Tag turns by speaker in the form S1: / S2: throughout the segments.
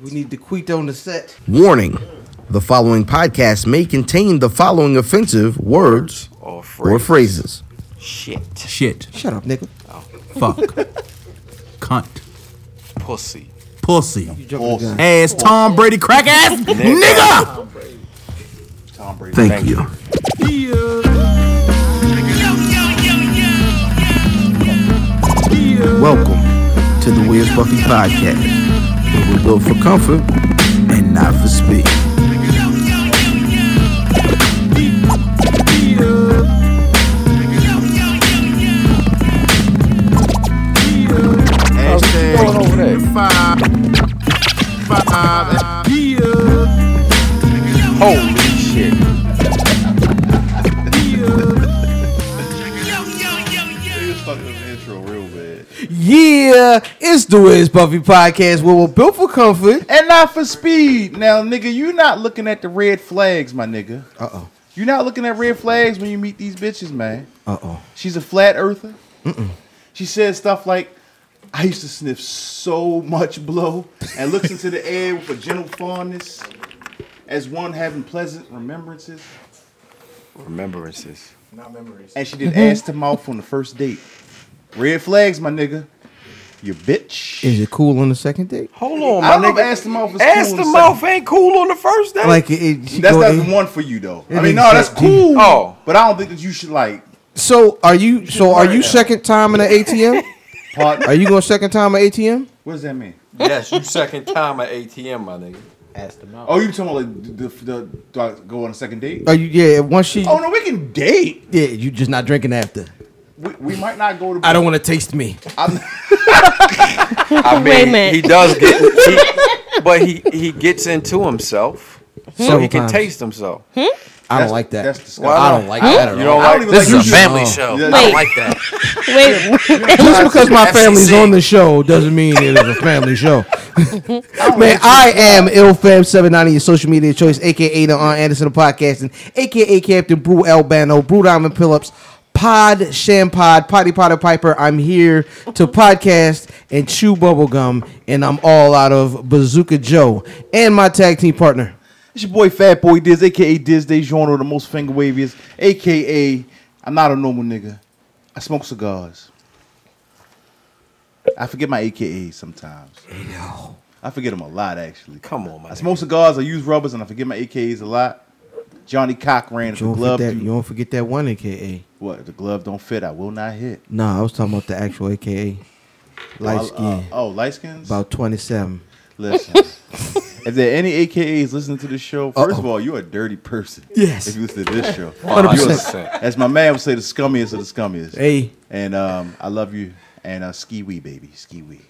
S1: We need to quit on the set.
S2: Warning the following podcast may contain the following offensive words
S3: Or phrase.
S2: or phrases.
S3: Shit.
S4: Shit.
S1: Shut up, nigga.
S4: Fuck. Cunt.
S3: Pussy.
S4: Pussy.
S1: Jump the gun.
S4: Ass Tom Brady crack ass nigga.
S3: Tom Brady.
S2: Thank you. Welcome to the Where's Buffy podcast, where we build for comfort and not for speed.
S3: Holy shit.
S5: fucked up the intro real bad.
S1: Yeah, it's the Wiz Buffy podcast where we're built for comfort.
S5: And not for speed. Now, nigga, you not looking at the red flags, my nigga.
S1: Uh oh.
S5: you not looking at red flags when you meet these bitches, man.
S1: Uh oh.
S5: She's a flat earther. She says stuff like, I used to sniff so much blow and looks into the air with a gentle fondness as one having pleasant remembrances.
S3: Remembrances.
S5: And she did ass to mouth on the first date. Red flags, my nigga. You bitch.
S1: Is it cool on the second date?
S3: Hold on,
S5: I
S3: my
S5: don't know if
S3: nigga.
S5: ass to mouth is
S3: Ass
S5: cool
S3: to
S5: on the
S3: mouth ain't cool on the first day.
S1: Like it, it she
S5: That's
S1: go
S5: not
S1: in-
S5: the one for you though.
S1: It
S5: I mean,
S1: is
S5: no, that's
S1: that
S5: cool.
S1: deep.
S3: Oh.
S5: but I don't think that you should like
S1: So are you? So are
S5: learn
S1: you
S5: that.
S1: second time in an ATM?
S5: part.
S1: are you going second time at ATM?
S5: what does that mean?
S3: yes, you second time at ATM, my nigga. Ass to mouth.
S5: Oh, you talking about like the, the, the do I go on a second date?
S1: Are you? Yeah. Once she,
S5: Oh no, we can date.
S1: yeah, you just not drinking after.
S5: We, we might not go to.
S1: I don't want to taste me.
S5: I'm,
S3: I mean,
S6: Wait a minute.
S3: he does get, he, but he he gets into himself, so
S1: Several
S3: he can
S1: times.
S3: taste himself.
S6: Hmm.
S1: I don't
S5: That's-
S1: like that.
S5: that's disgusting.
S1: I don't like that. At all.
S3: You don't
S5: I
S3: like
S5: don't even
S3: this
S5: like
S3: is a
S5: you.
S3: family
S1: No.
S3: show.
S5: Yeah.
S3: I don't
S6: Wait.
S3: like that.
S6: Wait,
S1: Just because my family's
S3: FCC.
S1: on the show doesn't mean it is a family show. Man, I am IlFam790, your social media choice, aka the Aunt Anderson of podcasting, aka Captain Brew Albano, Brew Diamond Pillups, Pod Shampod, Potty Potter Piper. I'm here to podcast and chew bubblegum, and I'm all out of Bazooka Joe and my tag team partner.
S5: it's your boy Fat Boy Diz, aka Diz DeJourno, the most finger waviest, aka I'm not a normal nigga. I smoke cigars. I forget my AKAs sometimes. I forget them a lot actually.
S3: Come on, my
S5: I
S3: nigga.
S5: smoke cigars, I use rubbers, and I forget my AKs a lot. Johnny Cock ran if
S1: You
S5: the
S1: don't,
S5: glove.
S1: forget that,
S5: do-
S1: you don't forget that one AKA.
S5: what if the glove don't fit? I will not hit.
S1: Nah, I was talking about the actual AKA. Light
S5: Oh, I- uh,
S1: skin,
S5: oh, light skins.
S1: about 27.
S5: Listen, if there are any AKAs listening to this show, 1st of all, you're a dirty person.
S1: Yes.
S5: If you listen to this show, you
S3: 100%.
S5: as my man would say, the scummiest of the scummiest.
S1: Hey.
S5: And um, I love you. And uh, ski wee, baby, ski wee.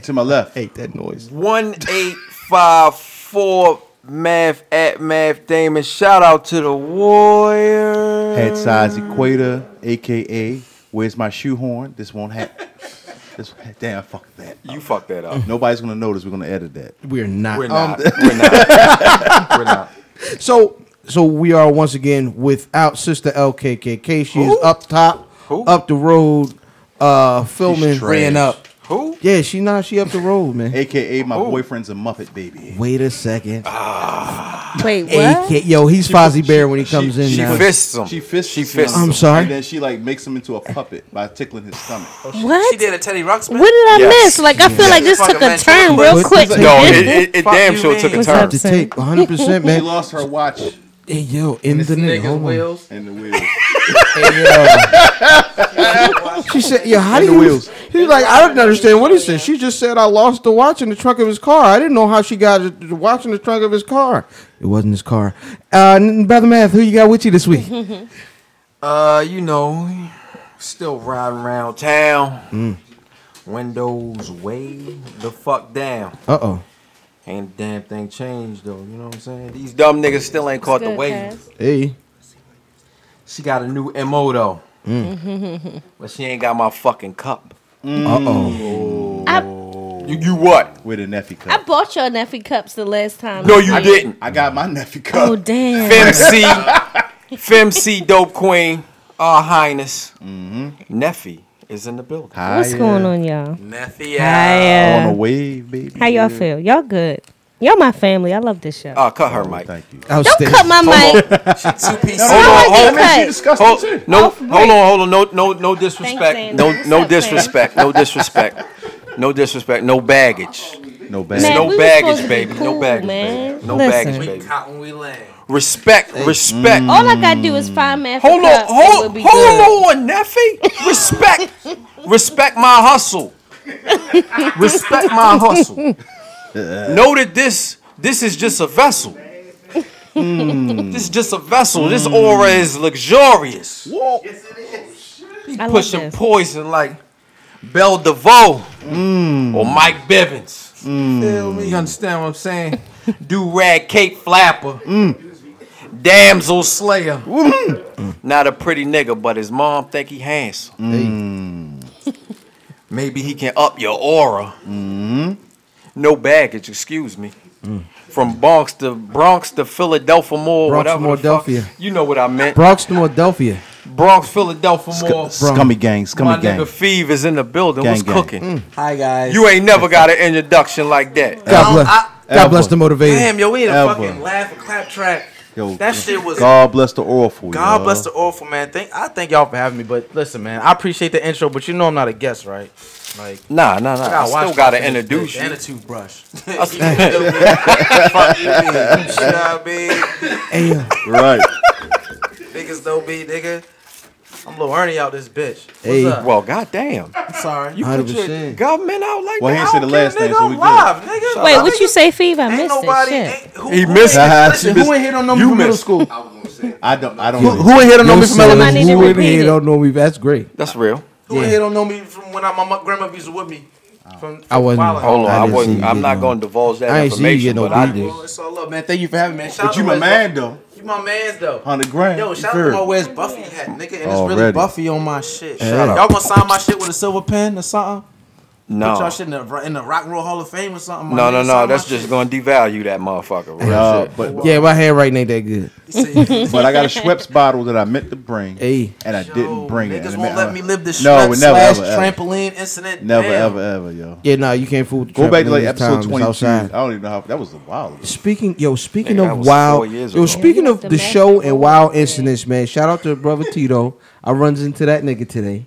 S5: to my left.
S1: hate that noise.
S3: One eight five four math at math Damon. Shout out to the warrior.
S5: Head size equator, aka where's my shoehorn? This won't happen. this damn fuck that.
S3: You fucked that up.
S5: Nobody's gonna notice. We're gonna edit that.
S1: We're not.
S3: We're not. We're not. We're not.
S1: So, so we are once again without Sister LKKK. She is up top,
S3: Who?
S1: up the road, uh, filming.
S5: She's trash.
S1: up.
S3: Who?
S1: Yeah, she not. She up the road, man.
S5: AKA my boyfriend's a Muppet baby.
S1: Wait a second.
S6: wait, what?
S1: AK, yo, he's Fozzie Bear when he comes in
S3: She
S1: now.
S3: fists him.
S5: She fists.
S3: She
S5: him,
S3: fists
S1: I'm
S3: him.
S1: sorry.
S5: And then she like makes him into a puppet by tickling his stomach.
S6: What?
S3: She did a Teddy Ruxpin.
S6: What did I
S3: Yes.
S6: miss? Like, I feel like this
S3: Fucking
S6: took a
S3: mention
S6: turn
S3: it.
S6: real
S1: What
S6: quick.
S1: is it?
S3: No,
S6: Did
S3: it,
S6: this-
S3: it, it
S7: Fuck
S3: damn
S7: you,
S3: sure took a
S7: man.
S1: What's
S3: turn.
S1: up to take 100 percent
S5: She
S1: man.
S5: lost her watch
S1: Hey yo, in
S7: This
S1: the nigga,
S7: nigga's
S1: hold on.
S7: wheels.
S5: and the wheels.
S1: She said, "Yeah, how do
S5: And the
S1: you?"
S5: wheels.
S1: He's like, "I don't understand what he said." She just said, "I lost the watch in the trunk of his car. I didn't know how she got the- the watch in the trunk of his car. It wasn't his car." Uh, N- Brother Math, who you got with you this week?
S3: Uh, you know, still riding around town. Windows way the fuck down.
S1: Uh oh.
S3: Ain't a damn thing changed though. You know what I'm saying? These dumb niggas still ain't caught the
S6: Good,
S3: wave.
S6: Cass.
S1: Hey,
S3: She got a new mo though, but she ain't got my fucking cup.
S1: uh oh.
S3: You, you what?
S5: with a Neffy
S6: I
S5: cup.
S6: bought your Neffy cups the last time.
S3: No, you didn't.
S5: I got my Neffy cup.
S6: Oh, damn.
S3: FemC, FemC, dope queen, our highness, Neffy is in the building.
S5: Higher
S6: What's going on, y'all?
S3: Neffy,
S5: On a
S6: Hiya.
S5: wave, baby.
S6: How y'all feel? Y'all good? Y'all my family. I love this show.
S3: Oh, cut her mic.
S5: Thank you. Oh,
S6: Don't cut my mic.
S8: Two pieces.
S3: Hold on,
S6: Someone
S3: hold
S6: get
S3: on.
S5: She
S6: cut.
S5: disgusted
S3: Hold,
S5: too.
S3: no,
S6: Off
S3: hold on,
S6: mic.
S3: hold on. No, no, no
S6: Xander.
S3: disrespect. No,
S6: What's
S3: no
S6: up, Xander?
S3: disrespect. No disrespect. No disrespect. No baggage.
S5: No
S6: Man,
S5: bad.
S3: no
S6: we was supposed
S3: baggage,
S6: to be
S3: baby.
S6: cool,
S3: no baggage,
S6: man.
S3: baby. No
S6: Listen.
S3: baggage,
S8: We
S3: baby.
S8: caught when we land.
S3: Respect, respect.
S6: All I gotta do is find Math.
S3: Hold on,
S6: cups, and
S3: hold,
S6: we'll be
S3: hold on, Neffy. Respect, respect my hustle. respect my hustle. know that this this is just a vessel.
S6: Hmm.
S3: This is just a vessel. This aura is luxurious.
S6: good. I love
S3: Pushing
S6: this.
S3: poison like Belle DeVoe
S6: Hmm.
S3: or Mike Bivens. Feel me? You understand what I'm saying? Do rag cape flapper. Damsel slayer. Not a pretty nigga, but his mom think he handsome. Maybe he can up your aura.
S5: Mm-hmm.
S3: No baggage, excuse me. From Bronx to Bronx to Philadelphia Mall,
S1: Bronx to
S3: whatever. the fuck-
S1: Moredelphia.
S3: You know what I meant.
S1: Bronx to Philadelphia.
S3: Bronx, Philadelphia Mall.
S5: Scummy gang,
S3: My
S5: scummy gang.
S3: nigga Feeve is in the building.
S5: Gang,
S3: What's
S5: gang. Mm.
S3: cooking?
S8: Hi guys.
S3: You ain't never got an introduction like
S6: Oh,
S3: that.
S1: God
S8: I-
S1: bless.
S8: I-
S1: God bless the motivator.
S8: Damn, yo, we had a
S5: Ever.
S8: fucking laugh and clap track.
S5: Yo,
S8: that shit was God,
S5: God bless the awful. yo.
S8: bless the awful man. Thank I thank y'all for having me, but listen, man, I appreciate the intro, but you know I'm not a guest, right? Like
S3: Nah, nah, nah. I
S8: gotta watch
S3: still gotta
S8: my fingers,
S3: introduce
S8: bitch,
S3: you.
S8: And a toothbrush. You know what I mean?
S5: right.
S8: Niggas don't be nigga. I'm Lil Ernie out this bitch. What's
S1: Hey.
S8: up?
S3: Well, goddamn.
S8: I'm sorry. You
S1: 100%.
S3: Government out like
S5: Well, he
S3: that.
S5: ain't said the last
S8: nigga
S5: name, so we good.
S8: alive, nigga.
S6: Wait,
S8: Like,
S6: what you say, Feeb? I
S8: Ain't
S6: missed
S8: nobody.
S6: it. Shit.
S8: Ain't, who,
S3: He
S8: who
S3: missed
S8: ain't-
S5: it.
S8: listen,
S5: Who
S8: who ain't hit on number
S3: You
S8: from middle
S3: missed.
S8: school?
S5: I don't. I don't.
S1: Who in here don't know me from
S6: I need to
S1: Who in
S6: repeat
S1: here
S6: it.
S1: don't know me? That's great.
S3: That's real.
S8: Who ain't hit on know me from when I, my, my grandma used to with me? From,
S1: I wasn't-
S8: Wild Out.
S3: Hold on,
S1: I
S3: I,
S1: didn't see
S3: wasn't.
S1: you
S3: I'm
S1: get
S3: not
S1: no-
S3: going to divulge that
S1: I ain't see you
S3: information,
S1: get no
S3: but I
S1: deed.
S3: did.
S8: Well, it's all love, man. Thank you for having me. Shout
S5: But
S8: out
S5: you
S8: to
S5: my
S8: Wes
S5: man though.
S8: Buffy. You my man's though.
S5: Hundred grand.
S8: Yo, shout out
S5: Fair.
S8: to my Wes Buffy hat, nigga. And it's really
S5: Already.
S8: Buffy on my shit.
S3: Shout out.
S8: Y'all gonna sign my shit with a silver pen or something? Put y'all
S3: No,
S8: shit in the, in the Rock and Roll Hall of Fame or something? my
S3: no, no,
S8: nigga.
S3: no.
S8: Sign my
S3: That's just
S8: shit.
S3: going to devalue that motherfucker. Real
S5: Uh,
S3: shit.
S5: but
S1: Yeah, my handwriting ain't that good.
S5: but I got a Schweppes bottle that I meant to bring,
S1: Hey.
S5: and I
S8: Yo,
S5: didn't bring it. And
S8: Niggas
S5: I
S8: won't
S5: meant-
S8: let me live this
S5: No,
S8: no,
S5: we never,
S8: slash
S5: ever, ever.
S8: trampoline incident.
S5: Never,
S8: down.
S5: ever, ever, yo.
S1: Yeah, nah, you can't fool with the
S5: Go back to like
S1: trampoline
S5: episode
S1: times
S5: twenty two. I
S1: outside.
S5: don't even know how that was a while ago.
S1: Speaking, yo, speaking
S3: Nigga, that
S1: of
S3: was
S1: wild,
S3: four years
S1: yo,
S3: ago.
S1: speaking
S6: Yeah,
S1: of
S6: the
S1: the
S6: Mac
S1: show and
S6: Bowl.
S1: wild incidents, man. Shout out to brother Tito. I runs into that nigga today.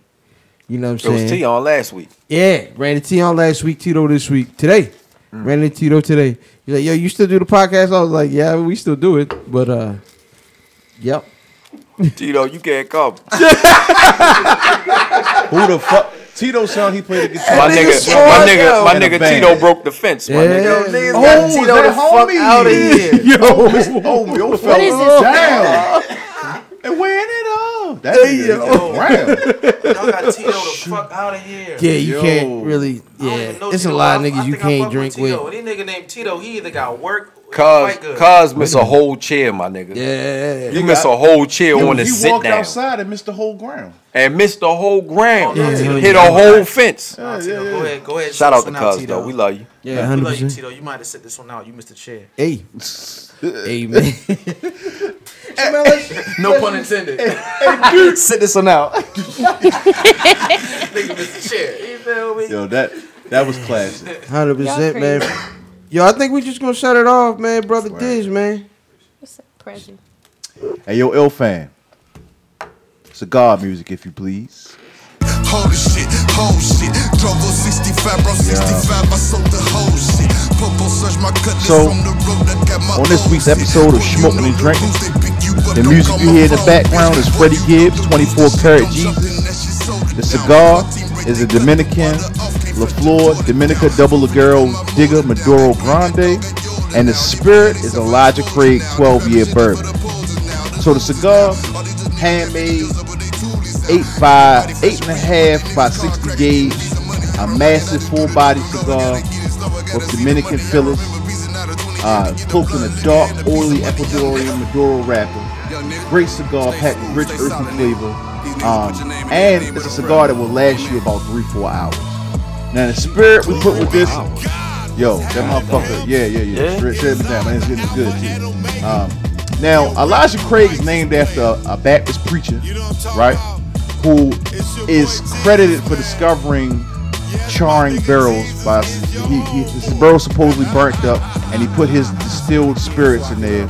S1: You know what
S3: It
S1: I'm
S3: was
S1: saying?
S3: T on last week.
S1: Yeah, ran into T on last week, Tito this week, today. Ran into Tito today. He's like, yo, you still do the podcast? I was like, yeah, we still do it, but uh, yep.
S3: Tito, you can't come.
S5: Who the fuck? Tito sound he played the guitar.
S3: My nigga, my nigga, my
S5: In a
S3: nigga
S5: band.
S3: Tito broke the fence. My
S1: Yeah.
S3: nigga.
S8: Yo, niggas
S5: Oh,
S8: got
S5: is
S8: Tito
S5: that
S8: the fuck
S5: homie?
S8: out of here.
S1: Yo,
S5: Oh, yo, what
S6: What is this?
S5: down. And wearing it all. That nigga is brown.
S8: Y'all got Tito the fuck out of here.
S1: yeah, you
S5: Yo.
S1: can't really.
S8: I don't even
S1: Yeah,
S8: know
S1: it's a
S8: Tito.
S1: lot of
S8: I- I
S1: niggas you
S8: think I
S1: can't
S8: fuck
S1: drink
S8: Tito.
S1: with.
S8: Any nigga named Tito, he either got work.
S3: Cos,
S8: Cause,
S3: Cos
S8: cause
S3: miss a whole chair, my nigga.
S1: Yeah,
S3: You miss a whole chair on the
S5: he
S3: sit
S5: walked
S3: down
S5: outside and missed the whole ground.
S3: and missed the whole ground.
S8: Oh, no,
S3: Hit
S8: Tito,
S3: a
S8: you know
S3: whole
S8: that.
S3: fence.
S8: Tito, go ahead, go ahead.
S3: Shout
S8: sit
S3: out
S8: this
S3: to
S8: one out,
S3: Cos
S8: Tito.
S3: though. We love you.
S1: yeah,
S8: We
S1: hundred
S8: love you,
S1: percent.
S8: Tito. You might have to sit this one out. You missed the chair.
S1: Hey, hey, man.
S8: No pun intended. sit this one out. Nigga missed the chair. You feel me?
S5: Yo, that that was classic.
S1: Hundred percent,
S6: Y'all
S1: man.
S6: crazy.
S1: Yo, I think we just gonna shut it off, man, brother Diz, man.
S6: What's up, Prezi?
S5: Hey, yo, L fan. Cigar music, if you please.
S9: Hold the shit, hold shit. Drove on 65, bro, 65. I sold the whole shit. Purple search my cutlass
S5: So,
S9: from the road that got my
S5: on this
S9: own
S5: week's
S9: shit.
S5: episode of
S9: When you
S5: Smoking
S9: know
S5: and Drinking,
S9: rules, they pick you up,
S5: the
S9: don't
S5: music
S9: come
S5: you hear in the
S9: around,
S5: background is
S9: bitch.
S5: Freddie
S9: Before you
S5: Gibbs,
S9: know
S5: 24
S9: this shit,
S5: Karat
S9: don't jump
S5: Jesus.
S9: in that shit, sold it
S5: The
S9: down.
S5: cigar
S9: My team rate,
S5: is a
S9: they cut the
S5: Dominican,
S9: water off, can't
S5: La
S9: fetch the
S5: Flor,
S9: water
S5: Dominica
S9: down.
S5: Double Aguero, Digger, Maduro Grande, and the spirit is Elijah Craig 12 year bourbon. So the cigar, handmade, eight by eight and a half by 60 gauge, a massive full body cigar with Dominican fillers, uh, cooked in a dark, oily Ecuadorian Maduro wrapper. Great cigar packed with rich, earthy flavor. Um, and it's a cigar that will last you about three, four hours. Now the spirit we put with this, yo, that motherfucker, yeah, yeah, yeah, yeah. shred, shred me down, man, it's getting good too. Um, now Elijah Craig is named after a, a Baptist preacher, right? Who is credited for discovering charring barrels by he, he this barrel supposedly burnt up and he put his distilled spirits in there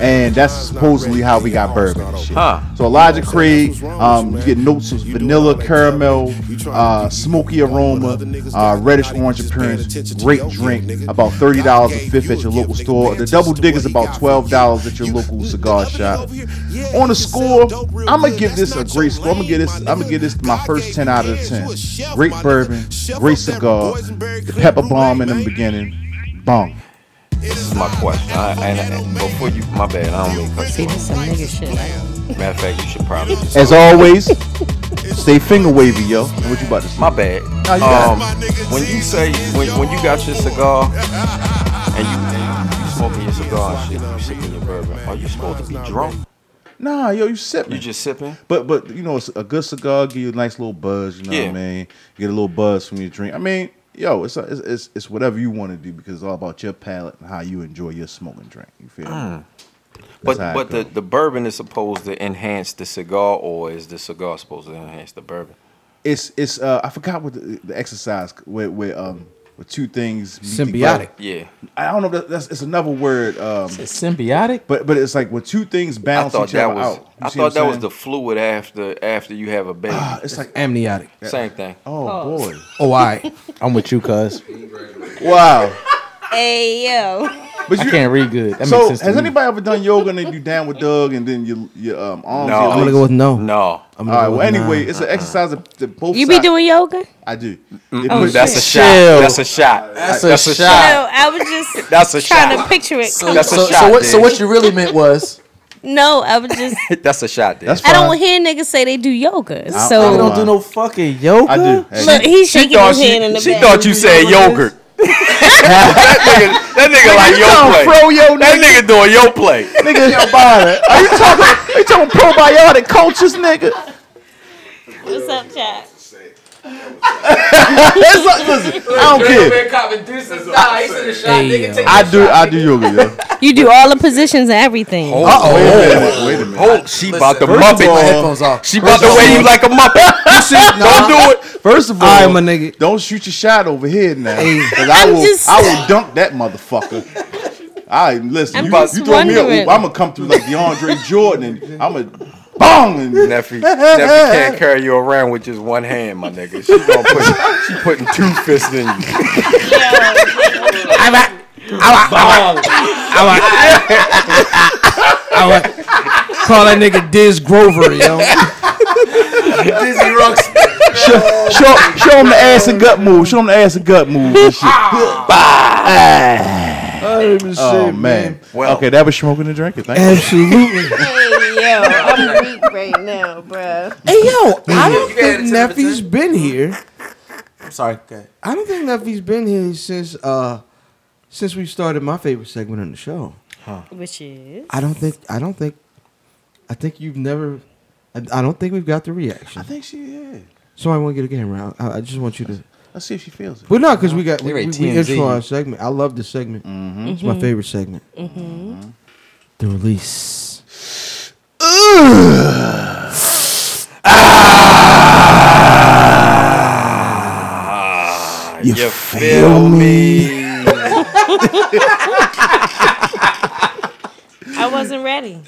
S5: and uh, that's supposedly how we got bourbon and shit.
S3: Huh.
S5: So Elijah Craig, um, you get notes of vanilla, caramel, uh, smoky aroma, uh, reddish orange appearance. Great drink, about thirty dollars a fifth at your local store. The Double Dig is about twelve dollars at your local cigar shop. On the score, I'm gonna give this a great score. I'm gonna give this. I'm gonna give this my first ten out of ten. Great bourbon, great cigar, the pepper bomb in the beginning, bomb.
S3: This is my question. I, and, and before you, my bad. I don't mean to cut
S10: See,
S3: you
S10: this some nigga shit. Like,
S3: off. Matter of fact, you should probably.
S5: As always, stay finger wavy, yo. What you about to
S3: My bad.
S5: you
S3: um,
S5: got
S3: when you say when, when you got your cigar and you, you smoking your cigar and shit, you sipping your bourbon. Are you supposed to be drunk?
S5: Nah, yo, you sipping.
S3: You just sipping?
S5: but but you know, it's a good cigar give you a nice little buzz. You know
S3: Yeah.
S5: what I mean? You get a little buzz from your drink. I mean, yo, it's a, it's, it's it's whatever you want to do because it's all about your palate and how you enjoy your smoking drink. You feel?
S3: Mm.
S5: me?
S3: But
S5: how it
S3: but the,
S5: go.
S3: the bourbon is supposed to enhance the cigar, or is the cigar supposed to enhance the bourbon?
S5: It's it's uh, I forgot what the, the exercise where where um where two things meet
S7: Symbiotic.
S5: together.
S3: Yeah.
S5: I don't know. If that, that's it's another word. Um,
S8: It's symbiotic.
S5: but but it's like when two things
S3: I
S5: balance
S3: thought
S5: each
S3: that
S5: other
S3: was
S5: out. You
S3: I
S5: see what
S3: thought that
S5: I'm
S3: was
S5: saying?
S3: the fluid after after you have a baby.
S5: Ah, it's like
S7: Amniotic.
S3: Same thing.
S5: oh boy,
S7: Oh, I. I'm with you, cuz.
S5: wow.
S10: hey yo,
S5: But
S8: I can't read good. That makes
S5: so
S8: sense
S5: has
S8: to me.
S5: anybody ever done yoga and then you down with Doug and then your your um arms?
S3: No.
S5: your
S7: I'm gonna
S5: legs-
S7: go with no.
S3: No.
S7: I'm
S5: All
S7: gonna
S5: right.
S7: go
S5: Well,
S7: with
S5: anyway,
S7: nah.
S5: it's an exercise that, that both
S6: You be
S5: sides-
S6: doing yoga?
S5: I do. It
S3: Mm-mm,
S5: puts-
S3: That's a shot.
S8: Chill.
S3: That's a shot. That's
S8: a
S10: no,
S8: shot.
S10: I was just
S3: That's a
S10: trying
S3: shot.
S10: to picture it.
S3: So- That's a
S8: so,
S3: shot,
S8: so what? So
S3: dude.
S8: what you really meant was
S10: no, I was just.
S3: That's a shot. There.
S5: That's
S10: I
S5: fine.
S10: don't hear niggas say they do yoga.
S5: I-
S10: so
S5: I
S8: you
S5: Oh,
S8: don't do
S5: wow.
S8: no fucking yoga.
S5: I do. Hey,
S10: look, he's
S3: she
S10: shaking
S3: thought
S10: his
S3: she,
S10: hand in the
S3: she
S10: back.
S3: thought you said yogurt. that nigga, that nigga like yo play.
S5: Pro yo
S3: that nigga doing yo play.
S5: nigga, yo, bother. Are you talking? Are you talking probiotic cultures, nigga?
S10: What's up, Chad?
S5: It's like, listen, I don't care.
S8: Hey, yo.
S5: I do. I do yoga, yo.
S6: You do all the positions and everything.
S5: Oh, wait a minute. Wait a minute.
S3: Oh, she about to
S8: First
S3: muppet.
S8: of all-
S7: headphones off.
S3: She about to weigh you like a muppet.
S7: You see, nah,
S3: Don't do it.
S5: First of all,
S7: All right, my nigga.
S5: don't shoot your shot over here now.
S7: Hey.
S5: 'cause I
S10: I'm
S5: will,
S10: just-
S5: I will dunk that motherfucker. I listen.
S10: I'm
S5: you,
S10: just
S5: you throw me a
S10: wondering.
S5: oop, I'm gonna come through like DeAndre Jordan, and I'm gonna bong. And,
S3: Neffy, Neffy can't carry you around with just one hand, my nigga. She gonna put, she putting two fists in you.
S7: Call that nigga Diz Grover, yo.
S8: Dizzy Rocks.
S5: show, show, show him the ass and gut move. Show him the ass and gut move. And shit.
S3: Ah.
S5: oh man.
S3: Well-
S5: okay, that was smoking and drinking. Thank you.
S7: Absolutely.
S10: Hey yo, I'm weak right now, bruh.
S7: Hey, yo, I don't
S8: You got
S7: think
S8: it,
S7: Neffy's been here.
S8: I'm sorry. Go ahead.
S7: I don't think Neffy's been here since uh since we started my favorite segment on the show.
S10: Which is
S7: I don't think I don't think I think you've never I, I don't think we've got the reaction.
S5: I think she. Yeah.
S7: So I want to get a camera. I, I just want you to.
S5: Let's see if she feels it.
S7: But no, because we got we,
S8: They're
S7: we,
S8: a
S7: we
S8: TMZ.
S7: intro our segment. I love this segment.
S8: Mm-hmm.
S7: It's my favorite segment. The release.
S3: You, feel me?
S10: I wasn't ready.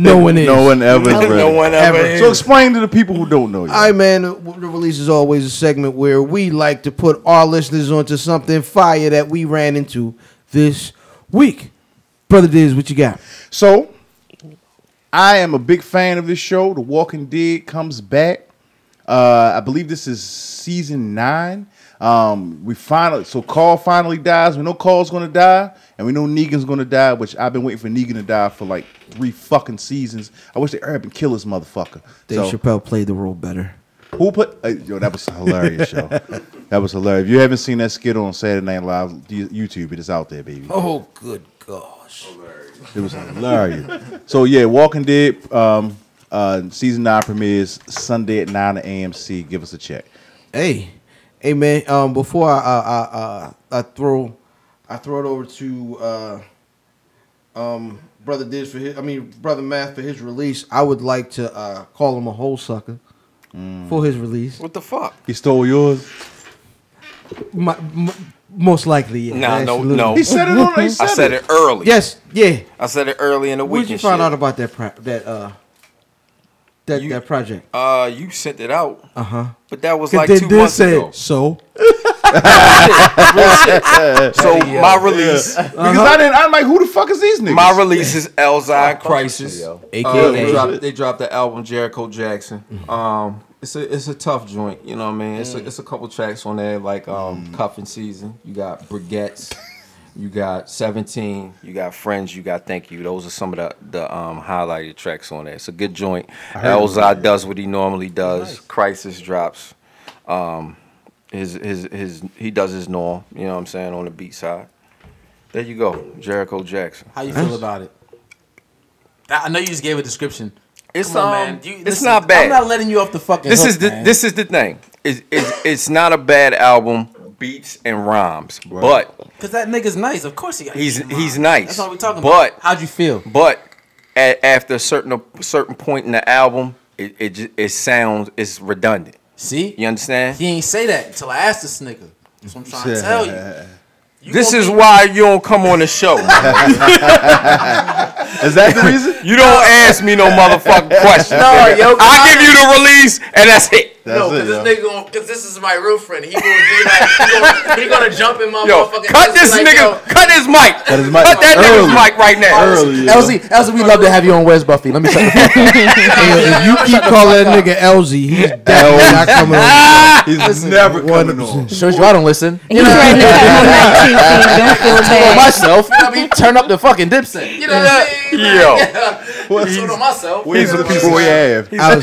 S7: No one is.
S5: No one ever. is
S3: No
S5: ready.
S3: one ever. is.
S5: So explain to the people who don't know you.
S7: All right, man. The release is always a segment where we like to put our listeners onto something fire that we ran into this week. Brother Diz, what you got?
S5: So, I am a big fan of this show. The Walking Dead comes back. Uh, I believe this is season nine. Um, we finally so Carl finally dies. We know Carl's gonna die, and we know Negan's gonna die, which I've been waiting for Negan to die for like three fucking seasons. I wish they hurry up and kill this motherfucker.
S7: Dave
S5: So-
S7: Chappelle played the role better.
S5: who put? Uh, yo, that was a hilarious show. That was hilarious. If you haven't seen that skit on Saturday Night Live y- YouTube, it is out there, baby. Oh, good gosh! It was hilarious. so yeah, Walking Dead um, uh, season nine premieres Sunday at nine AMC. Give us a check.
S7: Hey, hey, man. Um, before I, I, I, I, I throw, I throw it over to uh, um, brother Diz for his. I mean, brother Math for his release. I would like to uh, call him a whole sucker.
S5: Mm.
S7: for his release.
S3: What the fuck?
S5: He stole yours.
S7: My, m- most likely, yeah.
S3: Nah, no,
S7: absolutely.
S3: no.
S5: He said it on. He said,
S3: I said it early.
S7: Yes, yeah.
S3: I said it early in the week.
S7: Where'd you
S3: and
S7: find
S3: shit.
S7: out about that pro- that uh that
S3: You-
S7: that project?
S3: Uh, you sent it out. Uh
S7: Uh-huh.
S3: But that was
S7: 'Cause
S3: like
S7: they
S3: two
S7: did
S3: months
S7: say,
S3: ago.
S7: So
S3: So my release,
S5: Because I didn't. I'm like, who the fuck is these niggas?
S3: Uh-huh. my release is Elzai Crisis. Uh, they,
S7: AKA
S3: dropped, they dropped the album Jericho Jackson. Um, it's a it's a tough joint, you know what I mean. It's a, it's a couple tracks on there like um, Cuffing Season. You got Brigettes, you got Seventeen, you got Friends, you got Thank You. Those are some of the the um, highlighted tracks on there. It's a good joint. Elzai does what he normally does. Crisis drops. Um, his his his he does his norm. You know what I'm saying on the beat side. There you go, Jericho Jackson.
S8: How you feel about it?
S11: I I know you just gave a description.
S3: It's
S11: Come on,
S3: um,
S11: man. You-
S3: it's
S11: listen,
S3: not bad.
S11: I'm not letting you off the fucking.
S3: this
S11: hook,
S3: is the
S11: man.
S3: this is the thing. It's, it's, it's not a bad album, beats and rhymes, but
S11: because that nigga's nice. Of course he.
S3: he's
S11: come
S3: he's
S11: on.
S3: nice.
S11: That's all we talking
S3: but,
S11: about. How'd you feel?
S3: But at, after a certain certain point in the album, it it, ju- it sounds it's redundant.
S11: See,
S3: You understand?
S11: he ain't say that until I asked this nigga. That's what I'm trying to tell you. You
S3: This
S11: gonna
S3: is
S11: be-
S3: why you don't come on the show.
S5: Is that the reason?
S3: You don't ask me no motherfucking question.
S11: No, yo,
S3: I give you the release and that's it.
S5: That's
S11: no, because
S5: it, yo.
S11: this nigga going because this is my real friend. He gonna be like, he gonna, he gonna jump in my
S3: Yo,
S11: motherfucking.
S3: cut
S11: face
S3: this
S11: like,
S3: nigga,
S11: yo,
S3: cut his mic. Cut,
S5: his mic.
S3: that
S5: Early.
S3: nigga's mic right now.
S5: Early, yo.
S8: Elsie, Elsie, we love to have you on Where's Buffy. Let me tell you.
S7: if you keep calling that nigga LZ, he's definitely not coming. on.
S5: He's never coming on.
S7: 100%.
S8: Shows you I don't listen.
S6: He threatened to come on my cheap seat. Don't feel
S8: For
S6: bad.
S8: myself, I mean, turn up the fucking dipset.
S11: You know what I mean? Like,
S3: Yo.
S5: What's-
S11: so to myself.
S5: Where's the people we have?
S7: I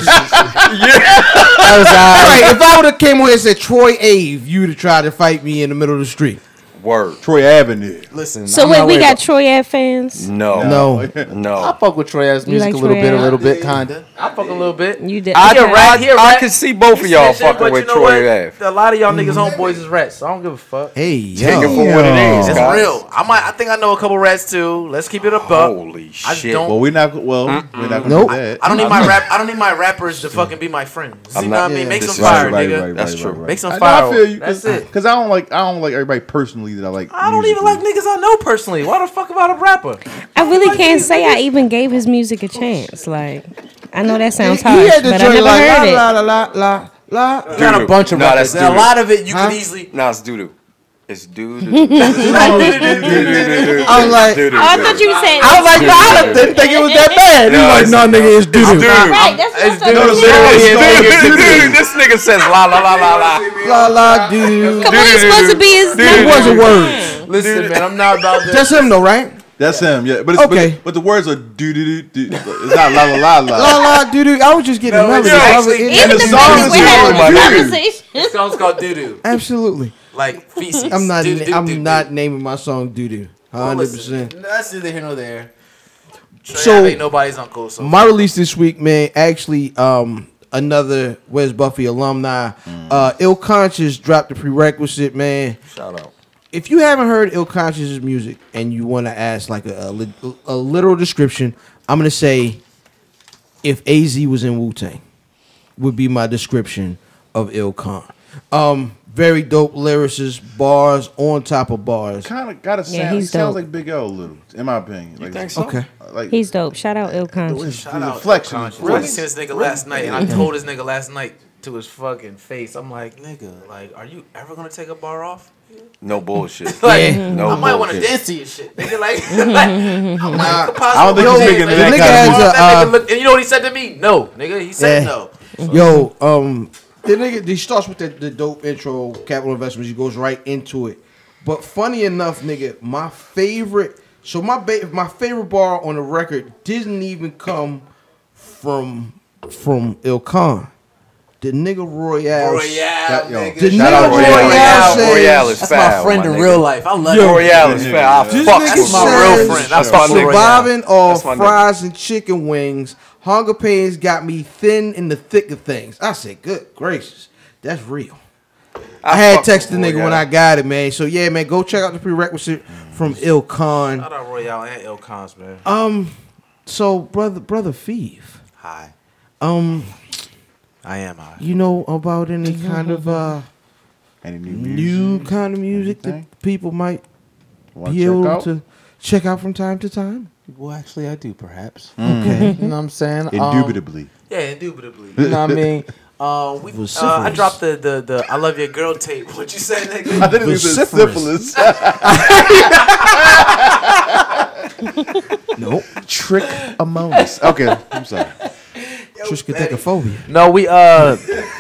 S7: was, like, if I would have came on here and said Troy Ave, you'd have tried to fight me in the middle of the street.
S3: Word.
S5: Troy Avenue.
S8: Listen.
S6: So
S8: I'm
S6: wait,
S8: not
S6: we
S8: worried
S6: got Troy Ave fans.
S3: No.
S7: No,
S3: No.
S8: about- I fuck with Troy ass
S6: You
S8: music
S6: like
S8: a little bit, a
S6: Troy
S8: little bit, kinda. I fuck a little bit.
S6: You did.
S8: I
S6: okay.
S8: can rap.
S3: I,
S8: I hear
S3: I
S8: rap.
S3: can see both of y'all fucking with Troy Ave.
S8: A lot of y'all niggas homeboys is rats, so I don't give a fuck.
S7: hey,
S3: Take it
S7: yo.
S3: for what it is.
S8: It's
S3: guys.
S8: real. I might. I think I know a couple rats too. Let's keep it up. up.
S3: Holy
S8: I just
S3: Oh, shit.
S8: don't-
S5: Well, we're not. Well, we're not gonna
S7: Nope.
S5: do that.
S8: I don't need my rap. I don't need my rappers to fucking be my friends.
S3: I'm
S8: You know
S3: not-
S8: what I mean? Make
S3: yeah,
S8: some
S3: this is
S8: fire, nigga.
S3: That's true.
S8: Make some
S5: I, know,
S8: fire.
S5: I feel you.
S8: That's
S5: Cause,
S8: it.
S5: 'cause I don't like. I don't like everybody personally that I like.
S8: I don't even like niggas I know personally. Why the fuck about a rapper?
S6: I really can't say I even gave his music a chance. Like, I know that sounds
S7: He
S6: harsh,
S7: had the
S6: but I never
S7: joint
S6: heard
S7: like
S6: it.
S7: la la la la la. la.
S8: Got a bunch of
S3: Nah,
S8: rappers.
S3: that's
S8: A
S3: doo-doo.
S8: lot of it you
S7: Huh?
S8: can easily.
S3: No, it's doo doo. It's doo doo.
S7: I'm like-
S6: Oh, I thought you said. I
S7: was like, nah, I didn't think it was that bad. He was
S3: No, it's-
S7: like, no, nigga, it's doo
S8: Oh,
S7: doo.
S6: Right, that's what I thought
S5: No,
S6: you
S5: the
S6: said.
S5: lyrics
S3: Doo
S5: don't get
S3: doo
S5: to
S3: doo.
S5: me.
S3: This nigga says la la la la la.
S7: La la doo.
S6: Come on, it's supposed to be his.
S7: It wasn't words.
S8: Listen, man, I'm not about this.
S7: That's him though, right?
S5: That's him. Yeah, but it's, okay.
S7: Okay.
S5: But, but the words are do do do do. It's not la la la
S7: La
S5: la.
S7: la doo doo. I was just getting melody.
S8: it's
S7: I was-
S8: actually-
S7: it-
S6: Even
S5: the
S6: the
S5: song
S6: moment
S5: is
S6: we're having
S5: called Dude.
S6: this conversation.
S11: This song's called doo doo.
S7: Absolutely.
S11: Like feces.
S7: I'm not.
S11: Doo-doo, doo-doo.
S7: I'm not naming my song doo doo.
S11: Well,
S7: Hundred
S11: listen,
S7: percent.
S11: That's neither here nor there. Trey
S7: So-
S11: Ave ain't nobody's uncle. So
S7: My release this week, man. Actually, um, another Wes Buffy alumni, uh, Ill Conscious dropped the prerequisite, man.
S3: Shout out.
S7: if you haven't heard Ill Conscious' music and you want to ask like a, a, li- a literal description, I'm gonna say if AZ was in Wu Tang would be my description of Ill Con. Um, very dope lyricist, bars on top of bars.
S5: Kind of gotta sound.
S6: Yeah, he's
S5: it sounds
S6: dope.
S5: like Big L a little, in my opinion. Like, uh,
S3: think so?
S7: Okay,
S5: Like
S6: He's dope. Shout out Ill Conscious.
S5: his reflection. is
S8: I
S5: great.
S8: seen this nigga last night, and I told this nigga last night to his fucking face. I'm like, nigga, like, are you ever gonna take a bar off?
S3: No bullshit.
S8: Like,
S7: Yeah.
S3: No
S8: I might want to
S3: bullshit.
S8: dance to your shit, nigga. Like, like I'm like, could
S5: I don't think
S8: possibly
S5: he's
S8: dance,
S5: making
S8: like,
S5: that
S8: nigga,
S5: kind
S7: of
S8: bar off,
S7: money.
S8: that nigga look- and you know what he said to me? No, nigga. He said
S7: Yeah.
S8: no.
S7: yo, um, the nigga he starts with the, the dope intro, capital investments. He goes right into it. But funny enough, nigga, my favorite. So my ba- my favorite bar on the record didn't even come from from Il Khan. The nigga Royale.
S5: That- yo,
S7: The
S5: shout
S7: nigga
S5: out Royale.
S7: Royale,
S3: Royale,
S7: says,
S3: Royale is
S11: that's
S3: foul.
S11: my friend in real life. I love
S7: Yo.
S11: you.
S3: Royale is foul. I
S7: This nigga
S3: fuck with
S7: says
S3: my real friend.
S8: I fuck with Royale.
S7: surviving off
S3: That's my nigga.
S7: fries and chicken wings. Hunger pains got me thin in the thick of things. I said, good gracious, that's real. I, had
S3: fuck with
S7: texted the nigga when
S3: Royale.
S7: I got it, man. So yeah, man, go check out the prerequisite from
S3: Mm.
S7: Il Khan.
S8: Shout out Royale and El Cons, man.
S7: Um, so brother, brother Thief.
S8: Hi.
S7: Um,
S8: I am high.
S7: You know about any kind of uh,
S5: any new
S7: new kind of music that people might
S5: Wanna
S7: be
S5: check
S7: able
S5: out?
S7: to check out from time to time?
S8: Well, actually, I do perhaps.
S7: Okay.
S8: you know what I'm saying? Um,
S5: Indubitably.
S8: yeah, indubitably. You know what I mean? Uh, we, uh, I
S7: Vociferous.
S8: dropped the, the the I love your girl tape. What you say, nigga?
S5: I think it was syphilis.
S7: Nope.
S5: Trick amonis. Okay, I'm sorry.
S7: Triskaidekaphobia.
S8: No, we uh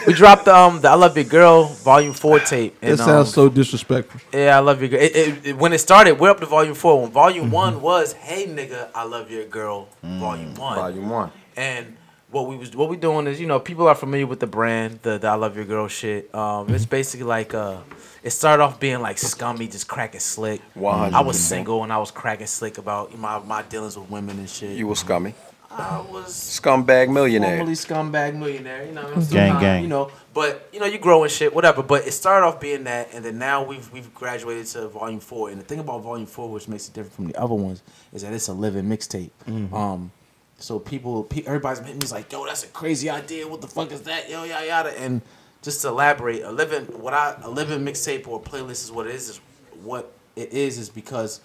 S8: we dropped um the I love your girl volume four tape.
S7: That
S8: and, um,
S7: sounds so disrespectful.
S8: Yeah, I love your girl. It, it, it- when it started, we're up to volume four. When volume one was, "Hey nigga, I love your girl," volume one.
S3: Volume one.
S8: And what we was what we doing is, you know, people are familiar with the brand, the, the I love your girl shit. Um,
S3: Mm-hmm.
S8: it's basically like uh, it started off being like scummy, just cracking slick.
S3: 100%.
S8: I was single and I was cracking slick about my my dealings with women and shit.
S3: You were scummy.
S8: I was
S3: Scumbag millionaire.
S8: formerly scumbag millionaire. You know, what I'm still
S3: Gang,
S8: not,
S3: gang.
S8: You know, but you know, you grow and shit, whatever. But it started off being that, and then now we've we've graduated to volume four. And the thing about volume four, which makes it different from the other ones, is that it's a living mixtape.
S3: Mm-hmm.
S8: Um, so people, pe- everybody's hitting me like, yo, that's a crazy idea. What the fuck is that? Yo, yada yada. And just to elaborate, a living what I a living mixtape or playlist is what it is. Is what it is is because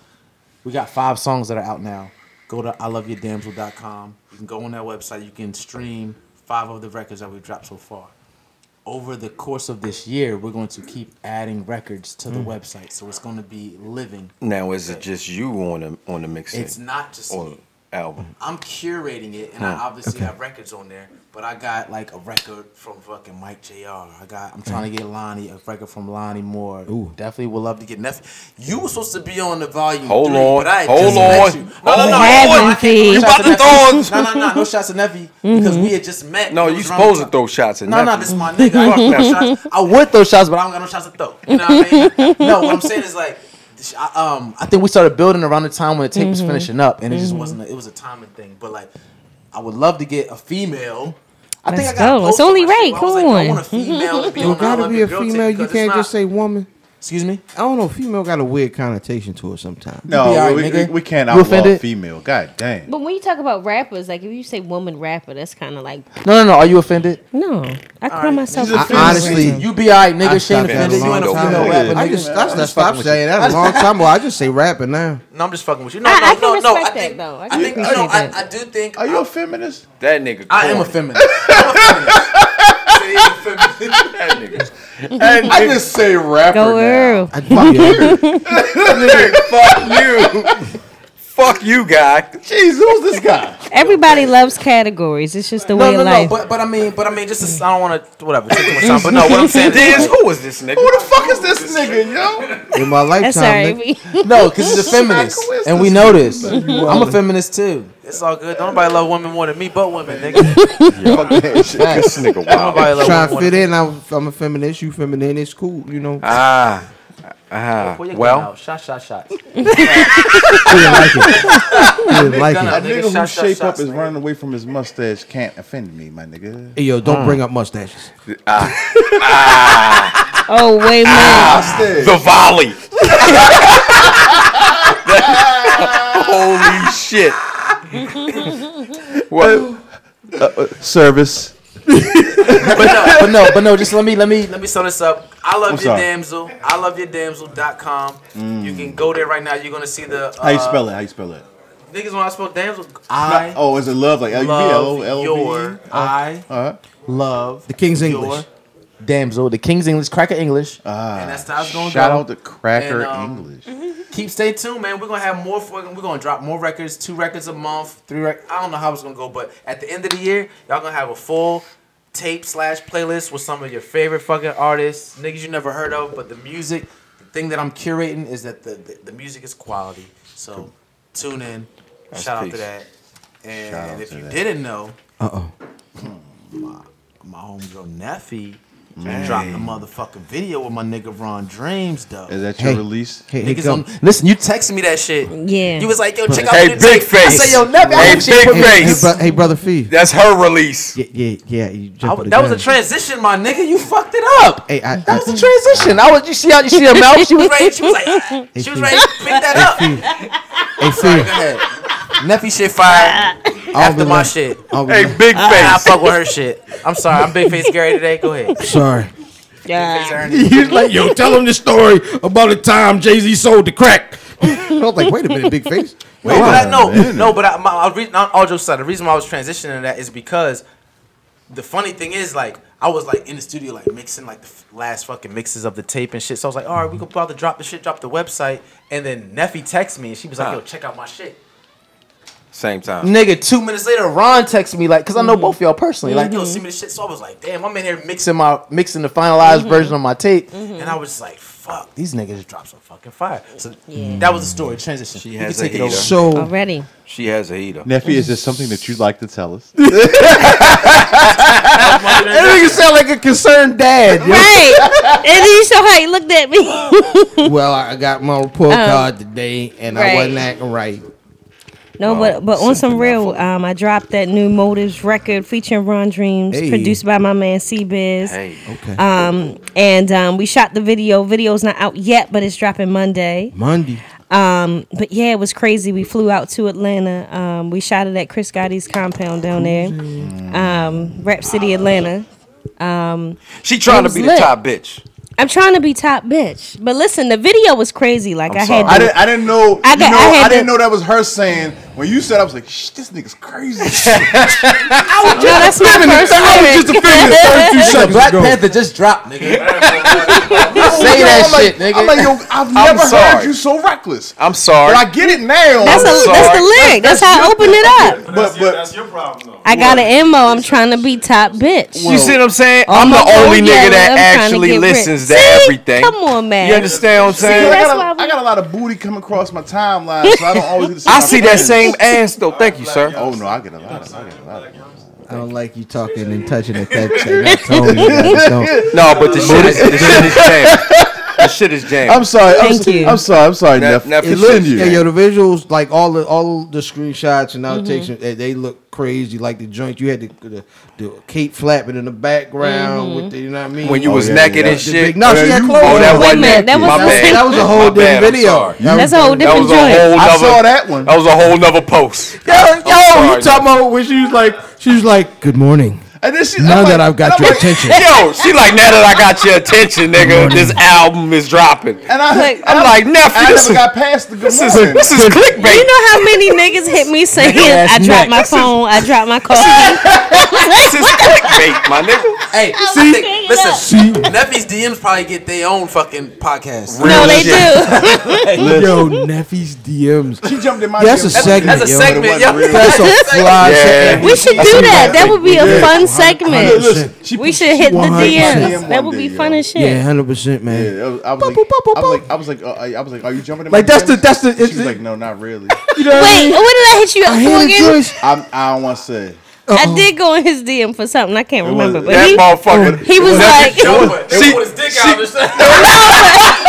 S8: we got five songs that are out now. Go to iloveyourdamsel.com. You can go on that website. You can stream five of the records that we've dropped so far. Over the course of this year, we're going to keep adding records to the website. So it's going to be living.
S3: Now is it just you on the on the mixtape?
S8: It's not just
S3: or
S8: me.
S3: album.
S8: I'm curating it, and I
S3: Hmm,
S8: obviously
S3: okay.
S8: have records on there. But I got like a record from fucking Mike Jr. I got. I'm trying to get Lonnie a record from Lonnie Moore.
S7: Ooh.
S8: Definitely would love to get Neff. You were supposed to be on the volume.
S3: Hold
S8: three,
S3: on,
S8: But I had
S3: hold
S8: just
S3: on,
S8: met you. No,
S3: hold
S8: no, no,
S3: on.
S8: hold on.
S6: Haven't
S3: You
S6: he?
S8: Shots
S3: about to
S8: Nephi.
S3: throw?
S8: No, no, no, no shots at Neffy because we had just met.
S3: No,
S8: It
S3: you
S8: was around the
S3: supposed to
S8: time-
S3: throw shots at
S8: No, no,
S3: Nephi.
S8: this is my nigga. I,
S3: Fuck
S8: don't
S3: Nephi.
S8: throw shots. I would throw shots, but I don't got no shots to throw. You know what I mean? No, what I'm saying is like, sh- I, um, I think we started building around the time when the tape was
S6: Mm-hmm.
S8: finishing up, and it just wasn't. A, it was a timing thing, but like, I would love to get a female. I think I
S6: Let's
S8: got a
S6: go.
S8: post
S6: It's only
S8: on my shit
S6: right.
S8: where I was
S6: Come
S8: like, yo, I
S6: on.
S8: want a female to be
S7: You
S8: on I
S7: gotta
S8: Love
S7: be
S8: Your
S7: a
S8: Girl tape
S7: female. You
S8: because it's
S7: can't
S8: not-
S7: just say woman.
S8: Excuse me.
S7: I don't know. Female got a weird connotation to it sometimes.
S5: No,
S8: be all right,
S5: we, we,
S8: nigga.
S5: we can't
S8: You
S5: outlaw
S8: offended?
S5: female. God damn.
S10: But when you talk about rappers, like if you say woman rapper, that's kind of like
S8: No, no, no. Are you offended?
S6: No, I call
S8: right.
S6: myself.
S7: I
S6: a female
S7: honestly-
S6: rapper.
S8: You be alright, nigga.
S7: I
S8: She
S7: stopped
S8: ain't
S7: that a
S8: offended. You
S7: long
S8: ain't a
S7: time
S8: female
S7: ago.
S8: rapper.
S7: I
S8: nigga.
S7: just I just stopped saying that a long time ago. I just say rapping now.
S8: No, I'm just fucking with you. No,
S6: I- I
S8: no,
S6: can
S8: no, no. I
S6: respect that,
S8: think,
S6: though. I
S8: I
S6: can
S8: think, you know,
S6: appreciate
S8: I,
S6: that.
S8: I do think
S5: Are you a feminist?
S3: That nigga.
S8: I am a
S3: corny.
S8: feminist. I'm a feminist.
S3: That nigga.
S5: I just say rapper.
S6: Go Earl.
S7: I, fuck you.
S3: Hey, fuck you. Fuck you, guy.
S5: Jeez, who's this guy?
S6: Everybody loves categories. It's just the way
S8: no,
S6: of
S8: no,
S6: life.
S8: No, but but I mean, but I mean, just to, I don't want to whatever. Take too much time, but no, what I'm saying
S3: Diz,
S8: is
S3: who was this nigga?
S5: Who the fuck is this nigga, yo?
S7: In my
S6: That's
S7: lifetime, nigga.
S6: sorry.
S8: no, because he's a feminist,
S5: Who is
S8: and we know this. I'm a feminist too. It's all good. Don't nobody love women more than me, but women, nigga. Don't
S5: Fuck that shit.
S3: This nigga.
S8: Nobody
S3: Wow.
S8: love
S7: trying to
S8: women more
S7: fit
S8: than me.
S7: in. I'm, I'm a feminist. You feminine. It's cool. You know.
S3: Ah. Ah.
S8: Where you going
S3: Well,
S8: now? shot, shot, shot.
S7: You didn't like it. You didn't like
S8: Gunna.
S7: it.
S5: That
S8: Nigga,
S5: nigga who
S8: shots, shots,
S5: shape up
S8: shots,
S5: is
S8: nigga.
S5: running away from his mustache can't offend me, my nigga.
S7: Hey, yo, don't bring up mustaches.
S6: Oh wait,
S8: Ah!
S6: man.
S5: Mustache.
S3: the volley. Holy shit. Well,
S5: Service.
S8: but no, but no, but no. Just let me, let me, let me sum this up. Mm. I love
S5: I'm
S8: your
S5: sorry.
S8: damsel. I love your damsel.com. You can go there right now. You're gonna see the uh,
S5: How you spell it? How you spell it?
S8: niggas when I spell damsel. I Uh,
S5: oh, is it love? Like L U B E. L O
S8: love
S5: L
S8: your.
S5: V?
S8: I
S5: Uh-huh.
S8: love
S7: The King's
S8: your
S7: English.
S8: damsel, the King's English, cracker English.
S5: Ah,
S8: And that's how it's gonna
S5: Shout
S8: go.
S5: out to Cracker
S8: And, um,
S5: English.
S8: Keep stay tuned, man. We're gonna have more. Fucking, we're gonna drop more records, two records a month, three. Rec- I don't know how it's gonna go, but at the end of the year, y'all gonna have a full tape slash playlist with some of your favorite fucking artists, niggas you never heard of, but the music. The thing that I'm curating is that the the, the music is quality. So tune in. Shout out
S3: peace.
S8: to that. And
S5: Shout out
S8: if
S5: to
S8: you
S5: that.
S8: didn't know, hmm,
S7: Uh oh.
S8: my homegirl Neffy dropped a motherfucking video with my nigga Ron Dreams though.
S5: Is that your
S7: Hey.
S5: release?
S7: Hey, hey,
S8: Niggas
S7: go.
S8: on, listen, you texted me that shit.
S6: Yeah.
S8: You was like, yo, check out
S3: hey,
S8: the
S3: big
S8: tape. I
S3: face.
S8: said, yo, never.
S3: Hey, big
S7: Hey, hey,
S3: face.
S7: bro- hey, brother Fee.
S3: That's her release.
S7: Yeah, yeah, yeah. You
S8: I
S7: jumped
S8: was-
S7: the
S8: that was a
S7: gun.
S8: transition, my nigga. You fucked it up.
S7: Hey, I, I,
S8: That was a transition. I was, you see how you see her mouth? She was ready. She was like, ah. she was ready to pick that up.
S7: Hey, Fee.
S8: Go ahead. Nephew shit fire.
S7: I'll
S8: after
S7: be
S8: my
S7: like-
S8: shit.
S7: I'll be Hey, like- Big
S8: I- I,
S7: Face.
S8: fuck with her shit. I'm sorry. I'm Big Face Gary today. Go ahead.
S7: Sorry.
S8: Yeah.
S7: He's like, yo, tell him the story about the time Jay Z sold the crack. I was like, wait a minute, big face.
S8: No,
S7: Wait a
S8: but I, no,
S7: minute.
S8: no, but I, my, I re- not all jokes aside, the reason why I was transitioning to that is because the funny thing is, like, I was like in the studio, like mixing like the f- last fucking mixes of the tape and shit. So I was like, all right, we could about to drop the shit, drop the website, and then Neffy texts me and she was like,
S3: Huh.
S8: yo, check out my shit.
S3: Same time.
S8: Nigga, two minutes later, Ron texts me like, cause I know both of y'all personally. Like, Mm-hmm. yo,
S3: Mhm.
S8: see me the shit. So I was like, damn, I'm in here mixing my mixing the finalized
S3: Mhm.
S8: version of my tape, and I was just like, fuck, these niggas dropped some fucking fire. So that was the story transition. She
S3: has a
S8: take it over.
S3: heater. So-
S6: Already.
S3: She has a heater.
S9: Nephi, is this something that you'd like to tell us?
S7: That nigga sound like a concerned dad. yo.
S6: Right. and then you saw how he looked at me.
S7: well, I got my report
S6: Um,
S7: card today, and I
S6: right.
S7: wasn't acting Oh. right.
S6: No, but but on some real, um, I dropped that new Motives record featuring Ron Dreams,
S7: Hey.
S6: produced by my man C Biz.
S7: Hey. Okay.
S6: Um, and um, we shot the video. Video's not out yet, but it's dropping Monday.
S7: Monday.
S6: Um, but yeah, it was crazy. We flew out to Atlanta. Um, we shot it at Chris Gotti's compound down there, um, Rap City, Atlanta. Um,
S3: She trying
S6: it
S3: to
S6: was
S3: be
S6: lit.
S3: the top bitch.
S6: I'm trying to be top bitch, but listen, the video was crazy. Like i had,
S5: I
S6: to-
S5: didn't. I didn't know.
S6: I
S5: I,
S6: got-
S5: you know,
S6: I
S5: I,
S6: had
S5: didn't
S6: to-
S5: know that was her saying. When you said, I was like, "Shh, this nigga's crazy."
S6: No, that's my first lyric.
S8: Nigga, Black Panther just dropped, nigga.
S5: Say
S8: that
S5: I'm like-
S8: shit, nigga.
S5: I'm like, yo, I've
S8: I'm
S5: never heard
S8: sorry.
S5: you so reckless.
S3: I'm sorry.
S5: But I get it now.
S6: That's
S5: I'm
S6: a-
S5: sorry.
S6: that's the lyric. That's how I
S5: your-
S6: opened it
S5: But that's, but, your, that's your
S6: I got an MO. I'm trying to be top bitch.
S3: you see what I'm saying?
S6: Oh,
S3: I'm the
S6: my God,
S3: only
S6: yeah,
S3: nigga that
S6: I'm trying to
S3: actually
S6: get rich.
S3: listens to
S6: See?
S3: everything.
S6: Come on, man.
S3: You understand what I'm
S5: See, I,
S3: saying?
S5: got a, I got a lot of booty coming across my timeline, so I don't always. Get to see
S3: I
S5: my
S3: see that
S5: friends.
S3: same ass though. Thank you, sir.
S5: Oh no, I get a lot. Of, I get a lot. Of.
S7: I don't like you talking and touching at that. I told you, I just don't.
S3: No, but the shit is the shit is jammed. The shit is jammed.
S5: I'm sorry. I'm, so- I'm sorry. I'm sorry,
S3: Ne-
S5: Neff.
S3: Neff,
S7: It looks, yeah, yo, the visuals, like all the all the screenshots and
S5: Mm-hmm.
S7: outtakes, eh, they look crazy. Like the joint, you had the the, the cape flapping in the
S5: Mm-hmm.
S7: background with the, you know what I mean?
S3: When you was naked and
S7: The
S3: shit.
S7: big- no,
S3: Oh, Yeah,
S7: she had
S3: you-
S7: clothes.
S3: Oh, that
S7: on.
S3: wasn't Wait a minute,
S6: that was
S7: that,
S6: naked.
S7: was, that was a whole
S3: My bad,
S7: different
S3: I'm
S7: video.
S3: sorry.
S6: That's a whole
S3: That
S6: different
S3: was a
S6: joint.
S3: whole
S7: I
S3: nother-
S7: saw that one.
S3: That was a whole nother post.
S7: Yo, yo, you
S3: sorry.
S7: talking about when she was like, she was like, "Good morning."
S5: And then she,
S7: now that I've got your attention,
S3: Yo, she like now that I got your attention, nigga. This album is dropping.
S5: And I,
S6: Like, uh,
S5: and
S3: I'm like, Neff,
S5: I
S3: this
S5: never
S3: is-
S5: got past the good
S3: This is
S5: morning.
S3: this is clickbait.
S6: You know how many niggas hit me saying
S3: Last
S6: I
S3: night.
S6: dropped my
S3: This is-
S6: phone, I dropped my car.
S3: This is clickbait, my nigga.
S6: I
S8: Hey, I
S6: was
S8: think,
S6: hanging
S8: listen,
S6: up.
S8: Nephi's DMs probably get their own fucking podcast.
S3: Real No, they shit.
S8: do.
S7: yo, Neffy's DMs.
S5: She jumped in my.
S7: That's a
S5: DMs.
S7: segment.
S8: that's a
S7: yo.
S8: segment, yo.
S7: That's a fly
S3: Yeah.
S7: segment.
S6: We should
S7: That's
S6: do
S7: a
S6: that.
S7: fly
S6: That would be a
S7: segment.
S6: fun
S5: Look, listen,
S6: segment.
S5: she
S6: We
S5: put-
S6: should hit the
S7: 100%.
S6: DMs. That would be fun as shit.
S7: Yeah, hundred percent, man.
S5: Yeah, I was, I was like, I was like, I was like, uh, I I was like, are you jumping? In
S7: Like,
S5: my
S7: that's the-
S5: DMs?
S7: that's the-
S5: She
S7: it's
S5: was
S7: the-
S5: like, no, not really.
S7: You know what I
S6: Wait,
S7: mean?
S6: what did I hit you up
S7: I
S6: for
S7: had a
S6: again?
S7: choice.
S5: I'm, I don't want to say.
S6: I did go in his DM for something. I can't
S5: was-
S6: remember. But
S3: That
S6: he,
S3: motherfucker.
S6: he was like, no, it
S11: They pulled his dick out and said,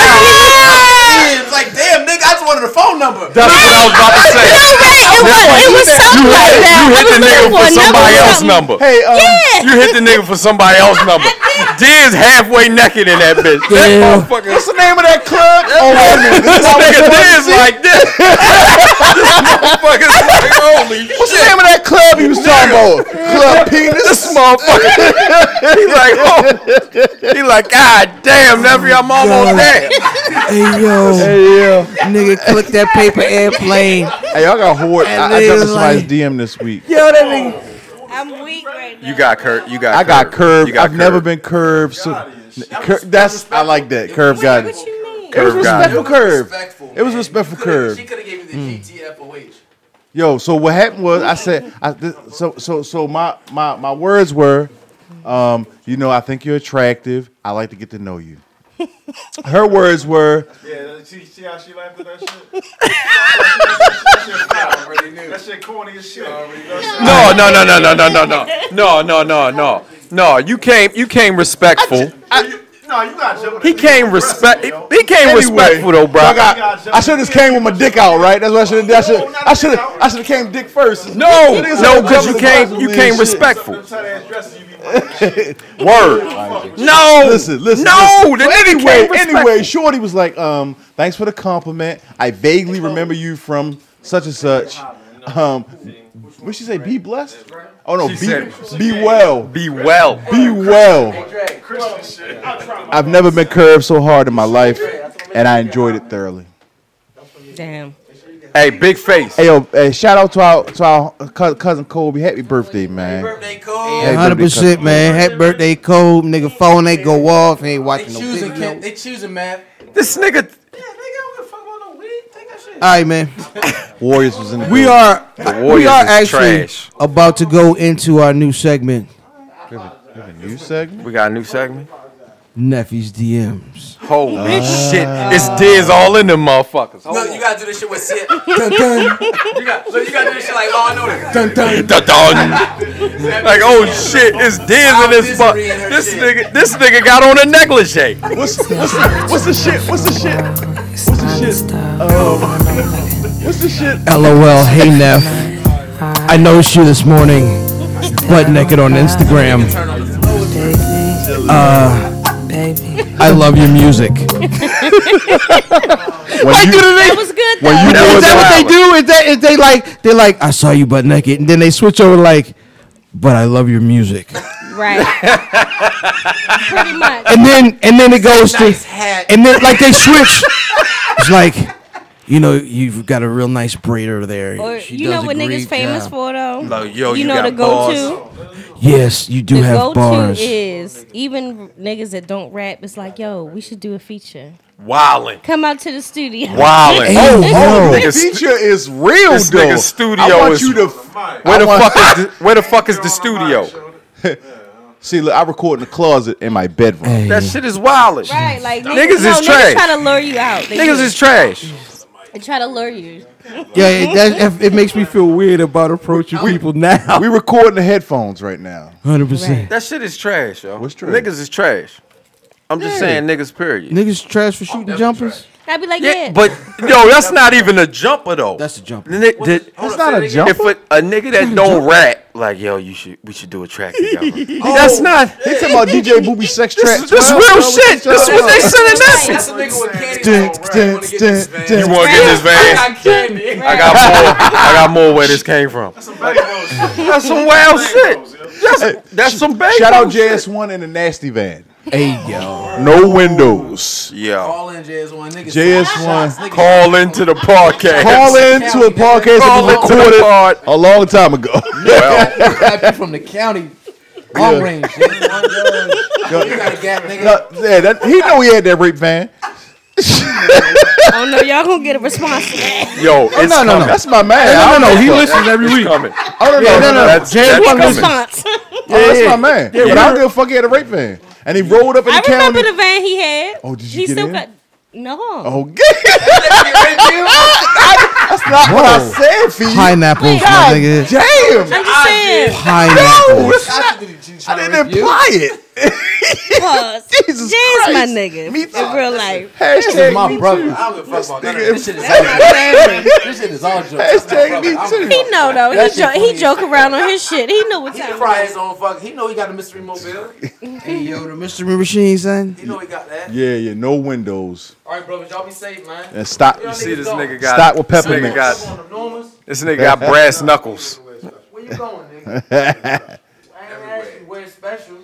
S6: wasn't.
S8: It's like, damn, nigga, I just wanted a phone number.
S3: That's what I was about to say.
S6: It was, it was something
S3: You
S6: like
S3: hit,
S6: that.
S3: you hit the
S6: I was
S3: nigga
S6: looking
S3: for
S6: a
S3: somebody
S6: or
S3: else's
S6: something.
S3: number.
S5: Hey, um,
S6: Yeah.
S3: You hit the nigga for somebody else's number. Diz halfway naked in that bitch.
S7: Yeah.
S3: That motherfucker.
S5: what's the name of that club? Oh, wait a minute.
S3: This nigga Diz like this. Motherfucker's like, holy
S5: What's the
S3: shit.
S5: name of that club you was talking about? Club Penis.
S3: This motherfucker. He like, oh. He like, God damn, nephew, I'm almost there.
S7: Hey yo,
S5: Yeah.
S7: nigga, click that paper airplane.
S5: Hey, y'all got hoard. I,
S7: That
S5: I jumped
S7: nigga's
S5: in somebody's
S7: like-
S5: DM this week.
S7: Yo, that nigga.
S6: I'm weak right now.
S3: You got curved. You got.
S5: I got curved.
S3: You got
S5: I've never been curved. So, cur- that's I like that curved guy.
S6: What you mean?
S5: It was
S3: Curved guy.
S5: respectful curve.
S8: Respectful,
S5: It was
S8: man.
S5: respectful
S8: You could've-
S5: curve.
S8: She could have gave
S3: Mm.
S8: you the GTFOH.
S5: Yo, so what happened was I said I th- so so so my my my words were, um, you know, I think you're attractive. I like to get to know you. Her words were,
S9: Yeah, see, see how she laughed at that shit? that shit corny as shit.
S3: No, oh, no, no, no, no, no, no, no, no, no, no, no, no. You came. You came respectful.
S9: No, you got jumping.
S3: He came respect. He came
S5: Anyway,
S3: respectful though, bro.
S5: I, got- I should have just came with my dick out, right? That's what I should have. I should. I should have. I should have came dick first.
S3: No,
S5: Niggas
S3: no,
S5: like
S3: because you
S5: jumping
S3: came.
S5: boxes
S3: You
S5: and
S3: came
S5: shit.
S3: respectful.
S9: Tight ass dresses you be
S3: Word.
S1: Oh,
S3: No.
S5: Listen, listen.
S3: No.
S5: listen.
S3: The
S5: So
S3: nigga
S5: anyway,
S3: came respectful.
S5: anyway, Shorty was like, um, thanks for the compliment. I vaguely remember you from such and such. Um, what she say? Be blessed. Oh no,
S3: She
S5: be,
S3: said-
S5: be well.
S3: Be well.
S5: Be well.
S12: Christian shit.
S5: I've never been curved so hard in my life, and I enjoyed it thoroughly.
S6: Damn.
S3: Hey, big face.
S5: Hey yo, hey, shout out to our to our cou- cousin Colby. Happy birthday, man. Happy birthday, Colby.
S1: Hundred percent, man. Happy birthday, Cole. Nigga, phone ain't go off. Ain't watching no
S8: Choosing,
S1: video.
S8: Kim. They choosing, man.
S3: This nigga.
S1: All right, man.
S5: Warriors was in the
S1: We
S5: building.
S1: are
S5: The
S1: we
S5: Warriors
S1: are
S5: is
S1: actually
S5: trash.
S1: about to go into our new segment,
S5: New segment.
S3: We got a new segment.
S1: Nephew's DMs.
S3: Holy shit! It's Diz all in them motherfuckers.
S8: Ah. No, you gotta do this shit with Sid. you got, look, you gotta do this shit like Law and Order.
S3: Dun, dun, dun, dun. like oh shit, it's Diz in this bu- This nigga, this nigga got on a negligee.
S5: What's what's the, what's the shit? What's the shit? What's the shit? Um, what's the shit?
S1: LOL. Hey, Neff. I noticed you this morning, butt naked on Instagram. Uh, I love your music. I do the
S6: That was good.
S1: When you is that what they do? Is that is they like they like I saw you butt naked, and then they switch over like, but I love your music,
S6: Right. Pretty much.
S1: and then and then it goes to
S6: Nice hat.
S1: and then like they switch. it's like, you know, you've got a real nice braider there.
S6: Or
S1: She
S6: you
S1: does
S6: know
S1: a
S6: what niggas
S1: great
S6: famous
S1: job.
S6: for though?
S3: Like, yo, you
S6: know
S3: got
S6: the go-to.
S1: Yes, you do
S6: the
S1: have
S6: go-to
S1: bars.
S6: is even niggas that don't rap. It's like, yo, we should do a feature.
S3: Wildin'.
S6: Come out to the studio.
S3: Wildin'.
S5: Oh, oh,
S3: Nigga
S5: the
S3: stu-
S5: feature is real,
S3: This
S5: though.
S3: nigga's studio
S5: I want
S3: is-
S5: you to. f-
S3: Where the
S5: I want-
S3: fuck is the, where the fuck is the studio?
S5: See, look, I record in the closet in my bedroom.
S3: That shit is wildin'.
S6: Right, like niggas,
S3: Niggas
S6: no,
S3: is
S6: niggas
S3: trash.
S6: try to lure you out. They
S3: Niggas
S6: do.
S3: is trash.
S6: They try to lure you.
S1: Yeah, it, that, it makes me feel weird about approaching people now.
S5: We recording the headphones right now.
S1: Hundred percent.
S3: That shit is trash, yo.
S5: What's trash?
S3: Niggas is trash. I'm just saying niggas period.
S1: Niggas trash for shooting jumpers.
S6: I'd be like, yeah,
S3: Yeah, but yo, that's not even a jumper though.
S1: That's a jumper.
S3: Ni- did-
S5: That's not a jump.
S3: If a, a nigga that don't rap, like yo, you should we should do a track together. That's not
S5: They talking about DJ Booby sex
S3: this,
S5: tracks.
S3: is- this real shit. This is what they sending us.
S8: That's a nigga with candy.
S5: Dun, dun, dun, dun.
S3: You wanna get in this van?
S8: I got candy.
S3: I got more. I got more where this came from. That's some wild shit. That's, that's some bang.
S5: Shout out JS1 and the Nasty Van.
S1: Hey yo,
S5: No windows.
S3: Yeah.
S8: All in jazz one niggas.
S5: JS1
S3: Call into the podcast.
S5: call into a podcast that
S3: Call
S5: was
S3: into the
S5: recorded
S3: pod.
S5: a long time ago.
S8: Happy from the county. Long range. nigga. You got a gap, nigga.
S5: No, yeah, that- he know he had that rape van.
S6: I don't know. Y'all gonna get a response to that.
S3: Yo, it's
S1: no, no,
S3: coming.
S5: That's my man.
S1: No,
S5: I
S1: no,
S5: don't
S1: no,
S5: know.
S1: he listens every
S3: It's
S1: week.
S3: coming.
S5: I don't know.
S1: no, no,
S3: That's,
S1: Jay
S3: that's
S1: One
S3: coming.
S6: response.
S5: Oh, that's my man. Yeah, but I don't give a fuck he had a rape van. And he rolled up in
S6: I
S5: the county.
S6: remember the van he had.
S5: Oh, did you
S6: he
S5: get
S6: still
S5: in?
S6: got no.
S5: Oh, God. That's not what I said, for you.
S1: Pineapples, my
S5: God
S1: nigga.
S5: damn.
S6: I'm just saying.
S5: No,
S1: Pineapples.
S5: that's not- I didn't imply it.
S6: Pause.
S5: Jesus
S6: Jizz, my
S5: Christ.
S6: nigga.
S5: Me
S6: In real life.
S5: Hashtag me
S8: brother. I don't give a fuck about that. This shit is all This shit is all jokes.
S5: Hashtag me too.
S6: He know though. He jo- he joke around on his shit. He know what
S8: He can
S6: time.
S8: fry his own fuck. He know he got a mystery mobile.
S1: Hey yo, the mystery machine, son.
S8: He know he got that.
S5: Yeah, yeah, no windows.
S8: All right, brothers, y'all be safe, man.
S5: And stop.
S3: You see this nigga got
S5: Stop with
S3: this nigga
S5: peppermints.
S3: got-
S8: Them Normans,
S3: This nigga got brass knuckles.
S8: where you going, nigga? I ain't asking where it's special.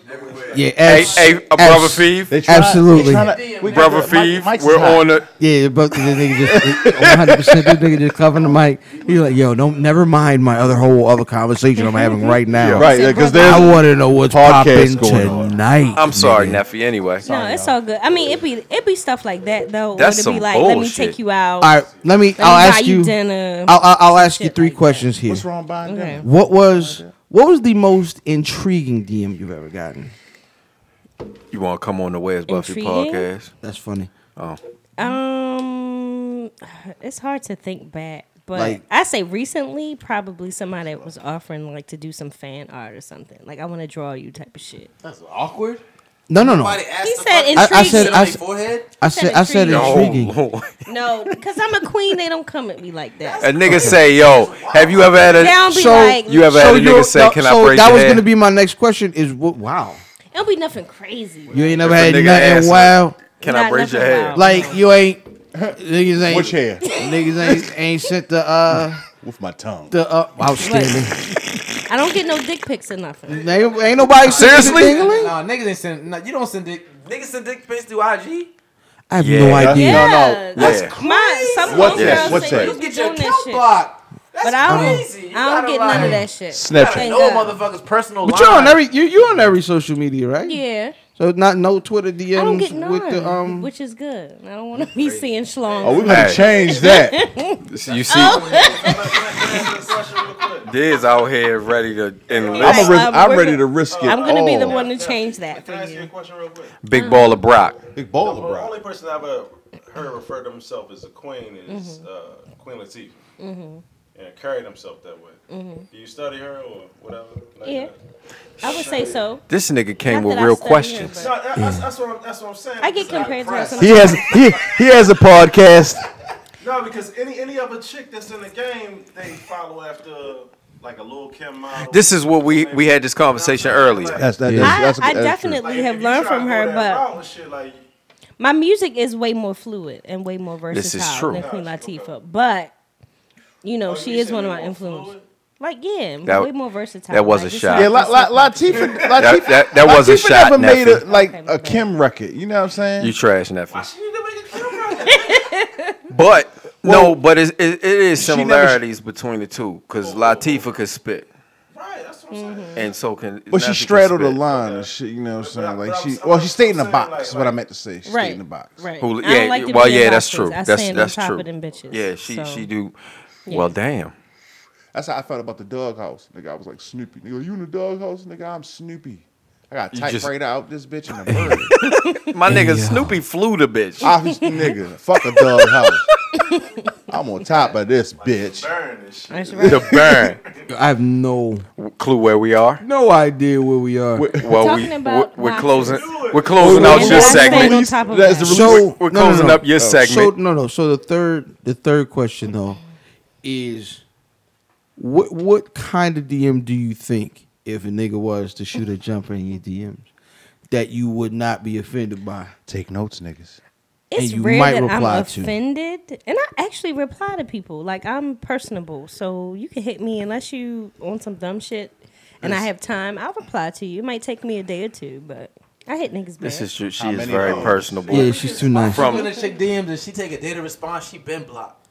S1: Yeah,
S3: Hey,
S1: abs-
S3: hey, a brother
S1: abs-
S3: Feeve.
S5: They try-
S1: Absolutely.
S5: they tryna- we got
S3: Brother
S5: the- Mike-
S3: Feeve,
S5: Mike's
S3: we're
S5: hot.
S3: on the.
S1: Yeah, but the nigga just 100. percent This nigga just covering the mic. He's like, yo, don't never mind my other whole other conversation I'm having right now.
S5: Right, because
S1: I
S5: there's
S1: want to know what's popping
S5: Podcast going on.
S1: tonight.
S3: I'm sorry,
S1: nigga.
S3: Neffy. Anyway,
S6: No, it's all good. I mean, it be it be stuff like that though.
S3: That's
S6: That's it
S3: some
S6: be like, let me
S3: bullshit.
S6: take you out.
S1: All right, let me.
S6: Let me
S1: I'll
S6: buy
S1: ask you.
S6: dinner.
S1: I'll, I'll, I'll ask you
S6: Shit
S1: three
S6: like that.
S1: questions here.
S5: what's wrong buying
S6: okay.
S5: dinner?
S1: What was what was the most intriguing DM you've ever gotten?
S3: you want to come on the Where's Buffy
S6: Intriguing?
S3: podcast?
S1: That's funny.
S6: Um, it's hard to think back, but
S1: Like-
S6: I say recently, probably somebody that was offering like to do some fan art or something. Like I want to draw you type of shit.
S8: That's awkward.
S1: No, no, no.
S8: Somebody asked
S6: He
S8: the
S6: said
S8: fucking
S6: intriguing.
S1: I said-
S8: shit on
S1: I
S8: their
S1: said-
S8: forehead.
S1: I said I said
S6: Intriguing.
S1: intriguing.
S3: Oh, Lord.
S6: no, because I'm a queen. They don't come at me like that.
S3: A nigga say, yo, have you ever had a?
S6: They don't be
S1: so
S6: like.
S3: You ever had a
S1: you're-
S3: nigga say,
S1: no,
S3: can
S1: so
S3: I break
S1: that
S3: your
S1: was
S3: head?
S1: gonna be my next question. Is what? Wow,
S6: It'll be nothing crazy.
S1: you ain't never
S3: If a
S1: had
S3: nigga
S1: nothing
S3: asked me-
S1: wild.
S3: Can I
S6: Not
S3: braid your
S6: nothing
S3: hair?
S6: wild.
S1: Like you ain't niggas ain't
S5: Which hair?
S1: niggas ain't ain't sent the uh
S5: with my tongue.
S7: The uh, outstanding.
S6: I don't get no dick pics or nothing.
S7: ain't, ain't nobody
S8: No, niggas ain't send. No, you don't send dick. Niggas send dick pics through IG.
S7: I have
S5: Yeah.
S7: no idea.
S5: No, no.
S6: Yeah, that's
S5: Yeah.
S6: my some
S5: What's
S6: homegirls
S5: that?
S6: say
S5: What's that?
S6: you
S5: You
S6: get
S8: get
S6: doing
S8: your
S6: that
S8: account
S6: shit.
S8: blocked.
S6: but I don't,
S8: crazy. You
S6: I don't
S8: gotta
S6: get none of
S8: lie.
S6: that shit.
S7: Snapchat.
S6: Thank
S8: No
S6: God.
S8: motherfucker's personal
S7: But you on
S8: line.
S7: every you you on every social media, right?
S6: Yeah.
S7: So not no Twitter DMs
S6: I don't get none,
S7: with the um.
S6: which is good. I don't want to be seeing schlong.
S7: Oh, we gonna
S5: change
S1: that. So you see-
S6: Oh.
S1: Diz out here ready to enlist.
S5: I'm, a risk-
S6: Um,
S5: I'm
S6: we're
S5: ready
S6: go-
S5: to risk it.
S6: I'm gonna be the
S5: all.
S6: one to change that for you.
S1: Big baller Brock.
S5: Big baller,
S9: The only person I've ever heard refer to himself as a queen is
S6: Mm-hmm.
S9: uh, Queen Latifah.
S6: Mhm.
S9: And carried himself that way.
S6: Mhm.
S9: Do you study her or whatever? Like uh,
S6: Yeah,
S9: that?
S6: I would say so.
S1: This nigga came
S6: Not
S1: with
S6: that I
S1: real
S6: study her,
S1: questions.
S9: No, that- that's, that's what I'm, that's what I'm saying.
S6: I get
S9: It's not
S6: compared to her
S9: press.
S6: sometimes.
S7: He has he he has a podcast.
S9: No, because any any other chick that's in the game, they follow after like a little Kim model.
S1: This is what we we had this conversation earlier.
S7: That's- that-
S6: I, I definitely have learned from her, but my music is way more fluid and way more versatile
S1: This is true.
S6: than Queen Latifah. But you
S9: oh,
S6: know, she is one of my influences. Like, yeah,
S1: That-
S6: way more versatile.
S1: that was
S6: Like,
S1: a
S6: just
S1: shot.
S6: not
S5: Yeah, La,
S6: just
S5: La,
S6: like-
S5: Latifah, Latifah,
S1: That- that- that was a
S5: Latifah
S1: shot,
S5: never made a
S1: nephew.
S5: like a Kim record. You know what I'm saying?
S1: You trash, nephew. But no, but it's, it, it is
S5: She never-
S1: similarities between the two because Latifah could spit.
S6: Mm-hmm.
S1: And so can.
S5: But she
S1: Nephew can
S5: straddled the
S1: spit.
S5: line and shit. You know what I'm saying? Like she, well, she stayed in the box. is what I meant to say. She
S6: Right,
S5: stayed in the box.
S6: right.
S1: Who-
S6: I don't
S1: yeah,
S6: like to
S1: well,
S6: be in
S1: yeah, that's
S6: boxes.
S1: true.
S6: I
S1: that's
S6: stand on
S1: that's
S6: top
S1: true.
S6: of them bitches,
S1: Yeah, she
S6: so.
S1: she do.
S6: Yeah.
S1: Well, damn.
S5: That's how I felt about the doghouse. Nigga, I was like Snoopy. Nigga, you in the doghouse? Nigga, I'm Snoopy. I got
S1: You
S5: typewriter
S1: just-
S5: right out this bitch and a bird.
S1: My nigga Snoopy flew the bitch.
S5: I was nigga. Fuck a doghouse. I'm on top of this bitch.
S6: That's right.
S1: The burn.
S7: I have no
S1: clue where we are.
S7: No idea where we are.
S1: Well, we
S6: Talking about
S1: we're, we're
S6: boxes.
S1: closing we're closing
S7: Wait,
S1: out
S7: wait,
S1: your
S7: wait.
S1: segment.
S7: That's the
S1: We're-
S7: So
S1: we're
S7: no, no,
S1: closing
S7: no.
S1: up your
S7: So-
S1: segment.
S7: no, no. So the third, the third question though is, what what kind of DM do you think if a nigga was to shoot a jumper in your DMs that you would not be offended by?
S5: Take notes, niggas.
S7: and
S6: It's
S7: you
S6: rare
S7: might
S6: that
S7: reply
S6: I'm
S7: to.
S6: offended, and I actually reply to people. Like I'm personable, so you can hit me unless you on some dumb shit, and I
S1: This-
S6: have time. I'll reply to you. It might take me a day or two, but I hit niggas back.
S1: This is true. She
S5: How
S1: is
S5: many
S1: very
S5: of those?
S1: personable.
S7: Yeah, she's too nice.
S8: From
S1: From
S8: when a chick DMs and she take a data response, she been blocked.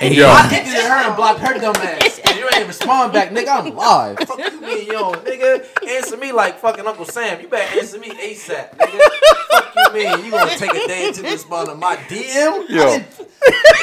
S1: Yo.
S8: I hit it at her and blocked her dumb ass. And you ain't respond back, nigga. I'm live. Fuck you, me and yo, nigga. Answer me like fucking Uncle Sam. You better answer me ASAP, nigga. Fuck you, mean you gonna take a day to respond to my DM?
S1: Yo.
S8: I, didn't-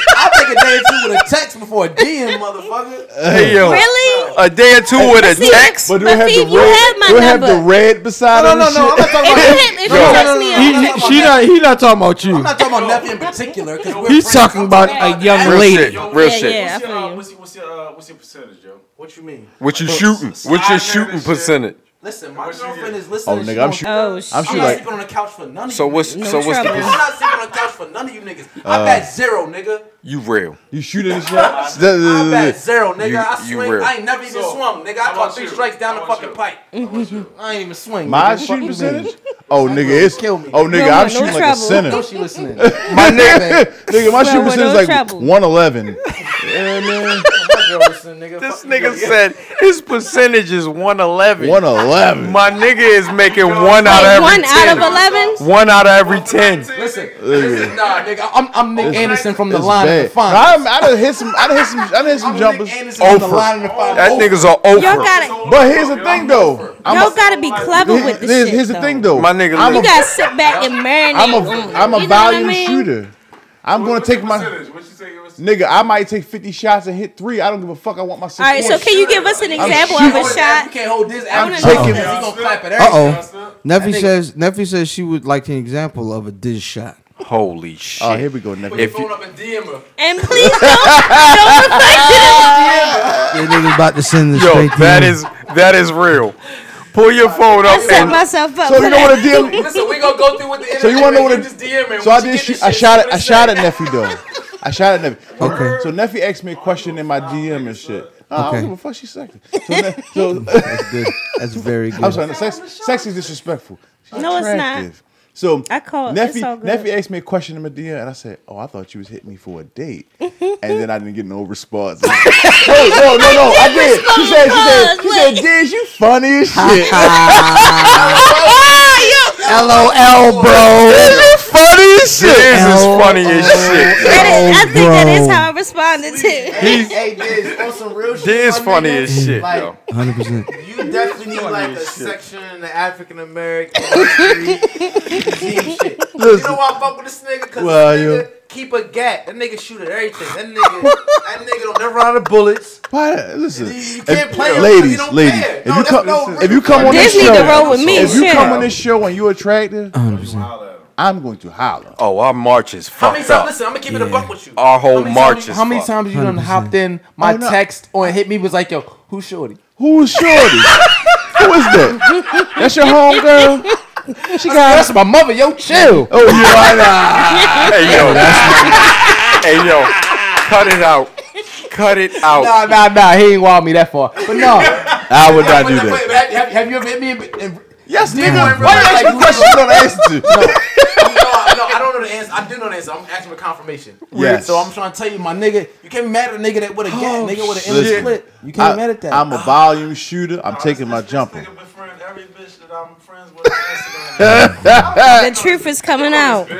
S8: I take a day or two with a text before a DM, motherfucker.
S1: Hey, yo.
S6: Really?
S1: A day or two with a text.
S5: But do it have the red? Do it have the red beside
S8: No,
S5: it?
S8: no,
S5: and
S8: no,
S5: shit?
S8: no, I'm not talking about- If you- if you Yo. text me, I'm not talking about
S7: he not talking about you.
S8: I'm not talking about nothing in particular. 'cause we're
S7: He's
S8: friends.
S7: talking
S8: I'm
S7: about a young
S1: Real
S7: lady.
S1: shit. Real shit.
S6: Yeah, I feel you.
S9: What's your, what's your, uh, what's your percentage, Joe? What you mean?
S1: What you shooting? What you shooting percentage?
S8: Listen, my girlfriend is
S5: Oh,
S8: listening.
S5: nigga, I'm
S8: shooting.
S5: shooting.
S6: Oh,
S5: I'm
S8: I'm
S5: shooting
S8: not
S5: like
S8: sleeping on the couch for none of
S1: So
S8: you.
S1: what's-
S8: niggas.
S1: so what's the
S8: I'm
S1: percent-
S8: not sleeping on the couch for none of you niggas.
S1: Uh,
S8: I'm at zero, nigga.
S1: You real.
S5: you shooting this shit.
S8: I'm at zero, nigga.
S1: You-
S8: I
S1: you
S8: swing.
S1: real.
S8: I ain't never even swung, nigga. I caught three strikes down the fucking pipe. I ain't even swing.
S5: My
S8: nigga. Fuck
S5: shooting
S8: you,
S5: percentage? Oh nigga, it's
S8: Kill me.
S5: oh nigga,
S8: No,
S5: I'm
S8: no
S5: shooting like a
S8: trouble.
S5: center.
S8: No, she listening.
S5: My nigga, nigga, my
S8: Well,
S5: shooting
S8: well,
S5: percentage is
S8: no
S5: like
S8: trouble.
S5: 111. Yeah, man.
S1: This nigga said his percentage is 111.
S5: 111.
S1: My nigga is making one out of every
S6: one out
S1: 10.
S6: of 11?
S1: One out of every 10.
S8: Listen,
S5: Nigga.
S8: nah, nigga. I'm, I'm Nick
S5: It's-
S8: Anderson from the
S5: it's
S8: line
S5: bad.
S8: of the
S5: I'm,
S8: finals.
S5: I done hit some. I done hit some. I done hit some jumpers.
S8: from the line of the finals. Oh,
S1: That nigga's an
S6: Y'all
S1: over.
S6: gotta,
S5: But here's the thing, though. I'm
S6: y'all gotta be clever
S5: Here-
S6: with this
S5: here's,
S6: shit.
S5: here's the thing, though.
S1: My nigga
S5: I'm
S6: you
S5: a,
S6: gotta sit back and marinate.
S5: I'm a,
S6: on it.
S5: I'm a
S6: You know what I
S5: volume
S6: mean?
S5: shooter. I'm gonna take my nigga. I might take 50 shots and hit three. I don't give a fuck. I want my.
S6: All right, so can you give us an
S5: I'm
S6: example of a
S5: shooting.
S8: You
S6: shot?
S8: can't hold this
S6: I'm
S8: average.
S7: taking-
S8: He gonna clap at
S7: Uh
S8: everything.
S7: oh. Nephi says Nephi says she would like an example of a dish shot.
S1: Holy shit.
S5: Oh, here we go, nigga.
S1: If you,
S6: And please don't, don't refer to
S7: That nigga about to send this
S1: yo,
S7: straight to
S1: that
S7: you.
S1: is that is real. Pull your phone
S6: I
S1: up
S6: set
S1: and
S6: myself up.
S5: So
S6: for
S5: you know
S6: that.
S5: what a DM?
S8: Listen, we gonna go through with the internet.
S5: So you wanna know what
S8: man.
S5: it-
S8: You just DM it.
S5: So I
S8: Once you
S5: did.
S8: get this
S5: Shoot, I
S8: shit,
S5: shot
S8: see
S5: at.
S8: what
S5: I
S8: it
S5: shot at
S8: say.
S5: nephew though. I shot at nephew.
S7: Okay.
S5: So nephew asked me a question in my DM and shit. I
S7: Okay.
S5: don't give a fuck. She's sexy. So, ne- so
S7: That's good. That's very good.
S5: I'm sorry. Sex, sexy is disrespectful. She's
S6: No, it's not.
S5: attractive. So
S6: I call- it's
S5: nephew.
S6: all good.
S5: Nephew asked me a question in my DM, and I said, "Oh, I thought you was hitting me for a date," and then I didn't get no response. no, no, no, no, I did. She said, she said, she said, "Diz, you funny as shit."
S7: LOL, bro.
S1: This is funny as shit. This is funny as shit.
S5: Oh,
S6: I think that is how I responded to.
S11: Hey, hey, Diz, on some real shit.
S1: This is
S11: my
S1: funny
S11: nigga,
S1: as shit,
S11: Like,
S1: yo.
S7: Hundred percent.
S11: you definitely need like a section in the African American history museum shit. You know why I fuck with this nigga? Cause
S5: Well,
S11: this
S5: you-
S11: nigga keep a gat. That nigga shoot at everything. That nigga, that nigga don't never run out of bullets.
S5: Why? Listen,
S11: You can't play him 'cause he
S5: ladies,
S11: don't
S5: ladies.
S11: care.
S5: If
S11: No,
S5: you
S11: that's
S5: come,
S11: no
S5: if you come on this
S6: Disney
S5: show,
S6: to roll with me,
S5: if you
S6: shit.
S5: come on this show and you attractive, I'm going to holler.
S1: Oh, our march is
S11: How
S1: fucked
S11: many
S1: up.
S11: times? Listen, I'm gonna keep it a buck with you.
S1: Our whole
S11: many
S1: march
S11: times-
S1: is
S8: How many
S1: fucked.
S8: times you done hopped in my text or hit me was like, yo, who's shorty?
S5: Who's shorty? Who is that? That's your homegirl? She got
S8: That's my mother, yo, chill.
S5: Oh, you are
S1: Hey yo, hey yo, cut it out, cut it out.
S8: Nah, nah, nah. He ain't wild me that far. But no.
S5: I would not do
S8: Wait,
S5: that.
S8: but have, have- have you ever hit me? in- in-
S5: Yes,
S8: Dude,
S5: nigga.
S8: I'm
S5: Why you
S8: really
S5: ask me
S8: like-
S5: a question you don't answer to?
S11: No, no, I don't know the answer. I do know the answer. I'm asking for confirmation.
S5: Yes.
S8: So I'm trying to tell you, my nigga, you can't be mad at a nigga that with a gat,
S1: Oh,
S8: nigga with an
S5: Listen.
S8: inner split. You can't
S5: I,
S8: be mad at that.
S5: I'm a volume shooter. I'm taking my jumper. Uh,
S6: The truth is coming out.
S5: I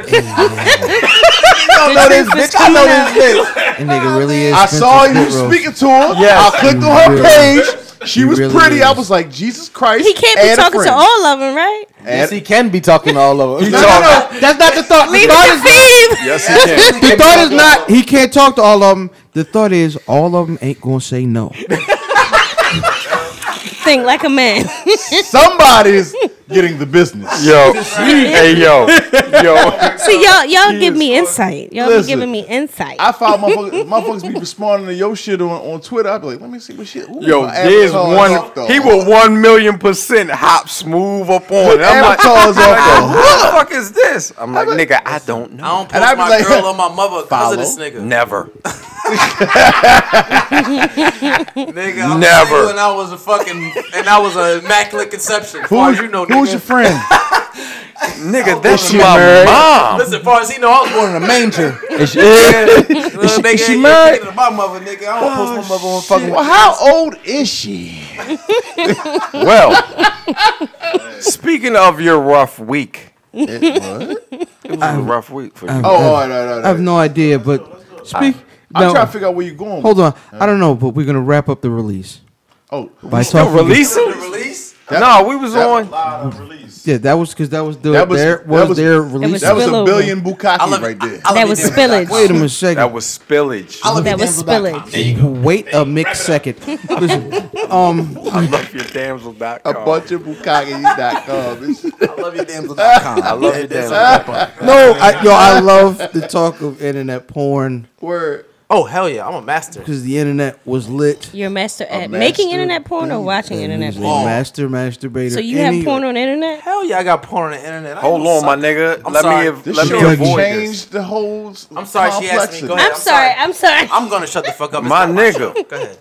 S5: know
S6: the
S5: this
S6: truth is
S5: bitch. I
S6: coming
S5: know
S6: out.
S5: this bitch.
S7: That nigga really is.
S5: I saw
S7: Spencer
S5: you
S7: Spencer.
S5: speaking to her.
S1: Yes.
S5: I clicked on her
S7: You
S5: page. She
S7: You
S5: was
S7: really
S5: pretty. I
S7: is.
S5: was like, Jesus Christ.
S6: He can't be
S5: and a
S6: talking to
S5: friend.
S6: all of them, right?
S8: yes, he can be talking all over.
S5: No, no, no.
S7: That's not the thought. The
S6: Leave
S7: thought
S6: it
S7: is
S6: to Phoebe.
S1: Yes, he can.
S7: The thought is not he can't talk to all of them. The thought is all of them ain't gonna say no.
S6: Think like a man.
S5: Somebody's getting the business.
S1: Yo, hey yo, yo.
S6: See y'all, y'all give me insight. Y'all
S5: Listen.
S6: be giving me insight.
S5: I follow motherfuckers, motherfuckers be responding to your shit on, on Twitter. I be like, let me see what shit. Ooh,
S1: Yo,
S5: my
S1: there's
S5: avatar is
S1: one.
S5: off the
S1: He
S5: hook.
S1: will one million percent hop smooth up on. it. I'm like,
S5: Avatar is off the hook.
S1: what the fuck is this? I'm like, nigga, I don't
S11: I
S1: know.
S11: don't
S5: And I
S11: post
S5: be
S11: my
S5: like,
S11: girl or my mother because of this
S5: follow.
S11: nigga.
S1: Never.
S11: Nigga, I was
S1: Never.
S11: single And I was a fucking and I was a immaculate conception. Who far
S5: Who's,
S11: as you know,
S5: who's
S11: nigga.
S5: your friend?
S1: Nigga, that's
S8: she
S1: my
S8: married?
S1: mom.
S11: Listen, far as he know, I was born in a manger. Little nigga,
S5: she
S11: yeah,
S5: married?
S11: thinking of My mother, nigga. I don't post my mother on fucking.
S5: well, how old is she?
S1: Well, speaking of your rough week, it was a rough week for you.
S5: Oh, all right, all right, all
S7: I have
S5: right.
S7: no idea, but speak.
S5: I'm
S7: no,
S5: trying to figure out where you're going.
S7: hold on. I don't know, but we're gonna wrap up the release
S5: Oh,
S7: by
S1: Still
S7: talking.
S1: releasing?
S11: Release.
S1: no, we was
S5: that-
S1: on.
S7: Yeah, that was because that was the
S5: That was-
S7: their,
S5: that
S7: was,
S5: was-
S7: their release.
S5: that was a
S6: Spillover.
S5: billion
S11: I love
S5: bukkake
S11: it.
S5: right there.
S11: I love
S6: that
S11: it,
S6: was
S11: dude.
S6: spillage.
S7: Wait a minute, second.
S1: That was spillage.
S11: I love
S6: That
S11: it,
S6: was
S11: damsel.com.
S6: spillage.
S7: Wait a mix second. Listen, um,
S1: I love your damsel.com.
S5: A bunch of bukkake.com.
S11: I love you, damsel.com.
S1: I love your damsel.com.
S7: no, I, yo, I love the talk of internet porn
S5: Word.
S11: Oh hell yeah, I'm a master.
S7: because the internet was lit.
S6: Your master at making
S5: master
S6: internet porn or watching internet
S7: He was a
S5: Oh.
S6: porn.
S7: master masturbator.
S6: So you
S7: Any-
S6: have porn on the internet?
S11: Hell yeah, I got porn on the internet. I
S1: Hold
S11: ain't no
S1: on, my
S11: sucker.
S1: nigga.
S11: I'm
S1: let
S11: sorry.
S1: me
S5: This
S1: let
S5: shit
S1: me avoid
S5: changed
S1: this.
S5: the whole.
S11: I'm sorry, she asked me. Go ahead.
S6: I'm sorry. I'm sorry.
S11: I'm gonna shut the fuck up. It's
S1: My
S11: not my
S1: nigga.
S11: show. Go ahead.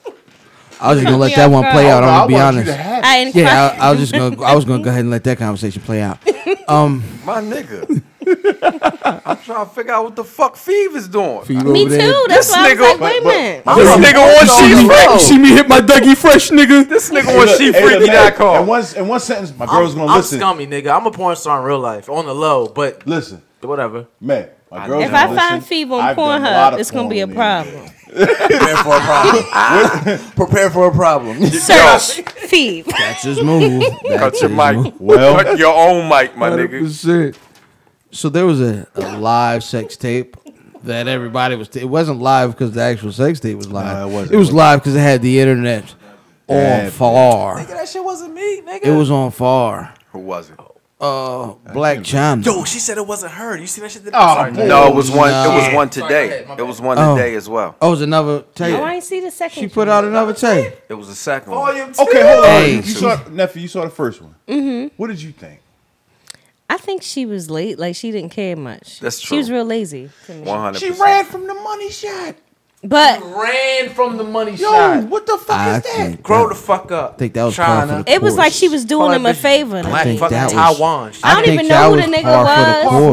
S7: I was just gonna let
S6: Yeah,
S7: that one
S6: girl.
S7: play out.
S5: Bro, I
S7: I'm gonna be
S5: want you
S7: honest.
S5: to have it.
S6: I ain't
S7: Yeah, I, I was just gonna. I was gonna go ahead and let that conversation play out. Um,
S1: My nigga. I'm trying to figure out what the fuck Feeve is doing.
S7: you
S6: Me
S7: over there.
S6: too. That's
S1: This
S6: why I was
S1: nigga-
S6: like, wait a
S5: but-
S6: minute.
S1: This nigga on
S7: You
S1: She
S7: see me-
S1: Freaky.
S7: you see me hit my Dougie Fresh, nigga.
S1: This nigga
S5: Hey,
S1: on
S5: look,
S1: She
S5: hey, look, man, And
S1: Freaky.com.
S5: one, in one sentence, my girl's
S11: I'm,
S5: gonna
S11: I'm
S5: listen.
S11: scummy, nigga. I'm a porn star in real life, on the low, but
S5: Listen,
S11: whatever.
S5: man, my girl's
S6: If
S5: gonna
S6: I
S5: listen.
S6: find Phoebe on
S5: I've done a lot
S6: Pornhub,
S5: of
S6: it's gonna
S5: porn
S6: be a
S5: on the
S6: problem.
S11: Prepare for a problem. Prepare for a problem.
S6: Search Phoebe.
S7: That's his move.
S1: Cut
S7: That's
S1: your
S7: his
S1: mic.
S7: move.
S5: Well-
S1: Cut your own mic, my nigga.
S7: 100%. So there was a, a live sex tape that everybody was. it wasn't live because the actual sex tape was live.
S5: it wasn't.
S7: It was live because it had the internet on
S5: Yeah.
S7: far.
S11: that shit wasn't me, nigga.
S7: It was on far.
S1: Who was it?
S7: Uh, Black China.
S11: Yo, she said it wasn't her. You see that shit? That,
S5: Oh,
S11: sorry,
S5: boy.
S11: nigga.
S1: No, it was one. It was
S7: Nah.
S1: one
S11: Sorry, go ahead,
S1: today.
S11: my
S1: It
S11: bad.
S1: was one
S7: Oh.
S1: today as well.
S7: Oh, it was another tape.
S6: Oh, I ain't see the second.
S7: She put out another tape.
S1: It was the second one.
S11: Volume two.
S5: internet. Okay, hold on.
S7: Hey.
S5: You saw nephew. You saw the first one. Mm-hmm. What did you think?
S6: I think she was late. Like she didn't care much.
S1: That's
S6: She was
S1: true.
S6: real lazy. to me.
S1: One hundred.
S5: She ran from the money shot.
S6: But
S8: ran from the money
S6: Yo,
S8: shot.
S6: what the
S7: fuck I is that? think
S8: Grow
S7: that-
S8: the fuck up.
S7: think that was par
S8: China.
S7: for the
S6: It was like she was doing
S8: Call
S6: him
S8: that
S6: a
S8: bitch
S6: favor.
S8: black
S6: Like,
S8: fucking
S7: that was-
S8: Taiwan. shit.
S6: I don't even know who the nigga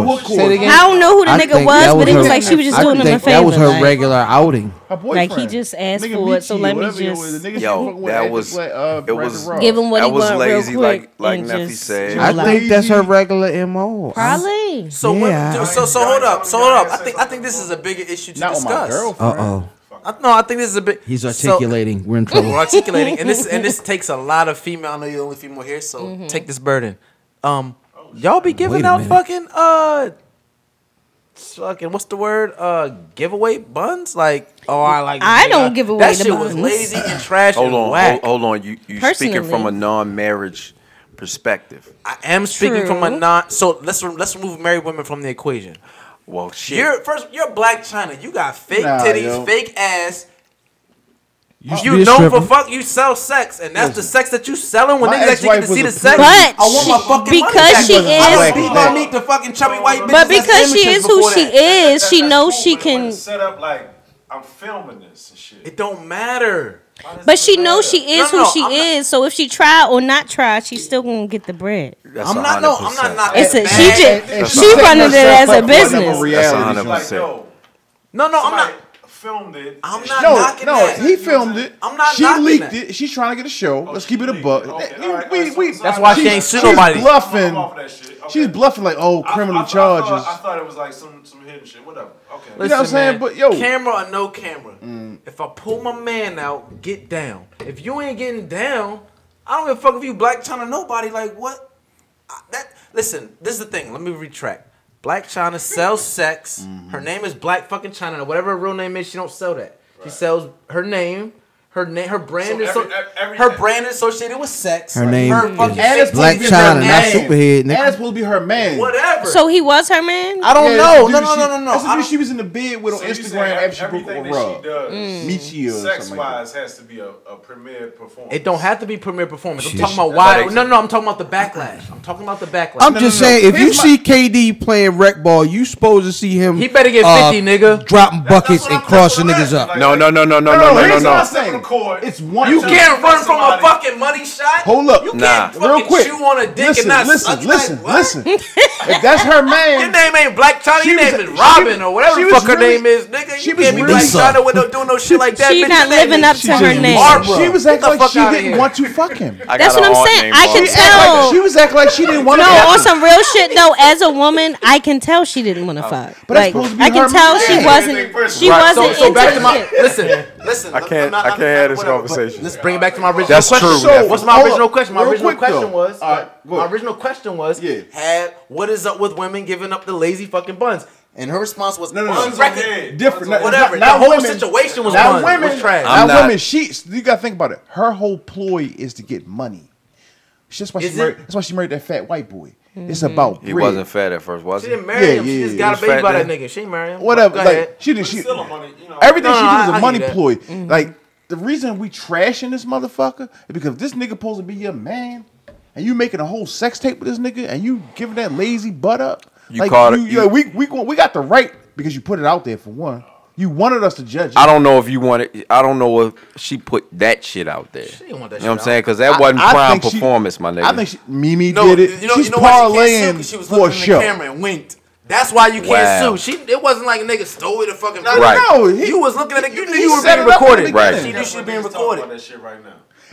S6: was.
S7: Say it again.
S6: I don't know who the
S7: I
S6: nigga
S7: think
S6: was,
S7: that
S6: but it
S7: her-
S6: was like she was just
S7: I
S6: doing him a
S7: think
S6: favor.
S7: That was her
S6: like,
S7: regular outing.
S6: like he just asked
S5: Nigga
S6: for it, so
S5: Michi,
S6: let me
S5: whatever your-
S6: just
S5: the nigga
S1: Yo, that was it was
S6: Give him what
S1: that
S6: he
S1: was
S6: want real
S1: lazy,
S6: quick
S1: like like
S6: and
S1: Neffy
S6: just
S1: said.
S7: I think that's her regular mo.
S6: Probably.
S8: So
S7: Yeah.
S8: what, so so hold up, so hold up. I think I think this is a bigger issue to discuss.
S7: Uh oh.
S8: I, no, I think this is a big.
S7: He's
S8: so-
S7: articulating. We're in trouble.
S8: We're articulating, and this and this takes a lot of female. I know you're the only female here, so
S6: Mhm.
S8: take this burden. Um, y'all be
S7: Wait
S8: giving
S7: a
S8: out
S7: minute.
S8: fucking uh, fucking what's the word? Uh, giveaway buns? Like, oh, I like.
S6: I don't
S8: that
S6: give away
S8: That
S6: the
S8: shit was
S6: buns.
S8: lazy and trash
S1: Hold
S8: and
S1: on,
S8: whack.
S1: hold, hold on. You you speaking from
S8: Personally.
S1: a non-marriage perspective.
S8: I am speaking from a
S1: True.
S8: non. So let's re- let's remove married women from the equation.
S1: Well, shit.
S8: You're first. You're black China. You got fake
S1: Nah,
S8: titties,
S1: yo.
S8: fake ass. You,
S5: should be a
S8: know for
S5: stripper.
S8: fuck you sell sex, and that's the sex that you selling when
S5: My
S8: niggas actually get
S5: ex-wife
S8: to see the
S5: was a
S8: sex.
S5: pimp.
S8: I
S6: But
S8: want my
S6: she-
S8: fucking money
S6: because
S8: back.
S6: she
S8: I
S6: is-
S8: don't be gonna meet the fucking chubby white bitches.
S6: But
S8: that's
S6: because she
S8: immature
S6: is who
S8: before
S6: she
S8: that.
S6: is, she knows she can.
S9: Set up like I'm filming this and shit.
S8: It don't matter.
S6: But she knows she is
S8: No, no,
S6: who she
S8: I'm
S6: is. So if she try or not try, she's still gonna get the bread.
S1: That's
S8: I'm not- no, I'm not knocking
S6: It's a,
S8: it
S6: she
S8: back.
S6: just
S8: That's
S6: she
S8: not-
S6: running it as a
S8: That's
S6: business.
S1: That's
S5: reality.
S1: 100.
S9: Like,
S1: percent
S9: yo,
S8: No, no, I'm not.
S9: Filmed it.
S8: I'm
S5: No,
S8: not knocking
S5: no,
S8: that.
S5: he filmed it.
S8: I'm not
S5: She
S8: knocking
S5: leaked
S8: that.
S5: it. She's trying to get a show. Let's keep it a buck.
S8: That's why she ain't sue nobody.
S5: She's bluffing. She's bluffing like, oh, criminal charges.
S9: I thought it was like some some hidden shit. Whatever. Okay.
S5: You know what I'm saying?
S8: man,
S5: But yo,
S8: camera or no camera.
S7: Mm.
S8: If I pull my man out, get down. If you ain't getting down, I don't give a fuck if you black China nobody. Like what? I- that listen. This is the thing. Let me retract. Black China sells sex.
S7: Mm-hmm.
S8: Her name is Black fucking China. Now, Whatever her real name is, she don't sell that. She sells her name. Her name, her brand
S9: So
S8: is
S9: every-
S8: so, her brand is associated with sex.
S7: Her name is
S8: fucking
S7: Black
S8: sex-
S7: Black China, not Superhead. Nigga.
S5: That's supposed to be her man.
S8: Whatever.
S6: So he was her man.
S8: I don't
S5: Yeah,
S8: know.
S5: dude,
S8: No, no,
S5: she-
S8: no, no, no.
S5: That's the
S8: I
S5: dude
S8: don't-
S5: she was in the bed with on
S9: So you
S5: Instagram
S9: saying
S5: after she broke
S9: everything
S5: up with
S9: that she
S5: Rob.
S9: does, Mm.
S5: Michia or
S9: Sex
S5: something like that.
S9: wise has to be a, a premier performance.
S8: It don't have to be premier performance. I'm
S7: Sheesh.
S8: talking about
S7: That
S8: why.
S7: makes
S8: No, no, I'm talking about the backlash. I'm talking about the backlash.
S7: I'm just saying, if you see KD playing rec ball, you supposed to see him. uh,
S8: He better get 50, nigga.
S7: Dropping buckets and crossing niggas up.
S1: No, no, no, no, no, no, no, no,
S5: here's what I'm
S1: no.
S5: saying. It's one.
S8: you
S5: time.
S8: can't run from a fucking money shot.
S5: Hold up.
S8: You can't
S5: Nah. Real
S8: fucking
S5: quick.
S8: chew on a dick
S5: Listen,
S8: and not
S5: listen,
S8: suck.
S5: listen,
S8: like, what?
S5: listen. if that's her man,
S8: Your name ain't Black China. Your
S5: She
S8: name
S5: was-
S8: is
S5: she
S8: Robin
S5: was-
S8: or whatever
S5: she
S8: the
S5: was
S8: fuck her
S5: really-
S8: name is, nigga. You
S5: was
S8: can't be
S5: really-
S8: Black China with no doing no shit like that.
S6: She
S8: bitch.
S6: not
S8: Your name
S6: living
S8: is-
S6: up to her
S8: Barbara.
S6: name.
S5: she was acting
S8: Get the
S5: like
S8: fuck
S5: she
S8: outta
S5: didn't
S8: here.
S5: want to fuck him.
S1: I
S6: That's
S1: got
S6: what
S1: an
S6: I'm
S1: aunt
S6: saying.
S1: named
S6: I can
S1: Barbara.
S6: tell.
S5: She was acting like she didn't want to.
S6: No,
S5: fuck
S6: on
S5: him.
S6: some real shit though. As a woman, I can tell she didn't want to
S1: Oh.
S6: fuck.
S5: but
S6: Like
S5: that's supposed to be
S6: I can
S5: her
S6: tell
S5: man.
S6: she wasn't. She
S8: Right,
S6: wasn't
S8: so, so
S6: into
S8: back to
S6: it.
S8: my listen, listen.
S1: I can't. I can't have this conversation.
S8: Let's bring it back to my original
S1: That's
S8: question.
S1: true. So,
S8: What's my
S1: hold
S8: original
S1: up.
S8: question? My
S1: Real
S8: original
S1: quick, though.
S8: question was.
S1: All right,
S8: my original question was. Had what is up with women giving up the lazy fucking buns? And her response was no, no,
S5: no.
S8: buns record.
S5: Different. Now-
S8: Whatever.
S5: now
S8: That whole
S5: women-
S8: situation was
S5: now
S8: buns,
S5: Women,
S8: was trash.
S5: Now women, she. You gotta think about it. Her whole ploy is to get money. That's why
S8: Is
S5: she.
S8: it? Mm-hmm.
S5: Married, that's why she married that fat white boy. It's about
S1: He
S5: bread.
S1: wasn't fat at first, was
S8: She
S1: he?
S8: didn't marry him. She just got a
S1: He was
S8: baby
S1: fat
S8: by that
S1: then.
S8: nigga. She didn't marry him.
S5: whatever.
S8: Go
S5: Like
S8: ahead.
S5: she did. She
S9: a money, you know.
S5: everything
S8: No,
S5: she
S8: no,
S5: did was
S8: I-
S5: a
S8: I
S5: money
S8: get that.
S5: ploy.
S8: Mhm.
S5: Like the reason we trashing this motherfucker is because this nigga supposed to be your man, and you making a whole sex tape with this nigga, and you giving that lazy butt up.
S1: You
S5: like,
S1: caught
S5: you,
S1: it-
S5: you-
S1: you-
S5: we we go- we got the right because you put it out there for one. You wanted us to judge.
S1: I don't know if you wanted. I don't know if she put that shit out there. She
S8: didn't want that
S1: you know what I'm
S8: shit
S1: saying?
S8: out.
S1: Because that wasn't
S5: I
S1: prime
S5: think she-
S1: performance, my nigga.
S5: I think she, Mimi
S8: No,
S5: did it.
S8: you know,
S5: She's
S8: you know why she can't sue?
S5: parlaying
S8: 'Cause she was
S5: for a
S8: looking in
S5: show.
S8: the camera and winked. That's why you can't
S1: Wow.
S8: sue. She it wasn't like a nigga stole the fucking.
S5: No, no, Right. no, he-
S8: you was looking at it. You knew
S5: he
S8: you were
S5: set
S8: being
S5: it up in the
S8: recorded.
S5: beginning. Right.
S8: She knew she was being
S9: Talking
S8: recorded.
S9: about that shit right now.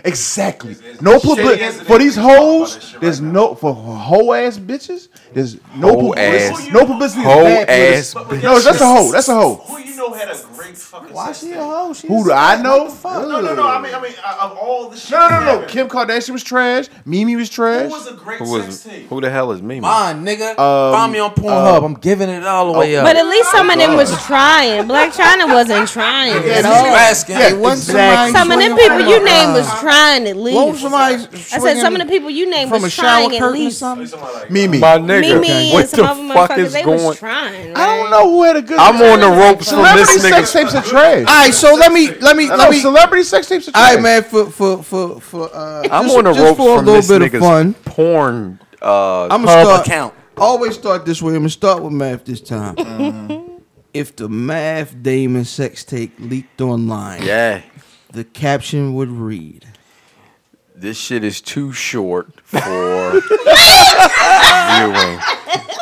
S5: Exactly. No publicity for these hoes. There's no for hoe ass bitches. There's no
S1: Hoe
S5: publicity.
S1: ass-
S5: No publicity. is
S1: hoe
S5: bad
S1: ass
S5: publicity. No,
S1: bitches.
S5: that's a hoe. That's a hoe.
S9: Who you know had a great fucking. Why she a
S5: hoe? Who do I know? Fuck.
S9: No, no, no. I mean, I mean, uh, of all the shit.
S5: No, no, no,
S9: that
S5: no.
S9: happened,
S5: Kim Kardashian was trash. Mimi was trash.
S9: Who was a great
S1: who
S9: sex
S1: was
S9: tape?
S1: who the hell is Mimi?
S8: Mine, nigga.
S1: Um,
S8: Find me on Pornhub.
S1: uh,
S8: I'm giving it all the way up.
S6: But at least
S7: Oh,
S6: some of them was trying. Black China wasn't trying at all.
S8: Yeah,
S7: exactly.
S6: Some of them people you name was trying at least.
S7: Won't somebody
S6: I said some of the people you name
S7: from
S6: was
S7: a shower
S6: trying at
S7: curtain or
S6: least.
S7: something?
S5: Mimi.
S1: My nigga,
S6: Mimi and
S1: what
S6: some
S1: the
S6: other
S1: fuck
S6: motherfuckers,
S1: is
S6: they
S1: going?
S6: was trying.
S5: I don't know who had a good.
S1: I'm on the ropes from
S5: Celebrity
S1: this
S5: sex
S1: nigga.
S5: tapes are trash.
S7: All right, so let me let me
S5: No,
S7: let me.
S5: celebrity sex tapes are
S7: All
S5: trash.
S7: right, man. For for for for. Uh,
S1: I'm
S7: just-
S1: on the
S7: just
S1: ropes
S7: for a
S1: from
S7: little
S1: this
S7: bit of
S1: nigga's
S7: fun.
S1: porn. Uh,
S7: I'm
S1: hub
S7: gonna start.
S1: account. Mm-hmm.
S7: Always start this way. I'm gonna start with math this time. if the Math Damon sex tape leaked online,
S1: Yeah.
S7: the caption would read.
S1: This shit is too short for viewing.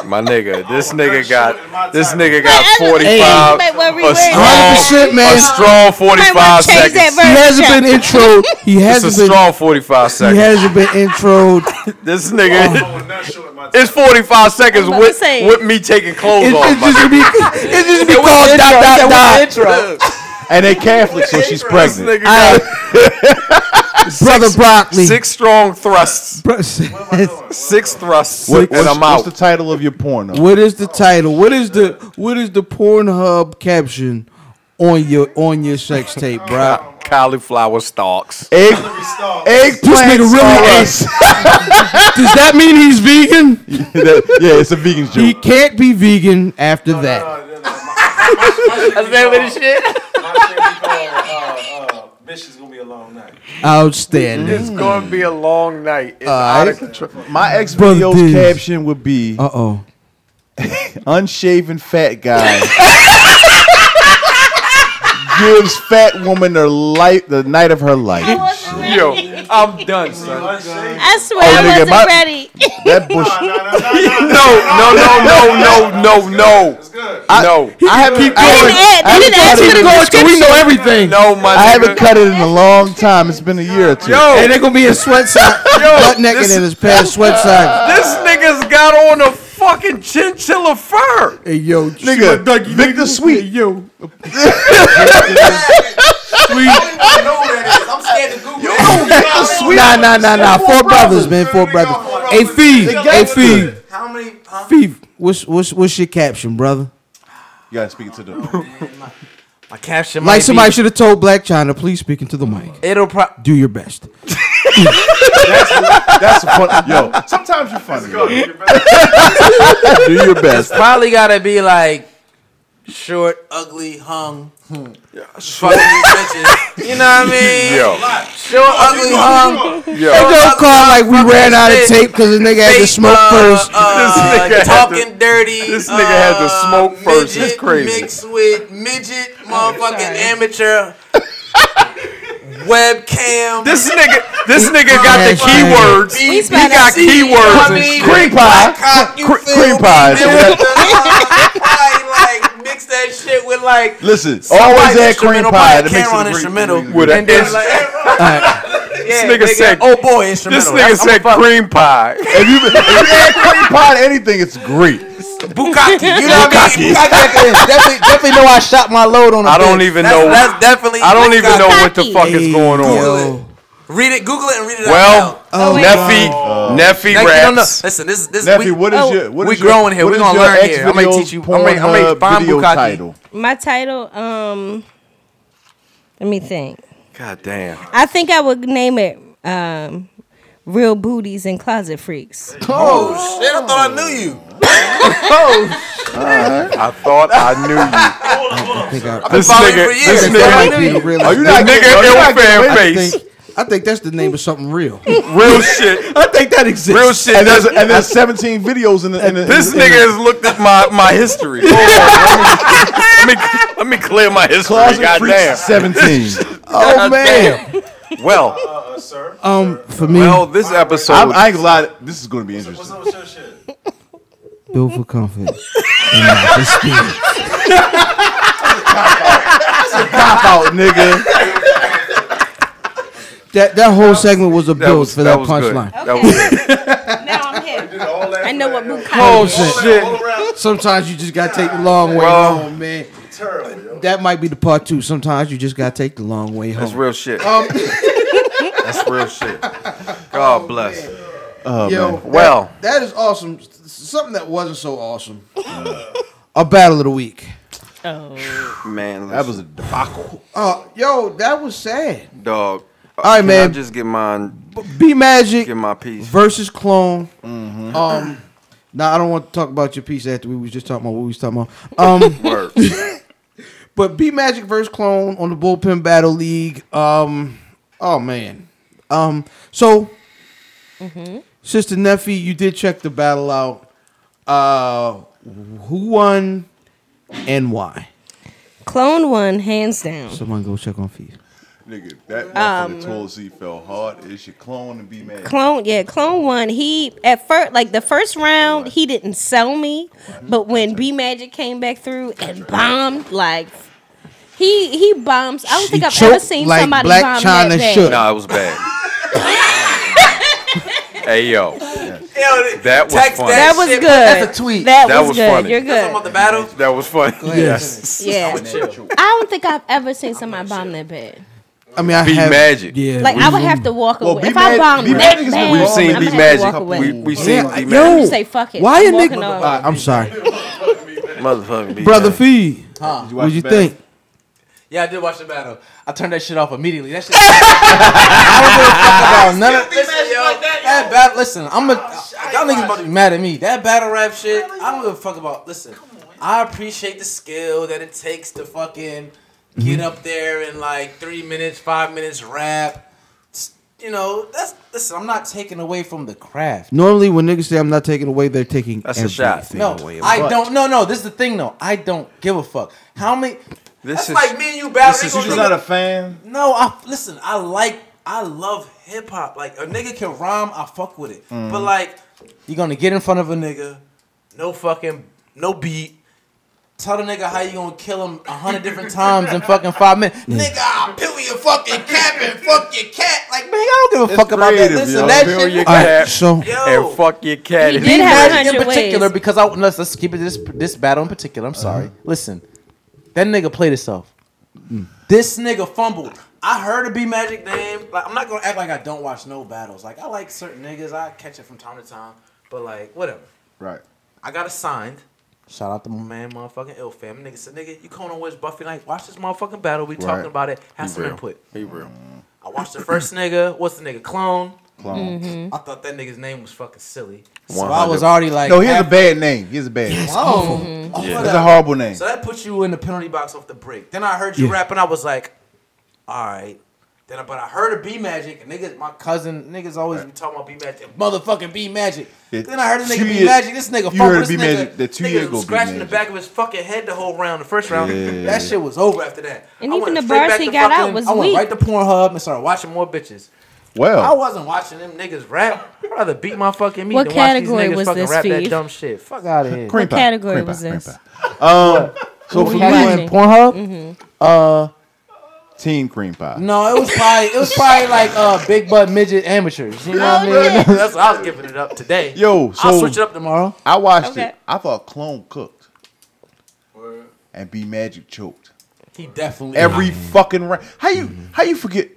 S1: My nigga, this nigga got this nigga got forty five.
S7: Hey.
S1: A strong,
S7: 100%, man.
S1: a strong forty five seconds.
S7: He hasn't been introed. He hasn't
S1: It's a
S7: been.
S1: strong forty five
S7: he
S1: seconds.
S7: hasn't been introed.
S1: This nigga, it's forty five seconds
S7: to
S1: with,
S7: say.
S1: with me taking clothes
S7: It-
S1: off.
S7: it just be- it just be
S1: And we
S7: called
S1: intro,
S7: dot, dot,
S1: and we
S7: dot.
S1: intro.
S5: And they Catholic, so she's pregnant.
S1: This nigga got-
S7: Brother Broccoli.
S1: Six strong thrusts. Six thrusts,
S5: What-
S1: and
S5: what's,
S1: I'm
S5: what's
S1: out.
S5: the title of your porno?
S7: What is the title? What is the what is the Pornhub caption on your on your sex tape, bro?
S1: Cauliflower stalks.
S7: Egg-
S1: This nigga really
S7: Does that mean he's vegan?
S5: yeah, it's a vegan joke.
S7: He can't be vegan after that.
S9: That's
S11: that with the shit.
S9: Bitch is gonna be a long night.
S7: Outstanding.
S1: It's gonna be a long night. It's
S5: All
S1: out of
S5: right.
S1: control.
S5: My ex
S7: Brother
S5: video's
S7: Diz.
S5: caption would be
S7: Uh oh.
S5: Unshaven fat guy gives fat woman her life the night of her life.
S1: Yo, I'm done, son.
S6: I swear
S5: Oh,
S6: I
S5: nigga,
S6: wasn't
S5: my-
S6: ready.
S5: That bush.
S1: no, no, no, no, no, no.
S5: I,
S1: no.
S5: I haven't
S1: Keep
S5: I
S1: going.
S5: haven't- I haven't cut it in-
S7: we know everything.
S1: No, my
S5: I haven't
S1: nigga.
S5: cut it in a long time. It's been a year or two.
S1: Yo.
S7: And they're gonna be in sweat socks, butt naked in his pants, sweat socks.
S1: This nigga's got on a fucking chinchilla fur.
S7: Hey yo, ch-
S5: Nigga, Victor Sweet.
S7: yo,
S11: I'm scared to Google.
S7: nah, nah, nah, nah. Four brothers, man. Four brothers. Hey, Fee. Hey, Fee.
S11: How many? Huh?
S7: Fee. What's what's what's your caption, brother?
S5: You gotta speak it to the.
S8: My caption might
S7: Like somebody
S8: be,
S7: should have told Black China, please speak into the mic.
S8: It'll pro-
S7: Do your best.
S5: That's a fun. Yo, sometimes you're funny. Do your best.
S8: probably gotta be like short, ugly, hung. Fucking these bitches. You know what I mean?
S1: Yo.
S8: Short, ugly, hung.
S1: Yo.
S7: They don't call like we ran out of
S8: shit.
S7: tape because the nigga had to
S8: Fake,
S7: smoke
S8: uh,
S7: first.
S8: uh,
S1: This nigga had
S8: talking dirty.
S1: This nigga had to
S8: uh,
S1: smoke first. It's
S8: midget
S1: crazy.
S8: Mixed with midget, motherfucking amateur. Webcam.
S1: This nigga, this nigga got the
S7: Yes, man.
S1: keywords.
S8: We
S1: He
S8: spotted
S1: got
S8: seed.
S1: keywords and
S8: I mean,
S1: shit.
S5: Cream pie.
S8: cock, you
S5: Cre-
S8: feel
S5: cream
S8: me?
S5: pies.
S8: Then with the- I, like mix that shit with like
S5: Listen,
S8: somebody
S5: always add cream
S8: instrumental,
S5: pie.
S8: probably
S5: That makes
S8: Cameron
S5: it a great-
S8: instrumental.
S1: With an
S8: and then
S1: ins-
S8: like, yeah,
S1: nigga
S8: nigga,
S1: said-
S8: oh boy, instrumental.
S1: This nigga said cream pie.
S5: If you, if you add cream pie to anything, it's great.
S8: Bukaki. You know what I mean?
S7: definitely, definitely know I shot my load on.
S1: I don't even
S8: That's,
S1: know.
S8: that's definitely.
S1: I don't even know what the
S6: Bukaki.
S1: fuck is going on.
S8: Read it, Google it, and read it.
S1: Well,
S8: out
S7: Oh,
S1: Neffy, Neffy
S8: loud. Like, you don't know.
S1: raps.
S8: Listen, this is this.
S5: Neffy,
S8: we,
S5: what is
S6: oh,
S5: your what
S8: we
S5: is your-
S8: growing here.
S5: what
S8: We
S5: is
S8: gonna
S5: your
S8: learn here. I'm gonna
S5: Xvideos
S8: teach you. I'm gonna- I'm gonna
S5: Pornhub
S8: find
S5: uh, video
S8: Bukkake.
S5: title?
S6: My title, um, let me think.
S1: God damn.
S6: I think I would name it um, Real Booties and Closet Freaks.
S8: Oh shit! I thought I knew you.
S1: I thought I knew you.
S7: I think I,
S1: This
S8: following
S1: nigga,
S8: for years.
S1: this
S7: I think
S1: nigga,
S7: that might be the realest
S5: Are you
S7: name.
S5: not
S1: Nigga,
S5: getting, are you
S1: ill
S5: not getting
S1: fan
S5: ready?
S7: I
S1: face.
S7: think, I think that's the name of something real.
S1: real shit,
S7: I think that exists.
S1: real shit.
S5: And there's,
S1: This,
S5: and there's 17 videos in the. In the
S1: this
S5: in the-
S1: nigga has looked at my my history. Hold on, let, me, let me let me clear my history.
S5: Closet Freaks
S1: Goddamn.
S5: 17.
S7: Oh man.
S1: Well,
S7: Um, for me,
S1: well, this episode.
S5: I'm, I ain't gonna lie. This is gonna be interesting.
S9: What's your shit?
S7: built for comfort. and uh, not for speed.
S5: Pop out, nigga.
S7: That that whole segment was a build for that,
S1: was good.
S7: punchline.
S1: That was good.
S6: Now I'm here.
S9: All that
S6: I know what Bukaki
S7: Oh
S6: is.
S7: shit. Sometimes you just gotta take the long way
S1: Well,
S7: home, man. That might be the part two. Sometimes you just gotta take the long way home.
S1: That's real shit. That's real shit. God bless.
S7: Yo, that-
S1: Well.
S7: that is awesome. S- Something that wasn't so awesome. a battle of the week.
S1: Man,
S5: That was a debacle.
S7: Uh, yo, that was sad.
S1: dog. All
S7: right, man.
S1: just get mine.
S7: B Magic
S1: Get my piece.
S7: versus Clone.
S1: Mm-hmm.
S7: Um, now I don't want to talk about your piece after we was just talking about what we was talking about. Um,
S1: Word.
S7: But B Magic versus Clone on the Bullpen Battle League. Um, oh man. Um, so
S6: Mm-hmm.
S7: Sister Nephi, you did check the battle out. Uh, who won? and why?
S6: Clone one, hands down.
S7: Someone go check on feet.
S5: Nigga, that
S6: Um,
S5: motherfucker told Z fell hard. It should clone and be mad.
S6: Clone, yeah, Clone One. He at first, like the first round, he didn't sell me, but when B Magic came back through and bombed, like he he bombs. I don't think I've ever
S7: choked
S6: seen
S7: like
S6: somebody
S7: Black
S6: bomb
S7: China
S6: that bad.
S7: shook.
S1: Nah, it was bad. hey yo, that was
S8: Text
S1: funny.
S6: That was good. That's a tweet. That, was, good.
S1: funny.
S6: You're good.
S1: the battle. That was funny. Yes.
S6: Yeah, I don't think I've ever seen somebody bomb that bad.
S7: I mean, I
S1: B
S7: have,
S1: Magic. Yeah.
S6: Like I would have to walk
S1: Well,
S6: away if
S1: B-Mag-
S6: I bombed that
S1: B-Magic's been
S6: bad.
S1: We've seen
S6: I'm gonna
S1: B-Magic.
S6: have to walk away.
S1: We- we've seen
S7: Yeah,
S1: B-Magic.
S7: yo,
S6: You say fuck it.
S7: Why
S6: I'm
S7: a
S6: walking
S7: nigga?
S6: off.
S7: Uh, I'm sorry,
S1: Motherfucking B
S7: brother
S1: Magic.
S7: Feed.
S8: Huh.
S7: What would you think?
S8: Yeah, I did watch the battle. I turned that shit off immediately. That shit. I don't give a fuck about none of listen, yo, that. battle. Listen, I'm a y'all niggas about to be mad at me. That battle rap shit. I don't give a fuck about. Listen, I appreciate the skill that it takes to fucking
S1: Mm-hmm.
S8: get up there in like three minutes, five minutes rap. S- You know, that's listen. I'm not taking away from the craft.
S7: Normally, when niggas say I'm not taking away, they're taking
S1: That's a
S7: everything
S1: shot.
S8: No,
S7: away.
S8: I don't. No, no. This is the thing, though. I don't give a fuck. How many?
S1: This
S8: that's
S1: is-
S8: like me and you battling.
S1: this is
S8: gonna
S1: true.
S8: nigga-
S1: You're not a
S5: fan?
S8: No. I listen. I like. I love hip hop. Like a nigga can rhyme. I fuck with it.
S1: Mm.
S11: Mhm.
S8: But like, you're gonna get in front of a nigga. No fucking. No beat. Tell the nigga how you gonna kill him a hundred different times in fucking five minutes.
S1: Mm.
S8: Nigga, I'll peel your fucking cap and fuck your cat. Like, man, I don't give a
S11: It's
S8: fuck about that.
S11: creative,
S8: Listen,
S11: yo.
S8: that
S11: Peel
S8: shit.
S11: your
S7: All right, so
S1: And fuck your cat.
S8: He
S1: It's
S8: did
S1: B
S8: have
S1: Magic.
S8: in
S6: 100
S8: particular
S6: ways.
S8: because I let's, let's keep it this this battle in particular. I'm sorry. Listen, that nigga played himself. This nigga fumbled. I heard a B Magic name. Like I'm not gonna act like I don't watch no battles. Like I like certain niggas. I catch it from time to time. But like whatever.
S5: Right.
S8: I got assigned. Shout out to my man, motherfucking ill fam. Nigga said, nigga, you coming on Where's Buffy Night? Watch this motherfucking battle. We
S1: Right.
S8: talking about it. Have
S1: Be
S8: some
S1: real.
S8: input.
S1: Be real.
S8: I watched the first nigga. What's the nigga? Clone.
S5: Clone. Mhm.
S8: I thought that nigga's name was fucking silly. So
S5: One
S8: I
S5: hundred.
S8: was already like,
S5: no, he has a bad name. He has a bad name.
S8: Oh, oh,
S5: Yeah.
S8: whatever.
S5: That's a horrible name.
S8: So that puts you in the penalty box off the break. Then I heard you
S5: Yeah.
S8: rap, and I was like, all right. Then, I- but I heard a B Magic, and niggas, my cousin, niggas always be talking about B Magic, motherfucking B Magic.
S5: Yeah,
S8: Then I heard a
S5: two
S8: nigga B
S5: years-
S8: Magic, this nigga
S5: you
S8: fumbled,
S5: heard
S8: this
S5: B
S8: nigga,
S5: Magic, that two
S8: nigga
S5: years ago, B
S8: scratching the
S5: Magic.
S8: back of his fucking head the whole round, the first round.
S5: Yeah.
S8: That shit was over after that.
S6: And
S8: I
S6: even
S8: went
S6: the
S8: straight
S6: bars
S8: back
S6: he
S8: to
S6: got out
S8: fucking-
S6: was
S8: I went
S6: weak.
S8: right to Pornhub and started watching more bitches.
S5: Well.
S8: I wasn't watching them niggas rap. I'd rather beat my fucking meat
S6: What
S8: than watch these
S6: category
S8: niggas
S6: was
S8: fucking
S6: this,
S8: rap that
S6: Steve?
S8: dumb shit. Fuck out of here.
S6: What Cream pie, category cream was pie, this? cream
S5: Um, so
S8: What
S5: for
S8: we
S5: me,
S8: watching?
S5: in Pornhub,
S6: Mm-hmm.
S8: Mhm.
S5: uh, Teen Cream Pie.
S8: No, it was probably it was probably like uh big butt midget amateurs. You know what I mean? That's what I was giving it up today.
S5: Yo,
S8: I'll
S5: so-
S8: switch it up tomorrow.
S5: I watched
S8: Okay.
S5: it. I thought Clone cooked. And B Magic choked.
S8: He definitely
S5: Every fucking round. How you how you forget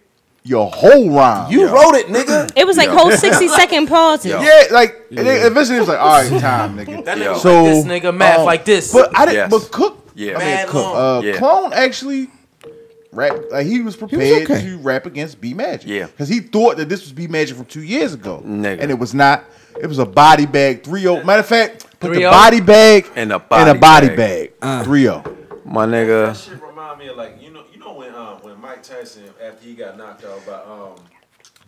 S5: your whole rhyme?
S8: You
S5: yo?
S8: wrote it, nigga.
S6: It was like
S5: Yo.
S6: whole sixty second pauses.
S5: Yeah, like and then eventually it was like, all right, time, nigga.
S8: That nigga was like this, nigga, math like this.
S5: Oh, But I didn't.
S8: Yes.
S5: But Cook,
S8: Yeah.
S5: yeah, I mean,
S8: Mad
S5: Cook,
S8: long.
S5: uh,
S8: Yeah.
S5: Clone actually rap. Like he was prepared
S1: okay.
S5: to rap against B Magic.
S1: Yeah.
S5: because he thought that this was B Magic from two years ago,
S1: Nigga.
S5: and it was not. It was a body bag three zero. Matter of fact, put the
S1: 3-0?
S5: body bag
S1: And a
S5: in
S1: body
S5: a body
S1: bag.
S5: bag three oh. zero.
S1: My nigga.
S9: Shit remind me of like you know you know when um when Mike Tyson after he got knocked out by um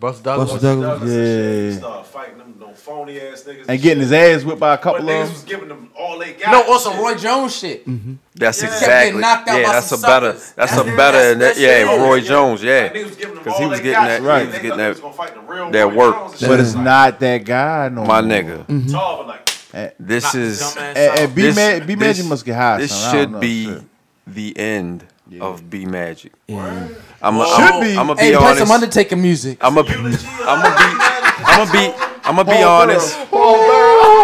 S8: Buster
S5: Douglas. Buster Douglas.
S9: and shit,
S5: Yeah.
S9: he started fighting them, them phony ass niggas
S5: And getting his ass whipped by a couple
S9: But niggas
S5: of
S9: was
S5: them.
S9: giving them all they got.
S8: No, on some
S9: Shit.
S8: Roy Jones shit.
S1: That's
S9: Yeah. Kept getting
S1: exactly.
S9: knocked out
S1: Yeah,
S9: by
S1: that's a
S9: some
S1: better.
S9: suckers.
S1: That's a
S9: That's-
S1: better.
S9: that's-
S1: yeah,
S9: that's it.
S1: Roy Jones. Yeah,
S9: Like, niggas giving them
S1: because he
S9: all
S1: was
S9: they
S1: getting
S9: got.
S1: that.
S9: Right.
S1: He was
S9: They
S1: getting
S9: thought they was gonna
S1: that.
S9: fight the real
S1: That
S9: Roy
S1: work. Mhm.
S9: Jones and
S5: But
S9: shit.
S5: it's not that guy no
S1: My
S5: more.
S1: nigga.
S9: Tall, but like
S1: This
S9: Knock
S1: is
S9: dumbass
S1: and-
S9: out.
S1: and
S5: This-
S1: Mag-
S5: this-
S1: This should be the end of B Magic. I'm
S8: Should
S1: gonna
S8: be.
S1: I'm gonna be
S8: Hey, play
S1: honest.
S8: some Undertaker music.
S1: I'm gonna be. I'm gonna be. I'm gonna be. I'm gonna be
S8: Paul Bearer.
S1: honest.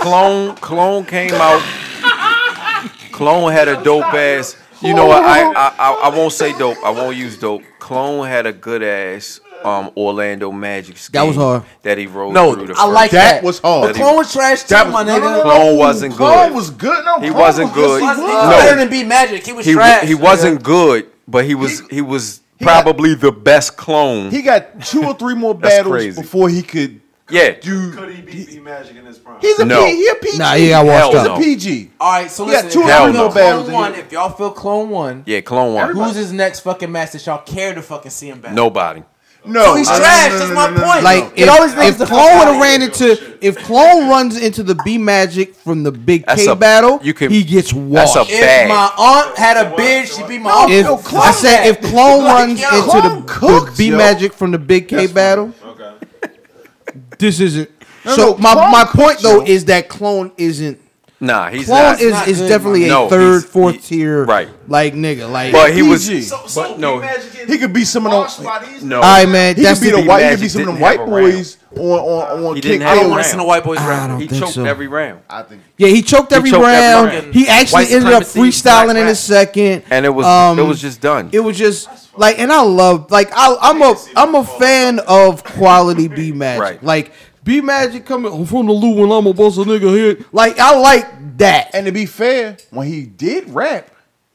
S1: Clone Clone came out. Clone had a dope ass. You know what? I, I I I won't say dope. I won't use dope. Clone had a good ass um Orlando Magic scheme
S7: That was hard.
S1: that he rode
S8: No,
S1: through. The
S8: I like
S1: first-
S8: that. That was hard. But
S1: he-
S8: Clone was trash too, my nigga.
S1: Clone wasn't good.
S5: Clone was good. No,
S1: he
S5: Clone
S1: wasn't
S5: was-
S1: good.
S5: yes,
S8: He
S5: he
S8: was
S1: No.
S8: better than B Magic. He was
S1: he,
S8: trash.
S1: he wasn't good, but he was he was probably the best clone.
S5: He got two or three more
S1: That's
S5: battles
S1: crazy.
S5: before he could.
S1: yeah,
S5: dude.
S9: could he beat B Magic in his prime?
S5: He's a
S1: No.
S5: P, he a PG.
S7: Nah, he got washed
S5: He's
S7: up.
S5: a PG.
S8: All right, so
S5: He got
S8: listen.
S5: two
S8: if
S5: Hell
S8: y'all feel
S5: no. battles
S8: Clone
S5: in
S8: One,
S5: here.
S8: if y'all feel Clone One,
S1: yeah, clone one.
S8: who's his next fucking match that y'all care to fucking see him back?
S1: Nobody.
S5: No,
S8: so he's
S7: I- no,
S8: trash.
S7: no,
S8: That's
S7: no,
S8: my
S7: no, no.
S8: point.
S7: Like if, if Clone would have ran into if Clone runs into the B Magic from the Big
S1: That's
S7: K
S1: a-
S7: battle,
S1: you can-
S7: he gets washed.
S1: that's a bag.
S8: if my aunt had a beard, she'd be my aunt.
S7: If- I said if Clone
S8: Like,
S7: runs
S8: yo,
S7: into
S8: Clone
S7: the, the B Magic from the Big K battle, this isn't.
S1: No,
S7: so
S1: no,
S7: my
S1: Clone
S7: my point though
S1: yo.
S7: is that Clone isn't.
S1: Nah, he's
S7: Clone
S1: not.
S7: is is definitely a
S1: No,
S7: third,
S1: he's-
S7: fourth tier,
S1: right.
S7: Like nigga, like.
S1: But he was.
S5: but
S1: no,
S5: he could be some of those.
S1: no.
S7: All right, man.
S5: He
S7: that's
S5: could be
S7: the
S5: the white. He could
S1: Magic
S5: be some of them
S1: didn't have
S5: white
S1: a round.
S5: boys on on on
S1: He
S5: kick.
S1: didn't have
S5: Hill.
S1: a round.
S7: I don't
S1: He
S7: think
S1: choked
S7: so.
S1: every round.
S5: I think.
S7: Yeah, he choked every
S1: choked every
S7: round.
S1: round.
S7: He actually
S1: White
S7: ended up
S1: supremacy, black
S7: freestyling in
S1: rap.
S7: a second, Um,
S1: And it was- it was just done.
S7: It was just like, and I love like I, I'm a I'm a fan of quality B Magic. Like B Magic coming "I'm from the Lou and I'm a boss a nigga here. Like I like that.
S5: And to be fair, when he did rap,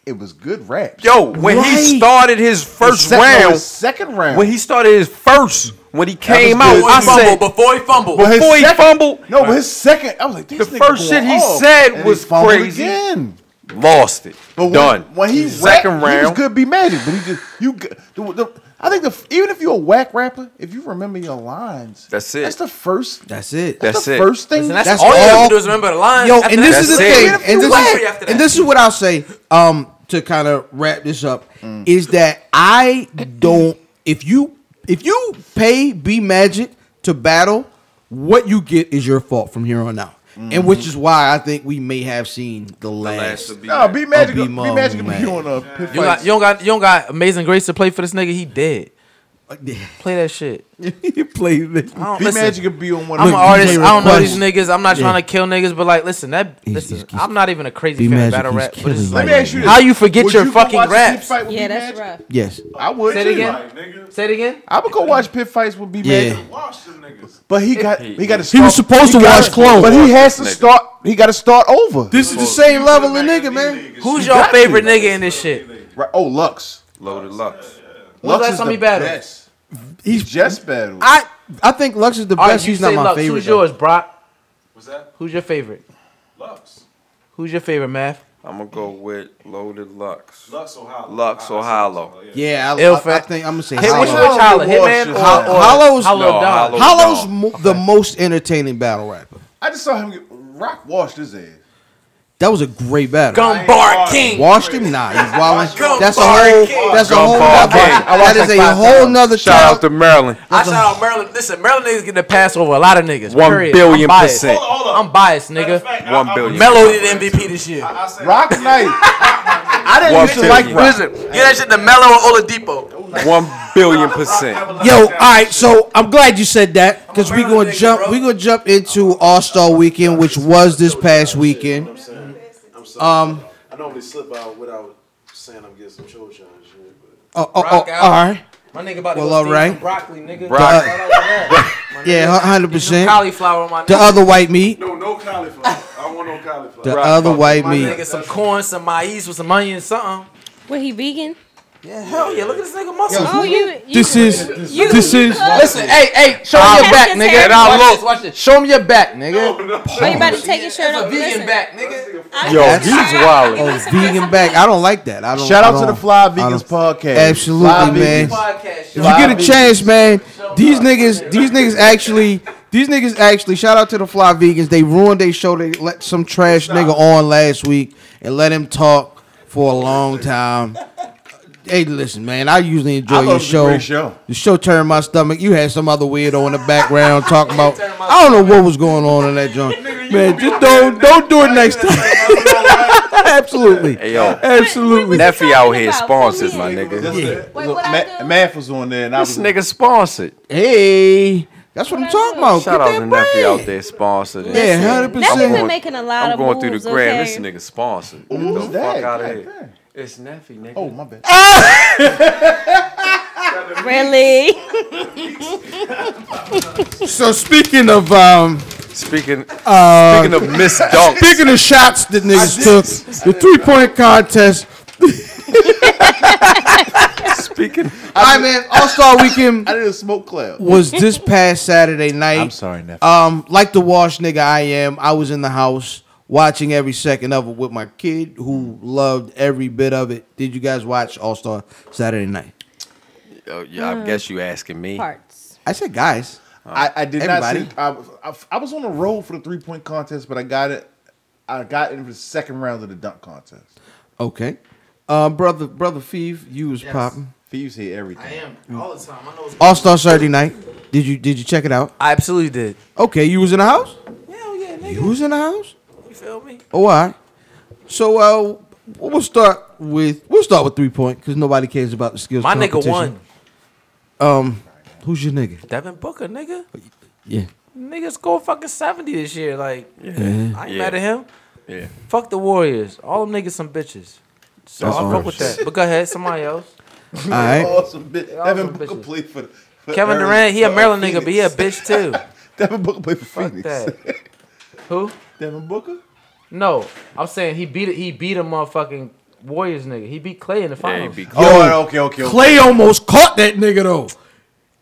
S5: it was good rap.
S1: Yo, when he started his first
S5: second- no,
S1: round,
S5: his second round.
S1: when he started his first, when he
S5: was
S1: came out,
S5: good.
S1: I
S5: Before he
S1: said
S5: fumbled,
S8: before he fumbled,
S5: But his
S1: before he
S5: second-
S1: fumbled,
S5: No, but his second, I was like, this
S1: the
S5: nigga
S1: first shit
S5: going
S1: he
S5: off. And
S1: said
S5: he
S1: was
S5: fumbled
S1: crazy.
S5: Again.
S1: Lost it.
S5: But when,
S1: Done.
S5: When he
S1: second
S5: rapped, he
S1: round,
S5: was good. Be magic, but he just you. g- The, the, I think the even if you're a whack rapper, if you remember your lines,
S1: That's it.
S5: that's the first.
S7: That's it.
S1: That's
S5: the
S1: it.
S5: first thing.
S8: Listen, that's all you have to do is remember the lines.
S7: Yo,
S8: After
S7: and this
S8: that,
S7: is the
S8: that's it.
S7: thing,
S8: Even if
S7: and
S8: you
S7: this
S8: whack.
S7: is, and this is what I'll say um, to kind of wrap this up
S8: Mm.
S7: is that I don't if you if you pay B Magic to battle, what you get is your fault from here on out,
S8: Mm-hmm.
S7: and which is why I think we may have seen the last.
S1: of B
S5: No,
S8: Oh,
S5: be magic. Be
S7: Mom,
S5: magic. Be
S7: man.
S5: on a pit
S8: You got,
S5: fight.
S8: you don't got you don't got amazing grace to play for this nigga. He dead. Play that shit.
S7: you play this.
S8: I don't,
S5: Be
S8: listen,
S5: magic could be on one.
S8: I'm an
S5: of
S8: artist. I don't know these
S7: Request.
S8: niggas. I'm not
S7: Yeah.
S8: trying to kill niggas, but like, listen, that listen, I'm not even a crazy fan
S7: B-Magic,
S8: of battle
S7: he's
S8: rap. But it's
S7: killing
S8: like,
S7: you right now.
S8: how you forget your fucking raps?
S6: Yeah, that's rough.
S7: Yes.
S5: I would.
S8: Say it
S5: too.
S8: again. Say it again.
S5: I would go watch pit fights with B
S7: Yeah.
S5: Magic. But he got he got to
S7: He was supposed to watch Clone.
S5: But he has to start he got to start over.
S7: This is the same level of nigga, man.
S8: Who's
S5: You
S8: your
S5: got
S8: favorite
S5: to.
S8: nigga in this shit?
S5: Right. Oh, Lux.
S1: loaded Lux.
S8: When's the
S5: Lux
S8: last
S5: is
S8: time
S5: the
S8: he battled?
S5: best.
S7: He's
S5: Just battled.
S7: I I think Lux is the
S8: All right,
S7: best.
S8: you
S7: He's not
S8: say
S7: my
S8: Lux.
S7: favorite.
S8: Who's yours, Brock?
S9: What's that?
S8: Who's your favorite?
S9: Lux.
S8: Who's your favorite, Math?
S1: I'm gonna go with loaded Lux.
S9: Lux Ohio.
S1: Lux or Hollow.
S7: Yeah, I,
S8: Ill
S7: I, I
S8: Fat.
S7: think I'm gonna say
S8: Hit
S7: Hollow.
S8: which which Holla,
S5: Hollow
S8: Hitman or,
S5: Walsh
S8: or
S5: is-
S7: Hollow's-
S8: Hollow
S1: No, Hollow-
S8: Dollar?
S7: Hollow's mo- the most entertaining battle rapper.
S5: I just saw him get rock washed his ass.
S7: That was a great battle.
S8: Gumbar King.
S7: Washed him, nah. He's wildin'.
S8: Gumbar
S7: That's a whole.
S8: King.
S7: That's a
S1: Gumbar
S7: whole.
S1: King.
S7: Nother,
S1: I
S7: that is a whole nother.
S1: Shout out
S7: talent.
S1: to Maryland.
S8: I shout out Maryland. Listen, Maryland niggas get a pass over a lot of niggas.
S1: One
S8: period.
S1: billion
S8: I'm biased.
S1: percent.
S8: I'm biased, nigga.
S1: One billion.
S8: Melo did MVP this year.
S5: Rock Knight.
S8: I didn't
S1: One
S8: used to like
S1: billion.
S8: Listen, get that shit to Melo or Oladipo.
S1: One billion percent.
S7: Yo, all right. So I'm glad you said that because we gonna jump. We gonna jump into All Star Weekend, which was this past weekend.
S9: I'm sorry.
S7: Um.
S9: I normally slip out without saying I'm getting some cho and shit, but.
S7: Oh, oh, oh, all right.
S8: My nigga about
S7: Well, go all steal right. some
S8: broccoli, nigga.
S1: Broccoli.
S7: Yeah, hundred percent.
S8: Cauliflower, my nigga.
S7: The other white meat.
S9: No, no cauliflower. I don't want no cauliflower.
S7: The other white
S8: my
S7: meat.
S8: nigga, some corn, some maize with some onions, something.
S6: What he vegan?
S8: Yeah, hell yeah. Look at this nigga muscle.
S6: Oh, you. you
S7: This is.
S6: You,
S7: This is.
S8: Listen, hey, hey, show me your back, nigga.
S6: And I
S8: Watch this, watch this. Show me your back, nigga.
S6: Are you about to take your shirt
S8: That's a
S6: off?
S8: vegan
S6: Listen,
S8: back, nigga.
S6: I-
S1: Yo,
S6: I'm
S1: he's
S6: sorry.
S1: wild.
S6: Give me
S7: Oh,
S6: some
S7: vegan back. I don't like that. I don't.
S5: Shout
S7: I
S5: out to the
S7: don't-
S5: Fly
S7: I don't-
S5: Vegans podcast.
S7: Absolutely,
S5: Fly
S7: man.
S5: Vegans.
S7: If you get a chance, man, these niggas, these niggas actually, these niggas actually, shout out to the Fly Vegans. They ruined their show. They let some trash nigga on last week and let him talk for a long time. Hey, listen, man, I usually enjoy
S5: I thought it
S7: your
S5: was a
S7: show.
S5: great show.
S7: The show turned my stomach. You had some other weirdo in the background talking about, I don't know what was going on in that joint. Man, just don't, don't do it next time. Absolutely.
S1: Hey yo,
S7: Absolutely.
S1: Neffy out here
S6: about?
S1: sponsored,
S6: Come
S1: my
S6: here.
S1: nigga.
S5: That's it.
S6: Wait,
S5: So
S6: what I
S5: Ma-
S6: do?
S5: Math was on there, and I
S1: This
S5: was
S1: nigga sponsored.
S7: Hey, that's what I'm talking about.
S1: Shout
S7: Get
S1: out
S7: that
S1: to Neffy
S7: bread.
S1: out there sponsored.
S7: Yeah, hundred
S6: That's
S1: I'm
S6: been
S1: going-
S7: percent.
S6: making a lot
S1: I'm
S6: of
S1: going through
S6: moves,
S1: the gram. This
S6: okay?
S1: nigga sponsored. Get
S5: Who's
S1: the
S5: that?
S1: fuck out of
S5: God
S1: here.
S5: damn.
S1: It's Neffy, nigga.
S5: Oh my bad.
S6: Really?
S7: So speaking of um,
S1: Speaking
S7: uh,
S1: speaking of Miss Dunk,
S7: speaking of shots that niggas took, the three point contest.
S1: speaking
S7: I man, All Star Weekend
S5: I did a smoke cloud.
S7: was this past Saturday night.
S5: I'm sorry, Neff.
S7: Um, like the wash nigga I am, I was in the house watching every second of it with my kid who loved every bit of it. Did you guys watch All Star Saturday night?
S1: Uh, yeah, I
S5: Uh,
S1: guess you asking me.
S6: Parts.
S7: I said guys.
S5: I, I did
S7: Everybody.
S5: not see. I, was- I, was- I was on the road for the three point contest, but I got it. I got in for the second round of the dunk contest.
S7: Okay. Um, brother, brother Feeve, you was
S5: Yes.
S7: popping.
S5: Thieves hit everything. I am
S11: all the time. I know.
S7: All Star Saturday night. Did you did you check it out?
S8: I absolutely did.
S7: Okay, you was in the house. Yeah, yeah, nigga. You was in the house.
S8: You feel me?
S7: Oh, all right. So, uh, we'll start with we'll start with three point because nobody cares about the skills.
S8: My nigga
S7: competition.
S8: won.
S7: Um, who's your nigga?
S8: Devin Booker, nigga.
S7: Yeah.
S8: Niggas go fucking 70 this year. Like,
S7: Yeah.
S8: I ain't
S7: Yeah.
S8: mad at him.
S1: Yeah.
S8: Fuck the Warriors. All them niggas some bitches. So
S7: That's
S8: I'll
S7: all.
S8: fuck with that. But go ahead, somebody else.
S7: All right.
S5: Awesome bitch.
S8: Y'all
S5: Devin
S8: some
S5: Booker
S8: bitches.
S5: played for, for
S8: Kevin
S5: Aaron-
S8: Durant, he a
S5: for
S8: Maryland nigga, but he a
S5: Phoenix.
S8: bitch too.
S5: Devin Booker played for Phoenix.
S8: that. Who?
S5: Devin Booker?
S8: No, I'm saying he beat he beat a motherfucking Warriors nigga. He beat Clay in the
S1: he
S8: finals.
S1: beat
S7: Yo,
S5: oh,
S7: Clay almost caught that nigga though,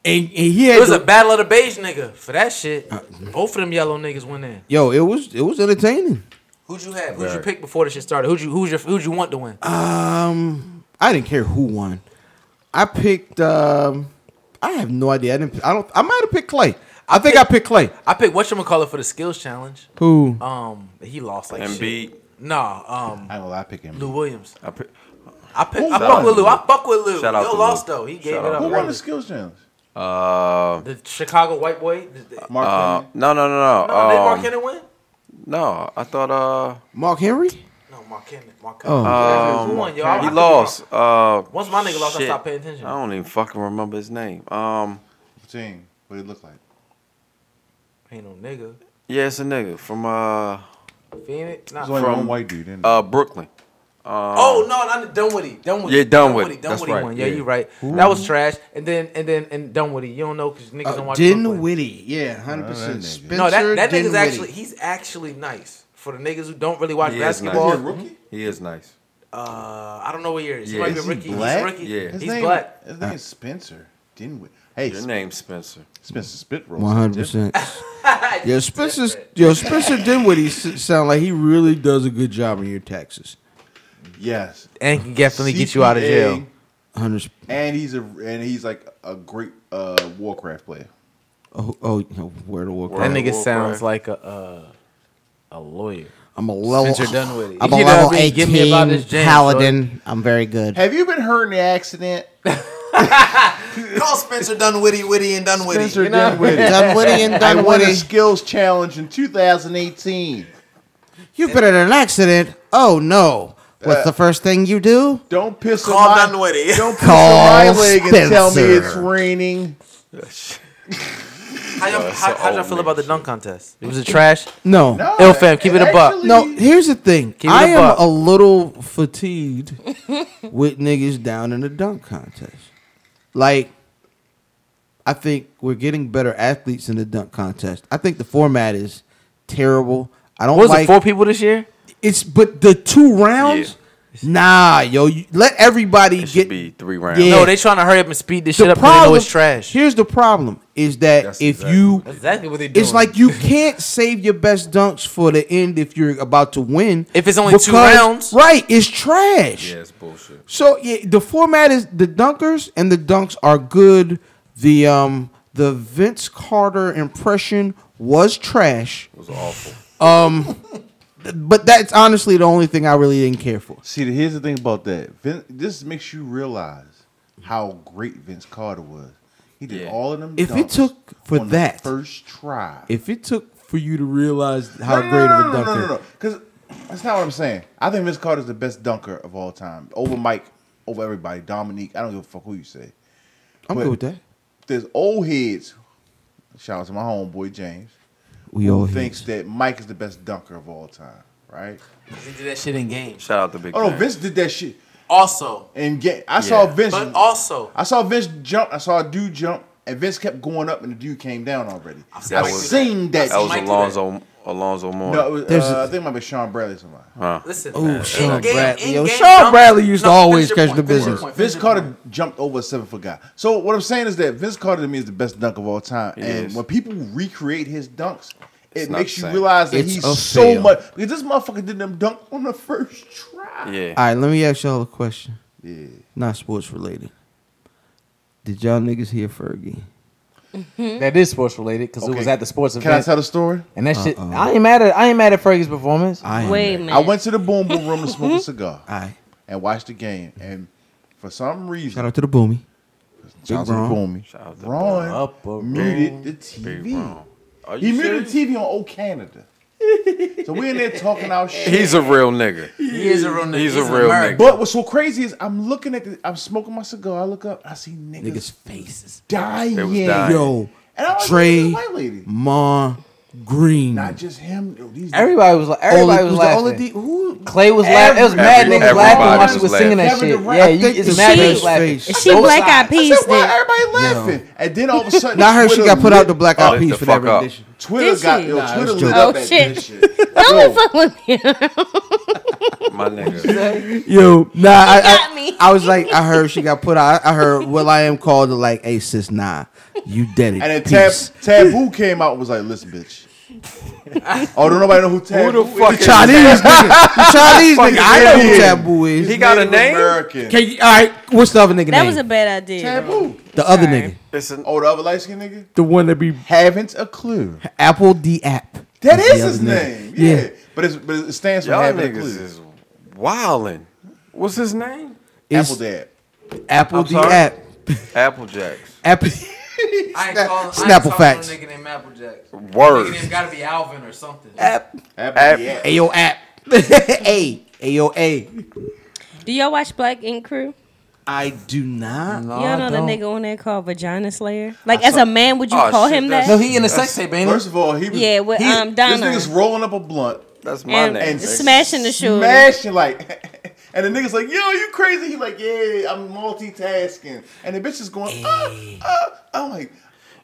S7: and, and he had
S8: It was
S7: to-
S8: a battle of the beige nigga for that shit.
S7: Uh,
S8: Both of them yellow niggas went in.
S7: Yo, it was it was entertaining.
S8: Who'd you have? Who'd you pick before the shit started? Who'd you who's your who'd you want to win?
S7: Um, I didn't care who won. I picked. Um, I have no idea. I didn't. I don't. I might have picked Clay. I, think I picked Clay.
S8: I picked whatchamacallit for the skills challenge.
S7: Who?
S8: Um, he lost like
S1: Embiid.
S8: shit. Nah, um,
S5: I know I pick him.
S8: Lou Williams.
S1: I pick.
S8: I pick.
S5: Who
S8: I fuck
S5: won?
S8: with Lou. I fuck with Lou.
S1: Shout out
S8: Yo
S1: to
S8: lost
S1: Lou.
S8: though. He gave
S1: Shout
S8: it
S1: out
S8: up.
S5: Who won
S8: early.
S5: the skills challenge?
S1: Uh,
S8: The Chicago white boy. The- the-
S5: Mark
S1: uh, no, no, no, no.
S8: No, did Mark
S1: um,
S8: Henry win?
S1: No, I thought uh.
S7: Mark Henry.
S8: No, Mark Henry. Mark Henry.
S1: Oh.
S8: Yeah, who won, yo? I- I
S1: he
S8: could be
S1: lost. Uh,
S8: wrong. Once my nigga lost, I
S1: shit.
S8: stopped paying attention.
S1: I don't even fucking remember his name. Um,
S5: team? What it look like?
S8: Ain't no nigga.
S1: yeah, it's a nigga from uh
S8: Phoenix. Nah.
S5: There's only
S1: from
S5: one white dude, isn't
S1: uh Brooklyn. Um,
S8: Oh no, not Dunwoody. Dunwoody.
S1: Yeah, Dunwoody.
S8: Dunwoody,
S1: That's
S8: Dunwoody
S1: right.
S8: won. Yeah,
S1: Yeah.
S8: you right.
S1: Who?
S8: That was trash. And then and then and Dunwoody. You don't know because niggas don't watch. Brooklyn.
S7: Uh, Dinwiddie. Yeah, hundred percent. Spencer.
S8: No, that that nigga's
S7: Dinwiddie.
S8: actually he's actually nice for the niggas who don't really watch
S1: He is nice.
S8: basketball.
S1: He is nice.
S8: Uh, I don't know what year it is. He
S1: Yeah.
S8: might be a
S1: Is he
S8: rookie.
S1: black?
S8: He's a rookie.
S1: Yeah.
S8: he's
S5: His name,
S8: black.
S5: His name is Spencer Dinwiddie. Hey,
S1: Your name's Spencer.
S5: Spencer Spitroll.
S7: One hundred percent. Yeah, Spencer. Yo, Spencer Dinwiddie s- sound like he really does a good job on your taxes.
S5: Yes.
S8: And can definitely get you out of
S5: CPA,
S8: jail.
S7: Hundred.
S5: And he's a and he's like a great uh, Warcraft player.
S7: Oh, oh, no, where to walk?
S8: That nigga sounds like a uh, a lawyer.
S7: I'm a level.
S8: Spencer Dinwiddie.
S7: I'm a
S8: You know
S7: level
S8: what I mean? Give me about this
S7: eighteen
S8: jam,
S7: paladin. I'm very good.
S5: Have you been hurt in the accident?
S8: Call Spencer Dunwoody, Witty, and Dunwoody.
S5: Spencer Dinwiddie.
S7: Dunwoody and
S5: I won a
S7: Dunwoody.
S5: skills challenge in 2018.
S7: You've been in an accident. Oh no! What's
S5: Uh,
S7: the first thing you do?
S5: Don't piss
S8: Call
S5: on my,
S8: Dunwoody.
S5: Don't piss
S7: Call
S5: on my leg and tell me
S7: Spencer.
S5: it's raining.
S8: How y'all, how, how'd y'all feel about the dunk contest? It was a trash.
S7: No.
S8: Ill fam, keep it a buck.
S7: No, here's the thing.
S8: Keep it
S7: I
S8: a
S7: am
S8: buck.
S7: a little fatigued with niggas down in the dunk contest. Like, I think we're getting better athletes in the dunk contest. I think the format is terrible. I don't
S8: What was it,
S7: like
S8: four people this year.
S7: It's but the two rounds. Nah, yo, you, let everybody get
S1: be three rounds.
S8: No, they trying to hurry up and speed this
S7: The
S8: shit up. 'cause They know it's
S7: problem-
S8: trash.
S7: Here's the problem: is that if you
S8: That's exactly what they do.
S7: it's like you can't save your best dunks for the end if you're about to win.
S8: If it's only two rounds.
S7: right? It's trash.
S1: Yeah, it's bullshit.
S7: So yeah, the format is the dunkers and the dunks are good. The um the Vince Carter impression was trash.
S1: It was awful.
S7: Um, th- but that's honestly the only thing I really didn't care for.
S5: See, here's the thing about that. Vin, this makes you realize how great Vince Carter was. He did all of them.
S7: If it
S5: dunks
S7: took for
S5: on the
S7: that
S5: first try,
S7: if it took for you to realize how
S5: No, no,
S7: great of
S5: no,
S7: a
S5: no,
S7: dunker,
S5: no, no, no, because that's not what I'm saying. I think Vince Carter's the best dunker of all time, over Mike, over everybody. Dominique, I don't give a fuck who you say.
S7: I'm
S5: But
S7: good with that.
S5: There's old heads. Shout out to my homeboy James.
S7: We
S5: who
S7: old
S5: thinks that Mike is the best dunker of all time, right?
S8: He did that shit in games.
S1: Shout out to Big.
S5: Oh no,
S1: James.
S5: Vince did that shit.
S8: Also,
S5: And get, I saw
S1: Yeah.
S5: Vince.
S8: But also-
S5: I saw Vince jump. I saw a dude jump, and Vince kept going up, and the dude came down already. I've
S1: That was-
S5: seen that.
S1: That was
S5: shit.
S1: Alonzo Alonzo Moore.
S5: No, it was,
S1: There's
S5: uh, I think it might be Sean Bradley or somebody.
S1: Huh.
S8: Listen,
S7: Ooh,
S8: man.
S7: Sean
S8: In-game-
S7: Bradley. Yo,
S8: in-game
S7: Sean
S8: dunk-
S7: Bradley used to
S8: No,
S7: always
S8: finish your
S7: catch
S8: point,
S7: the
S8: finish your
S7: business.
S8: point, finish
S5: Vince
S8: your
S5: Carter jumped over a seven foot guy. So what I'm saying is that Vince Carter to me is the best dunk of all time. and
S1: is.
S5: when people recreate his dunks, it
S1: It's not
S5: makes
S1: the
S5: you
S1: same.
S5: realize that
S7: It's a
S5: he's so
S7: fail.
S5: much because this motherfucker did them dunk on the first try.
S1: Yeah.
S7: All right, let me ask y'all a question.
S5: Yeah.
S7: Not sports related.
S13: Did y'all niggas hear Fergie?
S1: That is sports related because it was
S13: Okay.
S1: at the sports
S13: Can
S1: event.
S13: I tell the story?
S1: And that shit,
S13: Uh-oh.
S1: I ain't mad at I ain't mad at Fergie's performance.
S13: I
S6: Wait a
S5: I
S6: minute.
S5: went to the Boom Boom Room to smoke a cigar and watch the game. And for some reason,
S7: Shout out to the Boomy.
S5: Shout out to the Boomy. Ron
S8: Uh,
S5: muted the TV. He muted the TV on Old Canada. so we in there talking our shit.
S3: He's a real nigga.
S5: He is a real nigga.
S3: He's,
S1: He's
S3: a real
S1: American.
S3: nigga.
S5: But what's so crazy is I'm looking at the, I'm smoking my cigar. I look up, I see niggas,
S7: faces
S5: dying.
S3: They was dying.
S7: Yo,
S5: and I'm like,
S7: Trey
S5: "This is a white lady.
S7: Ma Green.
S5: Not just him. yo, these
S1: Everybody was like, everybody was laughing. Clay was laughing. It was mad
S5: Everybody-
S1: niggas laughing while
S5: everybody
S1: she was
S5: was
S1: singing that
S5: laughing.
S1: shit.
S5: Kevin Durant,
S1: Yeah,
S5: I
S1: you,
S5: think
S1: it's
S5: the
S1: mad
S5: face-
S1: niggas laughing.
S5: face. She Black Eyed Peas
S1: I
S5: said, "Why everybody
S7: Yo.
S5: laughing?" And then all of a sudden,
S7: Now I heard she
S5: Twitter
S7: got put
S5: lit-
S7: out the Black Eyed Oh, Peas the for that fuck up. rendition.
S5: Twitter
S6: Did
S5: got
S6: she?
S5: yo,
S6: Nah,
S5: Twitter
S7: it's
S5: lit
S7: joke.
S5: up
S7: Oh,
S5: that
S7: shit.
S5: shit.
S6: Don't fuck with me.
S3: My nigga.
S7: Yo, nah, I, I, I was like, I heard she got put out. I heard Will I Am called her like, hey sis, nah, you dead it.
S5: And then Tab,
S7: Peace.
S5: Taboo came out and was like, listen, bitch. oh, don't nobody know who Taboo
S3: Who the fuck
S5: is?
S3: is Chinese that? nigga. The Chinese
S5: Fucking
S7: nigga. I know who
S5: Indian.
S7: Taboo is.
S3: He got a
S5: Native
S3: name?
S5: American.
S7: Can you- all right, what's the other nigga
S6: That
S7: name?
S6: was a bad idea.
S5: Taboo.
S7: the other nigga,
S3: It's an
S5: old other light skinned nigga.
S7: the one that be
S5: haven't a clue.
S7: Apple D app.
S5: That
S7: That's the
S5: is his
S7: other
S5: name.
S7: nigga.
S5: Yeah. But, it's, but it stands for
S3: Y'all
S5: having a
S3: niggas
S5: clue.
S3: is wildin'. What's his name?
S7: It's-
S5: Apple Dad.
S7: Apple
S3: I'm
S7: D
S3: sorry?
S7: app.
S3: Apple Jacks.
S7: Apple.
S8: I ain't calling, I ain't
S7: Snapple
S8: calling
S7: facts.
S8: no nigga named Applejack.
S3: Word.
S8: Nigga name gotta be Alvin or something.
S7: App.
S5: App.
S3: App.
S7: Ayo app. Hey. Ayo a.
S6: Do y'all watch Black Ink Crew?
S7: I do not.
S6: y'all know the nigga on there called Vagina Slayer. Like, as a man, would you call him that?
S5: First of all, he was.
S6: Yeah, with,
S5: he's-
S6: um, Donna.
S5: This nigga's rolling up a blunt.
S3: That's
S6: my And name, nigga. smashing the shorty.
S5: Smashing like. And the nigga's like, yo, you crazy? He like, yeah, I'm multitasking. And the bitch is going, uh, uh. I'm like,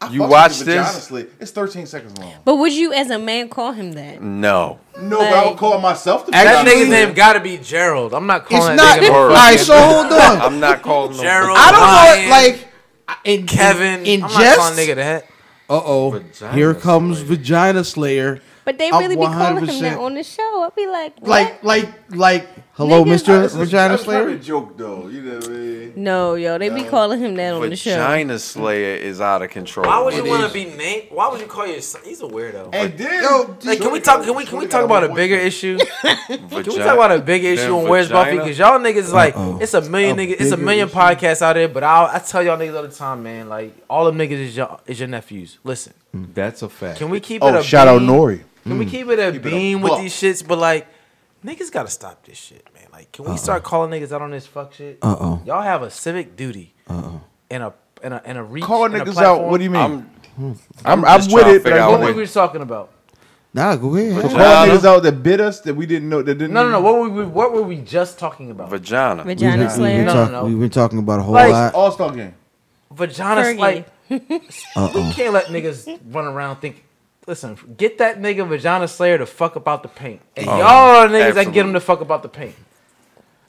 S5: I
S3: You
S5: fucks with
S3: watch
S5: the vagina
S3: this?
S5: slit. It's 13 seconds long.
S6: But would you, as a man, call him that?
S3: No.
S5: No, but I would call myself the
S8: That
S5: vagina
S8: nigga's
S5: slit.
S8: name gotta be Gerald. I'm not calling
S3: It's
S8: that
S3: not-
S8: nigga.
S3: All right, so hold on. I'm not calling him-
S8: Gerald.
S3: I don't know,
S8: Ryan,
S7: like, in- in-
S8: Kevin.
S7: in
S8: I'm not calling
S7: jest?
S8: nigga that.
S7: Uh oh. Here comes Vagina Slayer.
S6: But they
S7: I'm
S6: really be calling him that
S7: 100%
S6: on the show. I'd be like,
S7: Like,
S6: what?
S7: like, like. Hello,
S6: Niggas-
S7: Mister
S5: That's a-
S7: Vagina
S5: that's probably a
S7: Slayer.
S5: joke though. You know what I mean?
S6: no, yo, they be
S5: No.
S6: calling him that on the show.
S3: Vagina Slayer is out of control.
S8: Why would you
S3: It
S8: want
S3: is.
S8: to be named? Why would you call your son? He's a weirdo.
S5: And then,
S8: like, can we talk? Can we can we talk about a bigger issue? can we
S3: Vagi-
S8: talk about a bigger
S3: then
S8: issue on Where's Buffy?
S3: vagina?
S8: Because y'all niggas like
S3: Uh-oh.
S8: it's a million niggas, it's a
S3: bigger
S8: million podcasts out there. But I I tell y'all niggas all the time, man. Like all them niggas is your is your nephews. Listen,
S3: That's a fact.
S8: can we keep
S5: Oh,
S8: it? A
S5: shout out
S8: beam?
S5: Nori.
S8: Can we
S5: Mm.
S8: keep it a
S5: Keep it a
S8: beam with
S5: buck.
S8: these shits? But like niggas gotta stop this shit, man. Like can we start calling niggas out on this fuck shit?
S3: Uh-oh.
S8: Y'all have a civic duty
S7: Uh-oh.
S8: and a and a and a reach.
S5: Call
S8: and a
S5: niggas out.
S8: platform.
S5: What do you mean?
S8: I'm-
S5: I'm, I'm,
S8: just
S5: with
S8: trying
S5: it.
S8: to
S5: But
S8: figure
S5: I
S8: out
S5: want
S8: what we were talking about.
S7: Nah, go ahead.
S5: to call
S7: Vagina.
S5: niggas out that bit us that we didn't know that didn't.
S8: No, no, no. What were we? What were we just talking about?
S3: Vagina.
S7: We've been, we've been
S8: No,
S7: talk-
S8: no, no.
S7: we've been talking about a whole
S8: Like,
S7: lot.
S5: All Star game.
S8: Vagina
S6: Fergie.
S8: like
S7: Uh-oh.
S1: Uh-uh.
S8: we can't let niggas run around think. Listen, get that nigga Vagina Slayer to fuck about the paint, and
S1: Oh,
S8: y'all are niggas that get
S1: absolutely.
S8: him to fuck about the paint.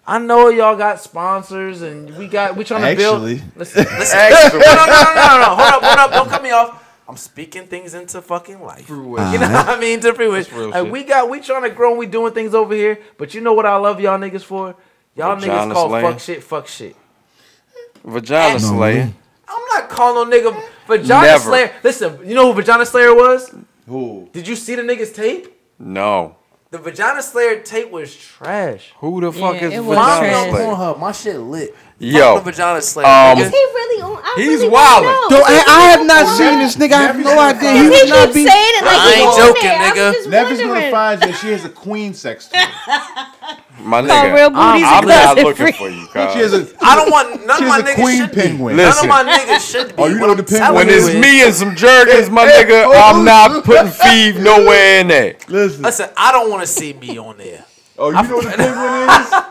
S8: I know y'all got sponsors, and we got we trying to
S1: Actually.
S8: build. Listen, listen.
S1: Actually.
S8: No, no, no, no, no, no. Hold up, hold up. Don't cut me off. I'm speaking things into fucking life. You know
S1: Alright.
S8: what I mean? To fruition.
S1: That's real
S8: Like,
S1: shit.
S8: we got we trying to grow and we doing things over here, but you know what I love y'all niggas for? Y'all
S3: Vagina
S8: niggas call
S3: Slayer.
S8: fuck shit, fuck shit.
S3: Vagina
S8: No
S3: Slayer.
S8: I'm not calling no nigga Vagina
S3: Never.
S8: Slayer. Listen, you know who Vagina Slayer was?
S5: Who?
S8: Did you see the niggas tape?
S3: No.
S8: The Vagina Slayer tape was trash.
S3: Who the fuck is
S8: Mine
S3: Vagina
S8: was
S3: Slayer?
S8: on Pornhub. My shit lit.
S3: Yo.
S8: Fuck the Vagina Slayer.
S3: Um,
S8: nigga.
S3: Is he
S6: really on? I
S3: He's
S6: really
S3: wildin'.
S6: don't know.
S7: Don't- I, I have not seen this nigga. I have no idea. He would not be.
S8: I ain't joking, nigga.
S5: Never's gonna find you. She has a queen sex toy.
S3: My nigga.
S5: Call real booties
S3: I'm, I'm
S5: and
S3: not
S5: closet
S3: looking
S5: freak.
S3: for you,
S5: I
S3: Kyle.
S8: don't want none of my niggas
S5: queen
S8: should
S5: penguin.
S8: be.
S3: Listen.
S8: None of my niggas should be.
S3: Oh, you
S8: What
S3: know
S8: I'm
S3: the
S8: telling
S3: When
S8: you
S3: it's
S8: is-
S3: me and some jerkins, my nigga, I'm not putting Feeve nowhere in there.
S5: Listen.
S8: Listen, I don't want to see me on there.
S5: Oh, you know what the penguin is?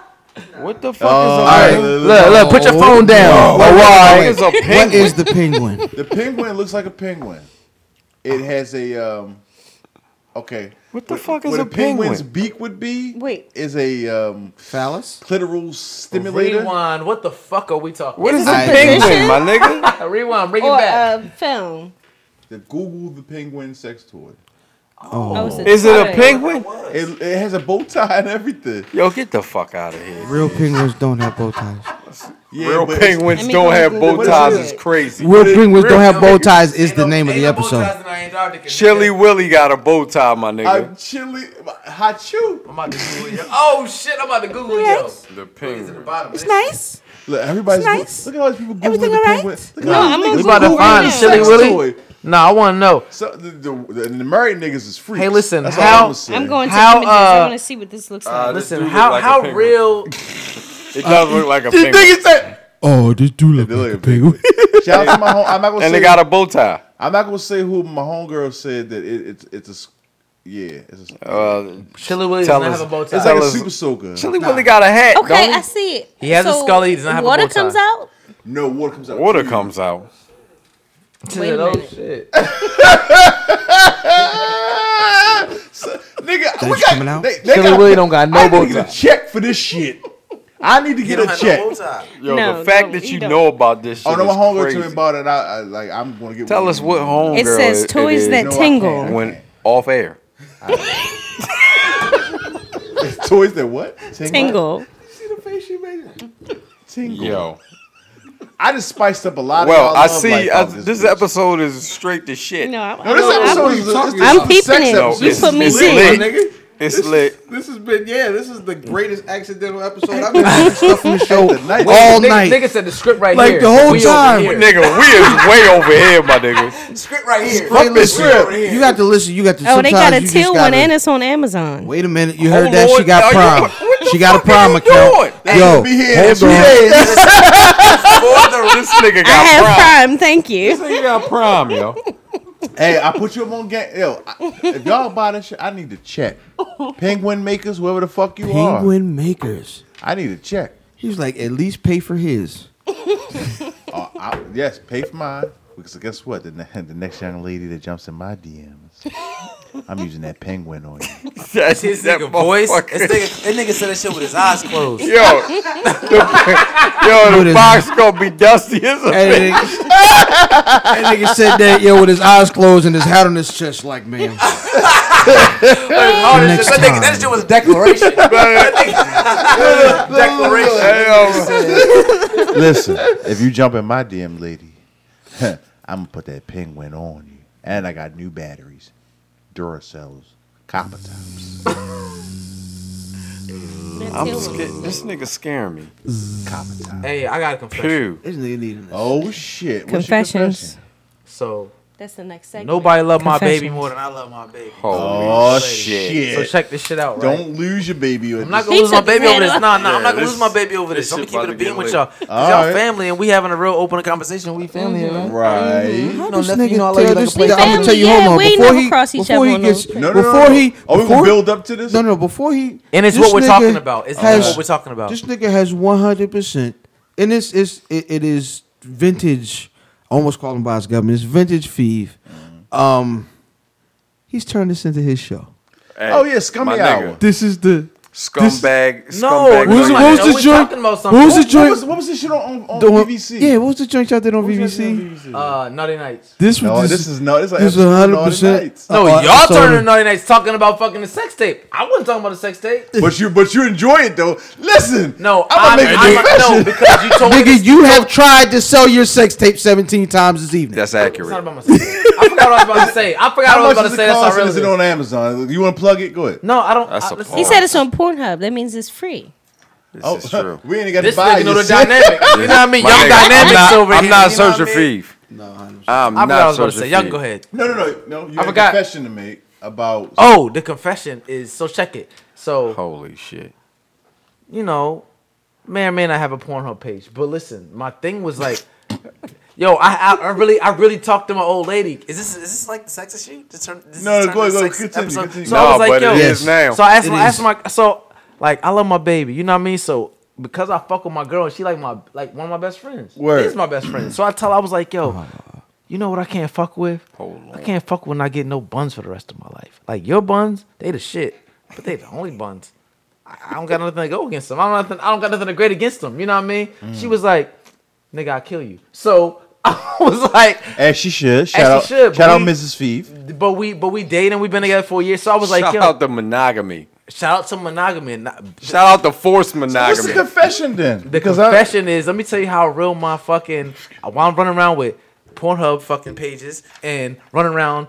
S3: What the fuck
S5: Oh,
S3: is
S5: alright.
S3: on there?
S5: Look, look, put your phone down.
S3: Whoa,
S5: Wait, wait,
S3: why
S5: wait.
S3: is a
S5: What
S3: penguin?
S5: is
S7: the penguin?
S5: The penguin looks like a penguin. It has a um. Okay.
S3: What the fuck is
S5: what
S3: a
S5: penguin's
S3: penguin?
S5: beak would be?
S6: Wait.
S5: Is a um
S7: phallus
S5: clitoral stimulator.
S8: Rewind. What the fuck are we talking?
S5: What
S8: about?
S5: is a Alright. penguin, my nigga?
S8: Rewind. Bring
S6: or uh,
S8: it back.
S6: a film.
S5: The Google the penguin sex toy.
S7: Oh.
S1: Is it a penguin?
S5: It, it has a bow tie and everything.
S1: Yo, get the fuck out of here.
S7: Real penguins don't have bow ties.
S1: Real
S5: but it's-
S1: penguins
S5: Let me
S1: don't
S5: go
S1: have
S5: Google
S1: bow
S5: it.
S1: ties. It's crazy.
S7: Real penguins don't have bow ties is the name of the episode.
S1: Chili Willy got a bow tie, my nigga.
S5: I'm chili. Hot chew.
S11: I'm about to Google yo. Oh shit! I'm about to Google yo.
S1: The penguin.
S11: It's nice.
S5: Look,
S11: It's
S5: everybody's Go-
S11: nice.
S5: look at all these people. Googling
S11: Everything
S5: the
S11: all right?
S5: penguin. Look
S11: No,
S5: at all
S11: I'm
S5: these
S11: on
S5: niggas
S11: We about to
S5: Googling
S11: find
S5: the
S11: a chili
S5: sex
S11: willy?
S5: toy.
S8: Nah, I want to know.
S5: So the, the, the Murray niggas is freaks.
S8: Hey, listen,
S5: That's
S8: how-
S5: all I'm,
S6: I'm going to
S8: How,
S6: images. I
S8: uh,
S6: want to see what this looks
S1: uh,
S6: like.
S1: this
S8: Listen,
S1: dude
S8: how
S1: look like a
S8: how
S1: penguin.
S8: real?
S1: It does look like a
S5: This
S1: penguin.
S5: nigga said.
S7: Oh, this dude look like a penguin.
S5: Shout out to my home. I'm not gonna
S1: And
S5: say
S1: they got a bow tie.
S5: I'm not gonna say who my homegirl said that it, it's it's a s- yeah. It's a,
S1: Uh,
S8: Chili Willy
S1: Tell
S8: does not
S1: us-
S8: have a bow tie.
S5: it's like
S1: tell
S5: a
S1: us-
S5: super soaker.
S1: Chili Willy got a hat.
S6: Okay,
S1: don't he?
S6: I see it.
S8: He has a
S6: So,
S8: skull, he does not have a
S6: Water
S8: bow tie.
S6: comes out.
S5: No water comes out.
S1: Water comes out.
S6: Wait a
S8: Oh,
S6: minute.
S8: shit.
S5: So, nigga, we
S7: Things
S5: got,
S7: coming out?
S5: They, they
S8: Chili
S5: got,
S8: Willy don't got no
S5: I
S8: bow
S5: need to get
S8: tie.
S5: a check for this shit. I need to get a check.
S1: Yo,
S6: No,
S1: the fact
S6: no,
S1: that
S6: you
S1: you
S6: don't.
S1: know about this shit
S5: oh no, my
S1: is
S5: homegirl
S1: crazy.
S5: told me about it. I, I like I'm gonna get.
S1: Tell
S5: one.
S1: us what homegirl
S6: It says
S1: it
S6: toys
S1: is
S6: that
S5: No, I
S6: tingle.
S5: can't.
S1: when off air.
S5: toys that what
S6: Tingle.
S5: See the face she made. Tingle.
S1: Yo,
S5: I just spiced up a lot.
S1: well,
S5: of
S1: I see. I, this, episode is straight to shit.
S6: No, I,
S5: No, this
S6: I-
S5: episode
S6: I'm-
S5: is- this- this
S6: I'm
S5: is a
S6: peeping
S5: sex
S6: it.
S5: episode.
S6: You
S1: It's-
S6: put me
S1: it's
S6: in.
S1: lit.
S11: nigga.
S1: It's lit.
S11: This has been yeah. This is the greatest accidental episode I've been.
S7: Stuff from the show
S5: night.
S7: all
S8: nigga,
S7: night.
S8: Nigga said the script right
S7: Like,
S8: here.
S7: the whole
S8: We over
S7: time.
S8: here.
S1: Nigga, we is way over here, my nigga.
S11: Script right here.
S7: Hey,
S11: Fuck this
S7: listen,
S11: script. right
S7: you
S11: here.
S7: got to listen. You got to.
S6: Oh, they got a
S7: sometimes you just
S6: teal one
S7: gotta-
S6: and it's on Amazon.
S7: Wait a minute, you
S1: Oh,
S7: heard that? She
S1: Lord,
S7: got
S1: are you-
S7: prom.
S1: what the
S7: She got a
S1: fuck are
S7: prom
S1: you
S7: account.
S1: doing?
S7: Yo,
S5: be here.
S7: hold on.
S1: this nigga
S6: I
S1: got prime.
S6: have Prime, thank you.
S1: This nigga got prime, yo.
S5: Hey, I put you up on game. Yo, I- if y'all buy this shit, I need to check. Penguin makers, whoever the fuck you are,
S7: Penguin makers.
S5: I need to check.
S7: He was like, at least pay for his.
S5: Uh, I, yes, pay for mine. Because guess what? The, ne- the next young lady that jumps in my DMs, I'm using that penguin on you.
S1: That's
S8: His
S1: that
S8: nigga voice. This
S1: motherfucker.
S8: nigga, that nigga said that shit with his eyes closed.
S1: Yo, the, yo,
S7: What
S1: the
S7: is-
S1: box gonna be dusty as a
S7: That nigga, that nigga said that yo with his eyes closed and his hat on his chest, like man.
S8: Oh, that
S7: Next
S8: shit- that nigga-
S7: time.
S8: that shit was a declaration.
S1: Hey, yo,
S5: Listen, if you jump in my DM, lady, I'm gonna put that penguin on you. And I got new batteries, Duracells, copper tops,
S1: I'm scared. This nigga scaring me.
S5: copper tops.
S8: hey, I got a confession.
S1: Phew.
S14: This nigga needing this.
S5: Oh shit! What's your
S6: Confessions.
S5: confession?
S8: So
S6: That's the next segment.
S8: nobody loved my
S6: Confessions.
S8: baby more than I love my baby.
S1: Holy
S5: Oh
S1: shit.
S5: shit!
S8: So check this shit out, right?
S5: Don't lose your baby. With
S8: I'm not
S5: this.
S8: gonna
S6: He
S8: lose my
S6: took his
S8: baby over
S6: hand
S8: this.
S6: off.
S8: Nah, nah, I'm not gonna
S1: this-
S8: lose my baby over
S1: this
S8: this. I'm gonna
S1: shit
S8: keep
S1: about
S8: it a
S1: to get
S8: beam with
S1: lit.
S8: y'all. you
S5: All
S8: y'all
S5: right.
S8: family and we having a real open conversation. We family, right?
S5: right.
S7: How
S8: No,
S7: this
S8: nephew,
S7: nigga
S8: you know I love
S7: tell
S8: you like
S7: this
S8: a play
S7: nigga- I'm
S6: family.
S7: gonna tell you,
S6: Yeah,
S7: hold on.
S6: we ain't
S7: Before
S6: never
S7: he,
S6: cross each
S7: before
S6: other
S7: he
S6: on
S7: gets,
S6: those
S5: No, no,
S7: before
S5: no, no.
S7: he,
S5: Are we
S7: before-
S5: gonna build up to this?
S7: No, no, before he.
S8: And it's
S7: this
S8: what we're
S7: nigga
S8: talking about. It's
S7: has-
S8: what we're talking about.
S7: This nigga has 100, percent and this is it, it is vintage. I Almost called him by his government. It's vintage Feeve. Um, he's turned this into his show.
S1: Hey,
S5: Oh, yeah, scummy
S1: my
S5: hour.
S1: nigga.
S7: This is the
S1: Scumbag.
S8: No,
S1: scumbag
S8: we
S7: Who's-
S1: Sunday.
S7: who's the
S8: always
S7: joint-
S8: talking about something.
S7: who's the
S5: What, what, was,
S7: joint?
S5: what was this shit on, on, on
S7: the one-
S5: BBC?
S7: Yeah, what was the joint y'all did on
S5: What was that shit on
S7: BBC?
S5: BBC?
S8: Uh, Naughty Nights.
S7: This was
S5: No,
S7: just-
S5: Oh, this is no. This,
S7: this is
S5: is a hundred
S7: 100%.
S5: percent.
S8: No,
S7: Uh, sorry.
S8: y'all turning Naughty Nights talking about fucking the sex tape. I wasn't talking about the sex tape.
S5: But you, but you enjoy it though. Listen,
S8: No,
S5: I'm
S8: I'm,
S5: gonna make a
S8: I'm,
S5: confession.
S8: no, because you told me
S7: Nigga, you have tried to sell your sex tape 17 times this evening.
S1: That's
S8: It's not
S1: accurate.
S8: about myself. I forgot what I was about to say. I forgot
S5: How
S8: what I was
S5: much
S8: about to
S5: does
S8: say.
S5: it
S8: That's
S5: cost?
S8: not
S5: and Is it
S8: relevant.
S5: on Amazon? You want to plug it? Go ahead.
S8: No, I don't.
S1: That's
S8: I,
S1: a
S8: listen,
S1: pause.
S6: He said it's on Pornhub. That means it's free.
S1: This
S5: Oh,
S1: is true.
S5: we ain't got
S8: this
S5: to buy
S8: nigga know
S5: your
S8: the
S5: shit.
S8: dynamic. You know what I mean?
S1: My
S8: Young
S1: nigga, I'm
S8: dynamics
S1: not,
S8: over
S1: I'm
S8: here.
S1: not
S8: you know what
S1: searching
S8: I mean?
S1: Thief. I'm
S8: I forgot what I
S1: not
S8: was about to
S1: searching
S8: say. Y'all can
S1: Thief.
S8: go ahead.
S5: No, no, no, no. You
S8: I
S5: have a
S8: forgot.
S5: confession to make about.
S8: Oh, the confession is so check it. So
S1: Holy shit.
S8: you know, may or may not have a Pornhub page, but listen, my thing was like, yo, I, I, I really, I really talked to my old lady. Is this, is this like the sex issue? This turn, this
S5: No,
S8: is
S5: no, go ahead, go
S8: turned into
S5: ahead,
S8: sex
S5: continue,
S8: episode?
S5: continue.
S8: So
S1: no,
S8: I was like,
S1: but
S8: yo,
S1: it is now.
S8: so I asked,
S7: It
S8: my, asked
S7: is.
S8: my, so like, I love my baby. You know what I mean? So because I fuck with my girl, and she like my, like one of my best friends.
S5: Word.
S8: He's my best friend. So I tell, her, I was like, yo. You know what I can't fuck with?
S1: Hold
S8: I
S1: on.
S8: can't fuck when I get no buns for the rest of my life. Like your buns, they the shit, but they the only buns. I I don't got nothing to go
S1: Mm.
S8: against them. I don't nothing. I don't got nothing to grade against them. You know what I mean? She was like, "Nigga, I will kill you." So I was like,
S5: As she should. Shout
S8: As she
S5: out,
S8: should,
S5: shout out
S8: but we-
S5: Mrs. Feeve.
S8: but we but we dating. We've been together for a year, so I was like,
S1: shout
S8: yo,
S1: out the monogamy.
S8: shout out to monogamy. and Not,
S1: Shout out the forced
S5: What's the
S1: monogamy.
S5: confession then?
S8: the confession is, let me tell you how real my fucking I want to run around with Pornhub fucking pages and run around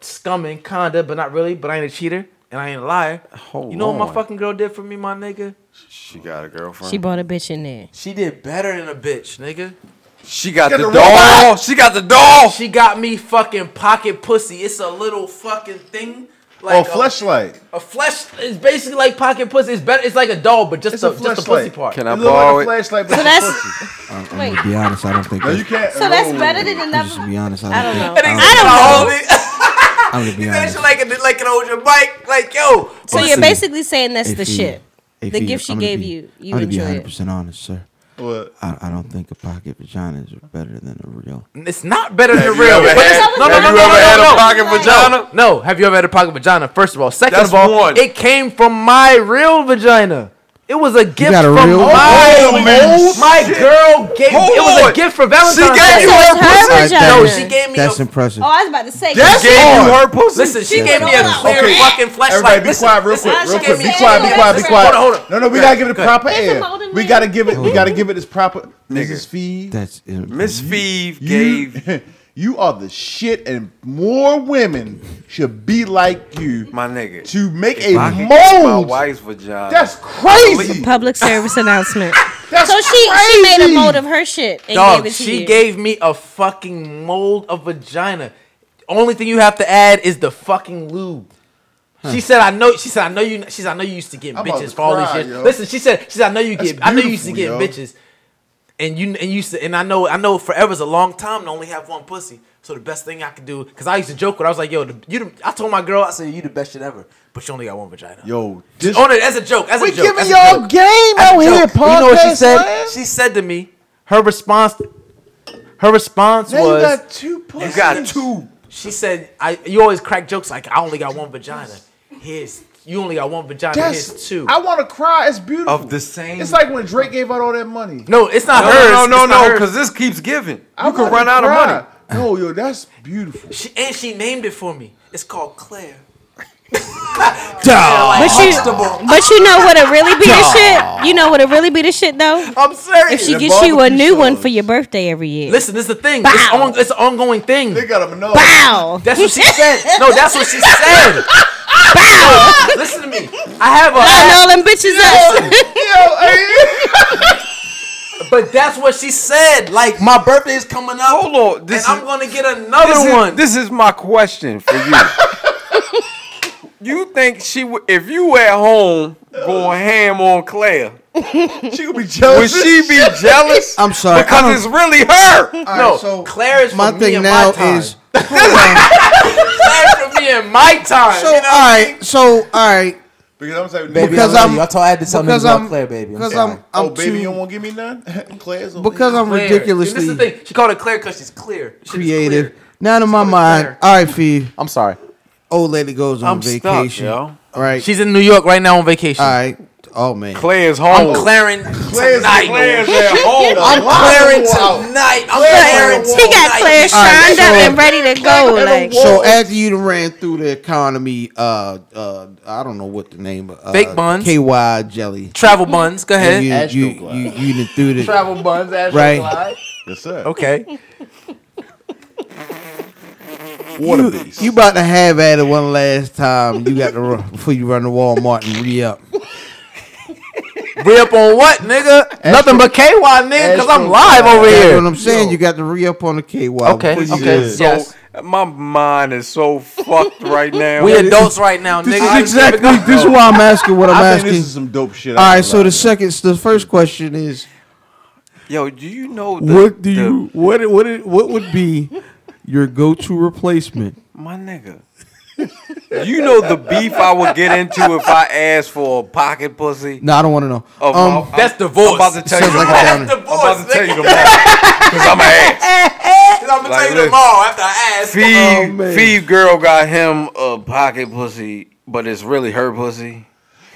S8: scumming kinda, but not really. But I ain't a cheater and I ain't a liar. you know what my
S1: on.
S8: fucking girl did for me, my nigga?
S1: she got a girlfriend.
S6: She bought a bitch in there.
S8: She did better than a bitch, nigga.
S1: She got,
S8: Got
S1: the,
S8: the
S1: doll.
S8: robot?
S1: She got the doll.
S8: She got me fucking pocket pussy. It's a little fucking thing. Like
S5: oh,
S8: a-
S5: fleshlight.
S8: A flesh is basically like pocket pussy. It's better. It's like a doll, but just,
S5: It's a
S8: the, just the pussy
S5: fleshlight.
S8: part.
S1: Can I
S5: It look like
S1: borrow
S5: a
S1: it?
S5: flashlight, but
S6: So
S5: it's
S6: that's-
S5: pussy.
S7: I'm, I'm
S6: Wait.
S7: gonna be honest. I don't think.
S5: No,
S7: that-
S5: you can't.
S6: So that's
S5: no.
S6: better than
S7: I'm just
S6: another.
S7: gonna be honest. I
S6: I
S7: don't,
S6: don't know.
S7: think- I don't,
S6: I don't know.
S7: I'm gonna be honest.
S8: like a, like an older mic. Like yo,
S6: So you're
S7: Listen,
S6: basically saying that's
S7: Hey,
S6: the
S7: Fee,
S6: shit.
S7: hey,
S6: The
S7: Fee,
S6: gift she
S7: I'm gonna
S6: gave
S7: be-
S6: you, you
S7: I'm gonna be
S6: enjoy it.
S7: 100 percent honest, sir.
S5: What?
S7: I, I don't think a pocket vagina is better than a real.
S8: it's not better than
S1: you
S8: real.
S1: ever
S8: but
S1: had-
S8: it's- no, no,
S1: have
S8: no,
S1: you
S8: no,
S1: ever
S8: no,
S1: had
S8: no,
S1: a
S8: no.
S1: pocket vagina?
S8: No, have you ever had a pocket vagina? First of all, second
S1: That's
S8: of all,
S1: one.
S8: it came from my real vagina. It was a gift
S7: got a
S8: from
S7: real-
S8: my
S5: Oh, man.
S8: my girl gave. it was
S1: Hold
S8: a
S1: on.
S8: gift for Valentine's.
S1: She gave
S8: Day.
S1: you her
S6: That's her
S1: pussy.
S6: vagina.
S8: No,
S7: That-
S8: she gave me
S7: That's
S8: a
S7: impressive.
S6: Oh, I was about to say.
S1: That's gave you her pussy.
S8: Listen, she
S6: Shit.
S8: gave me a
S6: Okay.
S8: clear
S5: Okay.
S8: fucking flashlight.
S5: Everybody, be
S8: Listen,
S5: quiet, real
S8: listen,
S5: quick,
S8: she
S5: real
S8: gave
S5: quick.
S8: me
S5: Be
S8: a
S5: quiet, be
S8: clear-
S5: quiet, be
S8: listen,
S5: quiet.
S8: Hold on, hold on.
S5: No, no, we gotta give it a proper
S6: Listen,
S5: air.
S6: older
S5: We
S6: man.
S5: gotta give it. We gotta give it its proper. Mrs. Fee,
S7: That's
S1: Miss Feeve
S5: you,
S1: gave
S5: you are the shit, and more women should be like you
S1: my nigga.
S5: to make a
S1: If I could get My
S5: mold.
S1: wife's vagina.
S5: That's crazy.
S6: Public service announcement.
S5: That's
S6: so she she
S5: crazy.
S6: made a mold of her shit and
S8: Dog,
S6: gave it to
S8: she
S6: you.
S8: gave me a fucking mold of vagina. Only thing you have to add is the fucking lube. She said, "I know." She said, "I know you." She said, "I know you used to get
S5: I'm about
S8: bitches
S5: to
S8: for all these
S5: cry,
S8: years."
S5: yo.
S8: Listen, she said, "She said, I know you
S5: That's
S8: get. I know you used to get
S5: beautiful, yo.
S8: bitches." And you and you used to, and I know I know forever's a long time to only have one pussy. So the best thing I could do, because I used to joke with, her, I was like, "Yo, the, you." The, I told my girl, I said, "You the best shit ever," but she only got one vagina.
S5: Yo,
S8: Just
S5: this,
S8: on it as a joke. As
S5: we
S8: a joke.
S5: giving
S8: as a
S5: y'all
S8: joke.
S5: game
S8: As a
S5: out here,
S8: joke. You know what she
S5: podcast
S8: said?
S5: land?
S8: She said to me, her response, her response
S5: Now you
S8: was,
S5: got two pussies.
S1: you got two.
S8: she said, I, you always crack jokes like I only got one vagina. Here's you only got one vagina. Here's
S5: That's
S8: two.
S5: I want to cry. It's beautiful.
S1: Of the same-
S5: It's like when Drake gave out all that money.
S8: no, it's not
S1: No,
S8: hers.
S1: no, no,
S8: It's not
S1: no,
S8: hers.
S1: because this keeps giving.
S5: I
S1: You could
S5: wanna
S1: run out of
S5: cry.
S1: money.
S5: No, yo, that's beautiful.
S8: she, and she named it for me. It's called Claire.
S6: but you, but you know what'll really be the shit. You know what'll really be the shit though.
S8: I'm serious.
S6: If she
S5: The
S6: gets you a
S5: barbecue
S6: new one
S5: sauce.
S6: for your birthday every year.
S8: Listen, this is the thing. It's,
S6: Bow.
S8: on, it's an ongoing thing.
S5: They got him no.
S6: Wow.
S8: That's what she said. No, that's what she said. Listen to me. I have a.
S6: I know them bitches up.
S8: But that's what she said. Like my birthday is coming up.
S1: Hold on, this
S8: and I'm
S1: is-
S8: gonna get another
S1: This is,
S8: one.
S1: this is my question for you. you think she would, if you at home going ham on Claire,
S5: She gonna be
S1: would
S5: jealous.
S1: she be jealous?
S7: I'm sorry, I
S1: Because
S7: don't-
S1: it's really her.
S8: no,
S7: so
S8: Claire is
S7: my
S8: for me
S7: thing
S8: and
S7: now
S8: my time.
S7: is
S8: Claire is for me and my time.
S7: so all right. So all right.
S5: because I'm saying,
S7: Baby, Because I love I'm- you. I
S8: told I had to tell
S7: Because I'm Because I'm
S5: oh
S7: I'm
S5: baby, you don't
S7: too
S5: want to give me none. Claire's over
S7: because
S5: here.
S7: I'm ridiculously.
S8: This is the thing. She called her Claire because she's clear. Shit is
S7: creative.
S8: clear.
S7: Not in my
S8: It's
S7: mind.
S8: clear.
S7: All right, Fee.
S8: I'm sorry.
S7: Old lady goes on
S1: I'm stuck,
S7: vacation.
S1: yo.
S7: All right.
S8: She's in New York right now on vacation.
S7: all right. Oh man.
S1: Claire's
S8: I'm
S1: home.
S3: Oh.
S8: Clairing
S5: Claire's,
S8: tonight.
S5: Claire's at home.
S8: I'm Clairing
S5: Wow.
S8: tonight. I'm Clairing
S6: Look, she got
S8: tonight.
S6: Claire
S7: right,
S6: shined up
S7: so-
S6: and ready to go. Like
S7: So after you done ran through the economy, uh, uh, I don't know what the name of uh,
S8: Fake buns.
S7: KY jelly.
S8: Travel buns. Go
S7: And
S8: ahead.
S7: you,
S5: Astro
S7: you,
S5: glide.
S7: you, you done threw the
S11: Travel buns, ass
S7: Right.
S11: right.
S5: Yes, sir.
S8: Okay.
S5: Water
S7: You, you about to have at it one last time. You got to run before you run to Walmart and re up.
S8: Re up on what, nigga? Nothing but KY, nigga, because I'm
S5: Astro-
S8: live over
S7: That's what
S8: here.
S7: I'm saying. You got to re up on the KY.
S8: Okay.
S7: before you
S8: Okay.
S7: do it.
S1: So
S8: Yes.
S1: my mind is so fucked right now.
S8: We adults right now, nigga.
S7: This is exactly this is why I'm asking what I'm
S5: I think
S7: asking.
S5: this is some dope shit.
S7: All right. So the second, the first question is,
S1: Yo, do you know the,
S7: what do
S1: the-
S7: you what what it- what would be your go to replacement?
S1: my nigga? you know the beef I would get into if I asked for a pocket pussy.
S7: No, I don't want to know.
S3: Oh,
S1: Of
S7: um,
S1: my-
S8: That's
S1: I'm-
S8: divorce.
S1: I'm about to tell you
S7: Sounds like a
S1: tomorrow.
S7: downer.
S1: I'm about to tell you tomorrow because I'm an ass.
S8: I'm gonna
S1: Like,
S8: tell you
S1: look.
S8: tomorrow after I ask.
S7: Oh,
S1: Feed,
S7: man.
S1: feed girl got him a pocket pussy, but it's really her pussy.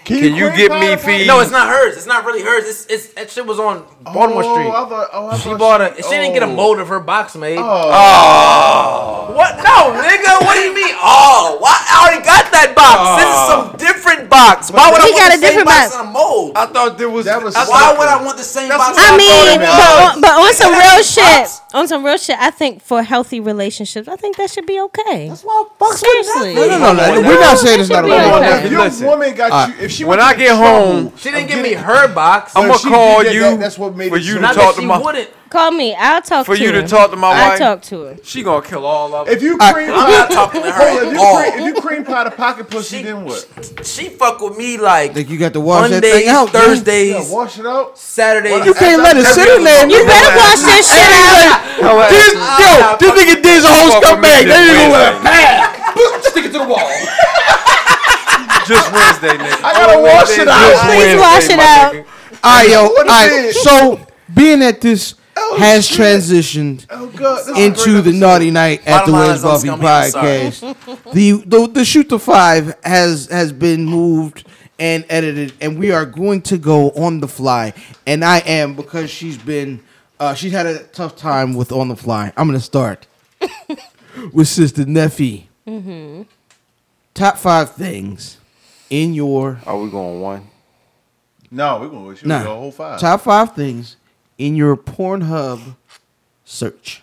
S1: Can, you
S8: Queen
S1: get me
S8: Power Point?
S1: feed?
S8: No, it's not hers. It's not really hers. It's, it's that shit was on Baltimore
S1: Oh,
S8: Street.
S1: I
S8: she bought a. She didn't get a
S1: oh.
S8: mold of her box made.
S1: Oh.
S8: What? No, nigga. What do you mean? Oh, why? I already got that box. This is some different box. Why would I want the same box in a mold?
S1: I thought there was.
S8: That was
S1: I
S8: why
S1: thought-
S8: would I want the same box?
S6: I mean, but on, but on some real
S8: That's
S6: shit, on some real shit, I think for healthy relationships, I think that should be okay. That's
S8: why fucks
S6: with
S7: No, no, no, no, We're not saying it's not
S6: That should be
S7: okay.
S6: okay.
S5: Your woman got
S7: All
S5: you.
S7: right.
S5: If she
S7: When
S5: was
S7: I
S5: in
S7: get
S5: trouble
S7: home-
S8: She
S5: of
S8: didn't give me
S5: getting-
S8: her box.
S5: But
S1: I'ma
S5: she
S1: call
S5: did that,
S1: you
S5: that- that's what made
S1: for
S5: it
S1: you
S5: so-
S1: to Not that talk to she my-
S8: wouldn't.
S6: Call me. I'll talk
S1: For
S6: to
S1: you to
S6: her.
S1: talk to my
S6: I'll
S1: wife?
S6: talk to her.
S1: She gonna kill all of them.
S5: If you
S1: I-
S5: cream,
S1: I'm not talking to her
S5: Hold on,
S1: at
S5: if you
S1: all.
S5: cream- if you cream pie the pocket pussy, then what?
S8: She fuck with me like
S7: Like you got to wash that
S8: Mondays,
S7: thing out. dude.
S8: Thursdays,
S5: Yeah, wash it out.
S8: Saturdays.
S7: You can't let it sit in there.
S6: You better wash this shit out.
S7: Yo, this, yo, this nigga did a whole scumbag. There you go with a pad.
S1: Stick it to the wall. Just Wednesday, nigga.
S5: I gotta wash it out.
S6: Please wash it out.
S7: All right, yo. All
S5: What a
S7: right.
S5: bitch.
S7: So being that this has transitioned
S5: Oh god, this is
S7: into the naughty night at the
S8: Bottom line
S7: Wiz
S8: is I'm
S7: Buffy
S8: scummy, I'm sorry.
S7: podcast, the, the the shoot to five has has been moved and edited, and we are going to go on the fly. And I am because she's been uh, she's had a tough time with on the fly. I'm gonna start with Sister Neffy.
S6: Mm-hmm.
S7: Top five things in your
S1: Are we going one?
S5: No, we're gonna wish you
S7: Nah.
S5: a whole five.
S7: Top five things in your Pornhub search.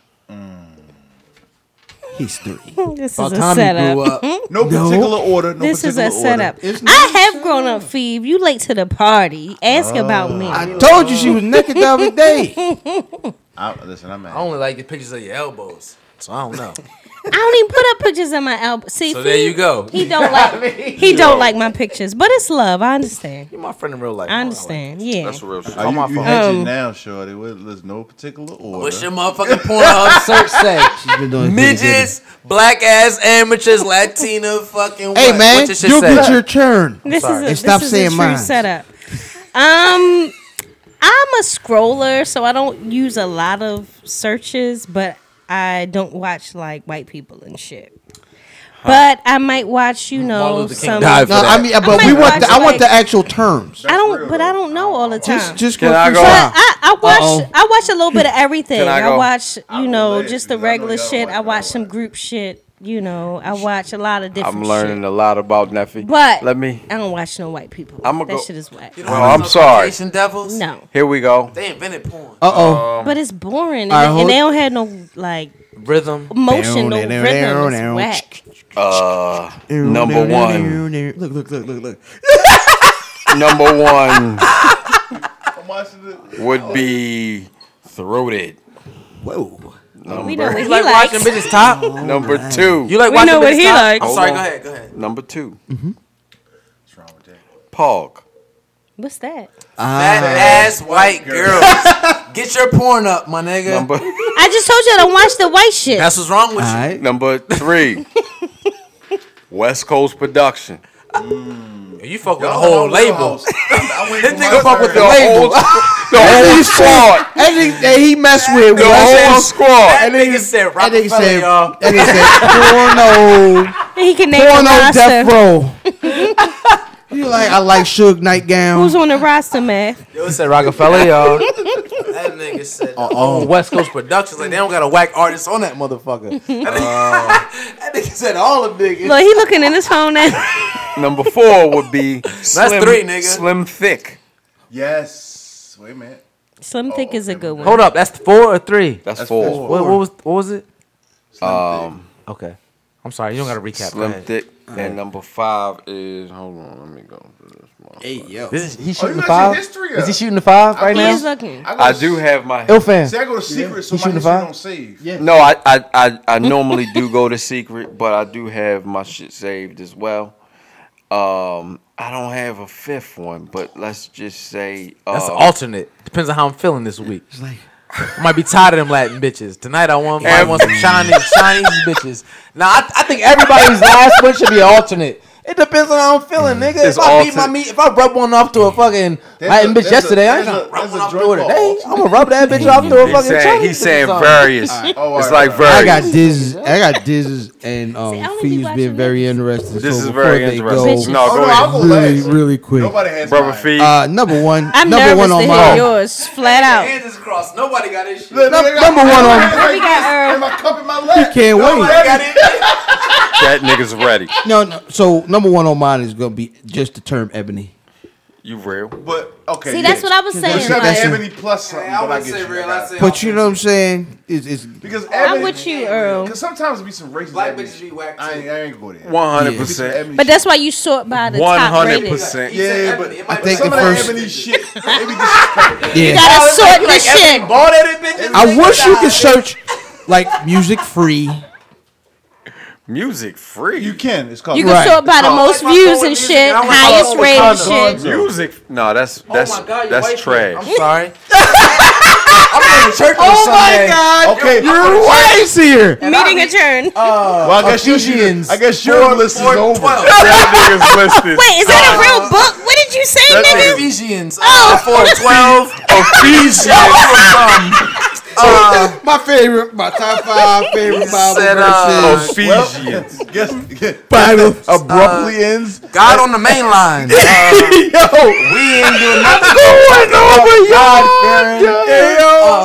S7: History.
S6: This
S7: About
S6: is a
S7: time you grew
S6: setup.
S7: up.
S5: No particular order. No
S6: this is
S5: particular
S6: a setup.
S5: Order. It's
S6: I have grown up, Phoebe. You late to the party. Ask about me.
S7: Oh. I told you she was naked the other day.
S5: I, listen, I'm
S8: I
S5: mad.
S8: only like the pictures of your elbows, so I don't know.
S6: I don't even put up pictures of my elbow. See,
S8: So there you
S6: Phoebe,
S8: go.
S6: He don't like. He don't like my pictures, but it's love. I understand.
S8: You're my friend in real life.
S6: I understand. Yeah. That's
S1: real shit.
S5: Are you, you
S6: phone.
S5: hedging
S6: Um,
S5: now, shorty? With, there's no particular order.
S8: What's your motherfucking Pornhub search say?
S7: She's been doing
S8: Midgets, black ass amateurs, Latina, fucking.
S7: Hey
S8: what?
S7: man,
S8: What this shit
S7: you
S8: say?
S7: get your turn.
S6: This is a,
S7: and stop
S6: this is
S7: saying
S6: a true
S7: mine.
S6: setup. Um, I'm a scroller, so I don't use a lot of searches, but I don't watch like white people and shit. But I might watch, you know, some.
S7: no, I mean, but we want.
S6: might
S7: The,
S6: watch,
S7: I want
S6: like-
S7: the actual terms.
S6: I don't, but I don't know all the time.
S7: Just, just
S1: Can
S7: go
S1: I
S7: through
S1: go?
S7: some.
S6: I, I watch
S7: Uh-oh.
S6: I watch a little bit of everything.
S1: Can I
S6: I,
S1: go?
S6: watch you know just the regular shit. I watch some group shit. You know I watch a lot of different.
S1: I'm learning a lot about Neffy.
S6: Shit. But
S1: let me.
S6: I don't watch no white people.
S1: I'ma
S6: that
S1: go-
S6: shit is whack.
S1: Well, I'm sorry.
S8: Asian devils.
S6: No,
S1: Here we go.
S8: They invented porn.
S7: Uh oh.
S6: but it's boring and,
S7: All right,
S6: and
S7: hold-
S6: they don't have no like
S8: Rhythm.
S6: motion, no rhythm. It's whack.
S1: Uh, number one.
S7: Look, look, look, look, look.
S1: Number one would be throated.
S7: Whoa.
S1: Number,
S6: We know what he
S8: You like
S6: likes.
S8: watching bitches top?
S1: number two.
S8: You like
S6: We
S8: watching
S6: know what
S8: bitches
S6: he
S8: top?
S6: likes.
S8: I'm
S1: Hold
S8: sorry.
S1: on.
S8: Go ahead. Go ahead.
S1: Number 2 Pog.
S6: What's that?
S8: Fat ass white girls. Get your porn up, my nigga.
S1: Number
S6: I just told you I don't watch the white shit.
S8: That's what's wrong with you.
S1: number three. West Coast production.
S8: You fuck with the whole label. This nigga fuck with the
S1: The whole,
S8: label.
S1: the
S7: And
S1: whole
S7: he
S1: squad.
S7: said- and he- and he messed with
S1: The whole squad.
S7: And
S8: That nigga said
S7: That nigga
S8: Rockefeller,
S7: said,
S8: y'all.
S7: that nigga said porno,
S6: He can name the
S7: porno
S6: roster.
S7: death row. You like, I like Suge Nightgown.
S6: Who's on the roster, man?
S8: Yo, said Rockefeller, y'all. that nigga said oh West Coast Productions. Like, they don't got a whack artist on that motherfucker. That nigga, that nigga said all of niggas.
S6: Look, he looking in his phone now.
S1: Number four would be Slim,
S8: three, nigga.
S1: Slim Thick.
S5: Yes. Wait a minute.
S6: Slim Thick is a good one.
S8: Hold up, that's four or three?
S1: That's,
S5: That's
S1: four.
S5: four.
S8: What, what was what was it?
S1: Um,
S8: Okay. I'm sorry, you don't gotta recap. Go
S1: Slim
S8: ahead.
S1: Thick. And number five is hold on, let me go to this one.
S7: Hey, yo.
S8: This is, he
S5: Oh, you
S8: shooting the
S5: got your
S8: five?
S5: history
S8: Is he
S5: up.
S8: shooting the five right
S6: He
S8: now?
S6: is looking.
S5: I,
S1: I do have my
S5: See, I go to secret, so
S8: You
S5: my
S8: shooting
S5: history
S8: five?
S5: don't save.
S7: Yeah.
S1: No, I, I, I, I normally do go to secret, but I do have my shit saved as well. Um, I don't have a fifth one, but let's just say uh,
S8: That's alternate. Depends on how I'm feeling this week. I might be tired of them Latin bitches. Tonight I want, I want some Chinese Chinese bitches. Now I, I think everybody's last one should be alternate. It depends on how I'm feeling, nigga.
S1: It's
S8: if I
S1: all
S8: beat
S1: to-
S8: my meat, if I rub one off to a fucking
S1: That's
S8: Latin
S1: a-
S8: bitch
S1: that's a-
S8: yesterday, I ain't
S1: that's
S8: gonna
S1: a-
S8: rub
S1: that's
S8: one
S1: a
S8: off
S1: Drake
S8: to it today.
S1: ball.
S8: I'm gonna rub that bitch off to a
S1: He's
S8: fucking
S1: saying-
S8: Chinese
S1: he's
S8: bitch or
S1: saying
S8: something.
S1: various. All right. Oh, all right, It's like all right. various.
S7: I got Diz. I got Diz's and um, Fees being very interested.
S1: This
S7: so
S1: is
S7: before
S1: very
S7: they
S1: interesting.
S7: Go,
S1: No, go Oh, no, ahead. I'll go
S7: Really,
S1: last.
S7: really quick.
S1: Nobody has Brother mine. Fee.
S7: Uh, number one.
S6: I'm
S7: number
S6: nervous
S7: one
S6: to
S7: on
S6: hear
S7: mine.
S6: yours, flat out.
S8: Hands is crossed. Nobody got issues.
S7: number one on.
S6: Nobody got
S5: my cup in my
S7: You can't wait.
S1: That nigga's ready.
S7: No, no. So number one on mine is gonna be just the term ebony.
S1: You real?
S5: But okay.
S6: See, that's what I was
S5: You
S6: saying,
S5: said
S6: like-
S5: that Ebony plus something, but I
S11: wouldn't
S5: get
S11: say
S5: you.
S11: real,
S5: I got
S11: I'd
S5: it.
S11: say
S7: But you know what I'm saying? It's, it's
S5: Because
S6: I'm
S5: Ebony-
S6: with you, Earl.
S5: Because sometimes it be some racist. Black bitches be whack. I ain't, I ain't go there.
S1: 100%.
S5: Ebony
S6: But that's why you sort by the top rated.
S1: 100%.
S5: Yeah, but
S7: I think
S5: some
S7: the
S5: of that
S7: first-
S5: Ebony shit.
S7: Yeah.
S5: You
S6: gotta sort this shit.
S8: Bought that bitch.
S7: I wish you could search like music free.
S1: Music free.
S5: You can. It's called.
S6: You can sort by the most views and shit, highest rated shit.
S1: Music. No, that's that's that's trash.
S8: I'm sorry. I'm going to church on
S6: Oh my
S8: Sunday.
S6: God.
S5: Okay.
S7: Your wife's here.
S6: Meeting adjourned.
S5: Well, I guess you. I guess your list is over.
S1: niggas listed.
S6: Wait, is that a real book? What did you say,
S8: That's
S6: nigga?
S8: Ephesians.
S6: Oh.
S8: Uh, 412.
S1: Ephesians.
S8: Uh,
S7: my favorite, my top five favorite Bible
S8: said, uh,
S7: verses.
S1: Ephesians.
S7: Bible
S5: abruptly ends.
S8: God on the main line.
S7: Yo,
S8: Uh, we ain't doing nothing.
S7: went over
S8: God fearing.
S7: yo.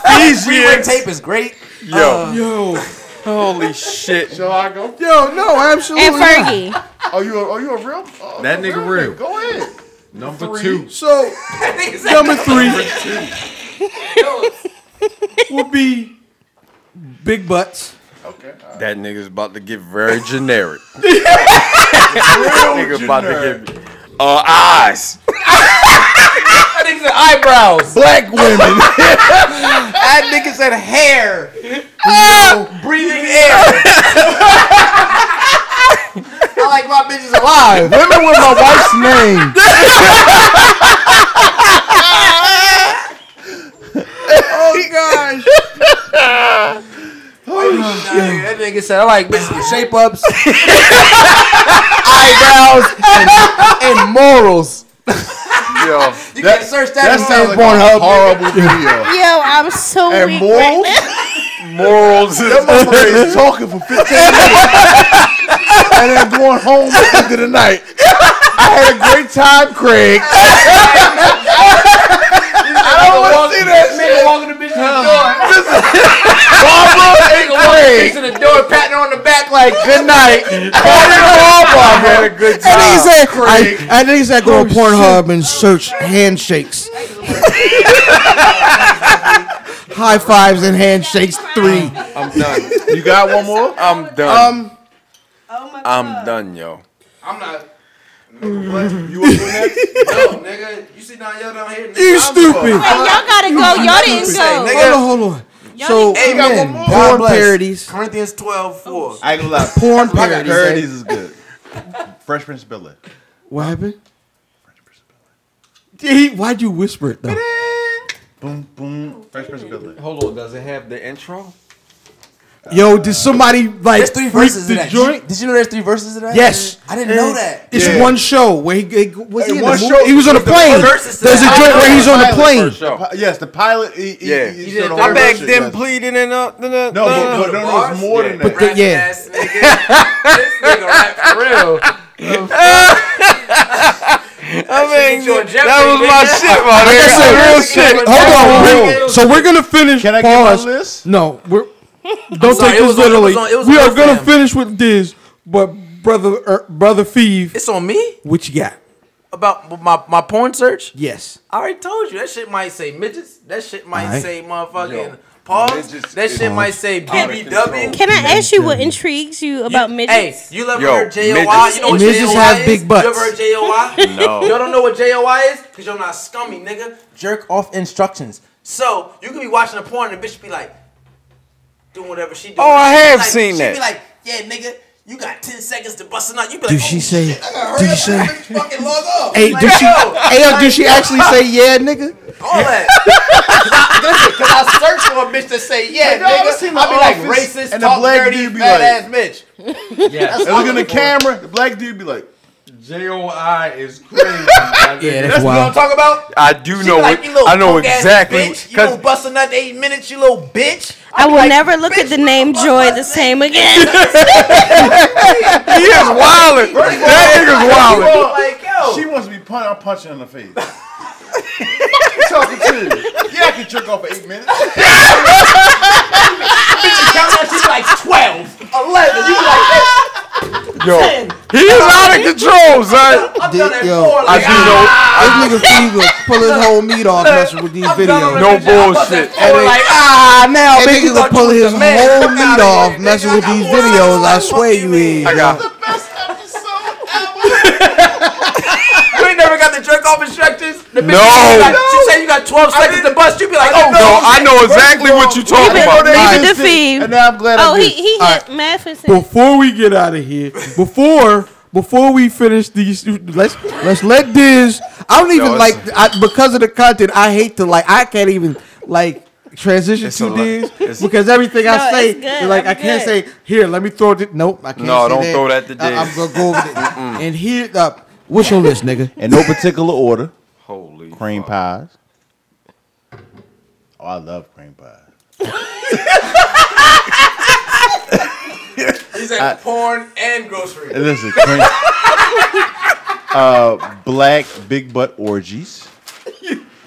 S8: Three ring
S1: Ephesians.
S8: tape is great. Uh,
S1: Yo.
S7: Yo,
S1: Holy shit.
S5: Shall I go?
S7: yo, no, absolutely.
S6: And
S7: not.
S6: Fergie.
S5: Are you? A, are you a real? Oh,
S1: That nigga real.
S5: Go ahead.
S1: Number two.
S7: So number three will be big butts.
S5: Okay.
S1: That nigga's about to get very generic. that nigga about to get uh, eyes.
S8: That nigga said eyebrows.
S7: Black women.
S8: That nigga said hair. Ah! breathing air. I like my bitches alive.
S7: women with my wife's name.
S8: Oh gosh. that nigga said I like bitches with shape ups, eyebrows, and, and morals.
S5: Yo,
S8: You
S5: that,
S8: can't search that.
S5: that
S8: in
S5: sounds like
S8: Pornhub.
S5: a horrible video.
S6: Yo, I'm so
S5: And
S6: weak.
S5: morals?
S1: Morals is
S5: That motherfucker is talking for 15 minutes and then going home at the end of the night. I had a great time, Craig. I don't want to see that shit.
S8: Nigga walking the bitch to the door.
S5: Barbara and
S8: Nigga walking
S5: Craig.
S8: the bitch to the door, patting her on the back like
S5: Good night. Party
S1: I had
S5: Barbara.
S1: a good
S7: I think he
S1: time.
S7: said.
S5: Craig.
S7: I, I think he said go to Pornhub and search handshakes. High fives and handshakes three.
S1: I'm done.
S5: You got one more?
S1: I'm done.
S7: Um,
S6: Oh
S1: I'm done, yo.
S11: I'm not.
S5: You want to go next?
S11: No, nigga. You see down y'all down here. Nigga,
S7: you
S11: I'm
S7: stupid.
S6: Hey, y'all gotta go. Y'all didn't go.
S7: Hold on, hold on. So
S8: Hey, you got
S7: again,
S8: one more? God
S7: porn
S8: bless.
S7: parodies.
S8: Corinthians 12, 4.
S5: I ain't gonna lie.
S7: Porn
S5: Parodies,
S7: parodies. eh?
S5: is good. Fresh Prince of Bel-Air.
S7: What happened? He- Why'd you whisper it though?
S5: Boom, boom. Fresh Prince of Bel-Air.
S1: Hold on, does it have the intro?
S7: Yo, did somebody like
S8: There's three
S7: freak
S8: verses
S7: the
S8: of that.
S7: joint?
S8: Did you know there's three verses of that?
S7: Yes.
S8: I didn't
S3: Mm.
S8: know that.
S7: It's
S5: Yeah.
S7: one show where he, he was he, in
S5: one
S7: the movie?
S5: show-
S7: he was on a plane.
S8: verses to
S7: There's a
S8: that.
S7: joint where he's on a
S5: Pilot
S7: plane.
S1: First show.
S5: Pi- Yes, the pilot. He, he,
S1: Yeah.
S5: he,
S1: He
S5: showed
S1: I
S5: all that
S1: begged
S5: shit,
S1: them
S5: yes.
S1: pleading and uh, no, no,
S5: No, but, but no, no, it's more than
S1: But
S5: that.
S7: the- yeah.
S11: Ass nigga. this nigga rap for real.
S1: I mean,
S11: Joe Jeffrey,
S1: that was my
S11: nigga.
S1: shit,
S7: Like I said,
S1: my nigga. Real shit.
S7: hold on,
S5: Hold
S7: wait.
S5: on.
S7: So we're gonna finish.
S5: Can I get my
S7: pause.
S5: list?
S7: No, we're don't
S8: sorry,
S7: take
S8: it
S7: this
S8: was on- it
S7: literally.
S8: was on- it was
S7: we
S8: on
S7: are
S8: Earth
S7: gonna
S8: Fam.
S7: finish with this, but brother, er, brother Feeve,
S8: It's on me
S7: what you got?
S8: about my, my porn search.
S7: Yes,
S8: I already told you that shit might say midgets. That shit might
S7: Alright.
S8: say motherfucking
S1: Yo,
S8: paws.
S1: midgets
S8: That
S1: is
S8: shit might say BBW.
S6: Can I ask you what intrigues you about
S8: Hey,
S6: midgets?
S8: you ever
S1: Yo,
S8: heard JOY?
S1: midgets-
S8: You know what
S7: midgets
S8: JOY
S7: have
S8: is?
S7: big butts.
S8: You ever heard JOY?
S1: No.
S8: Y'all don't know what JOY is? Because you're not scummy, nigga. Jerk off instructions. So, you could be watching a porn and the bitch be like, doing whatever she doing.
S1: Oh, I
S8: She be
S1: have
S8: like-
S1: seen
S8: she
S1: that.
S8: be like, yeah, nigga. You got ten seconds to bust a nut. You be like,
S7: Did she say? Did she say?
S8: fucking log off.
S7: Hey,
S5: Oh,
S8: Like,
S7: did she?
S8: yo,
S7: Hey, did she actually say yeah, nigga?
S8: all that.
S11: Listen, cause I search for a bitch to say yeah,
S5: Like, yo, I
S11: nigga.
S5: was in the
S11: I be like
S5: office,
S11: racist,
S5: and the
S11: talk
S5: black
S11: dirty,
S5: dude be
S11: fat
S5: like-
S11: ass bitch.
S5: And
S11: That's all
S5: look in
S11: I'm
S5: the
S11: looking for.
S5: camera. The black dude be like,
S9: J O I is crazy.
S1: Yeah,
S11: That's what I'm talking about.
S1: I do
S11: She
S1: know
S11: like,
S1: it.
S11: you little
S1: I know
S11: punk-ass
S1: exactly
S11: Bitch. You don't
S1: because
S11: bust a nut in eight minutes, you little bitch.
S6: I will never look at the name Joy the same again.
S1: he is wildin'. That
S5: Like, yo. She wants to be punch. I'm punching her in the face. You talking to you. Yeah, I can jerk off for eight minutes.
S11: She's like 12, 11. You like,
S1: nigga's wild. Yo, he is out of control, son.
S7: Yo,
S1: I do know.
S7: this nigga Fever pull his whole meat off messing with these videos.
S1: No bullshit.
S7: And they-
S1: ah,
S7: now that nigga was pulling his whole meat off messing with these videos. I swear you is.
S1: I got
S11: you ain't never got the jerk off instructions. The bitch
S1: No.
S11: you got- She said you got 12 seconds to bust. You be like, oh,
S1: No, I know exactly what you're talking
S6: Leave it-
S1: about.
S6: leave it
S1: Nice.
S6: to Fever.
S7: And now I'm glad I
S6: Oh, he
S7: did.
S6: he
S7: All
S6: hit
S7: right.
S6: math and said-
S14: Before we get out of here, before before we finish these, let's let's let this.
S7: I don't even
S14: No,
S7: like
S14: it's-
S7: I, because of the content. I hate to like. I can't even like transition
S1: a
S7: to
S1: lot.
S7: this
S1: It's-
S7: because everything I
S6: No,
S7: say,
S6: it's good.
S7: you're like
S6: I'm
S7: I can't
S6: good.
S7: say here. Let me throw it. Nope, I can't.
S1: No,
S7: say
S1: don't throw that to
S7: I- I'm
S1: Diz.
S7: gonna go over this. and here, uh, what's your list, nigga?
S5: In no particular order.
S1: Holy
S5: Cream pies. Oh, I love cream pie.
S8: He's at porn and grocery.
S5: And Listen, cream, uh, black big butt orgies.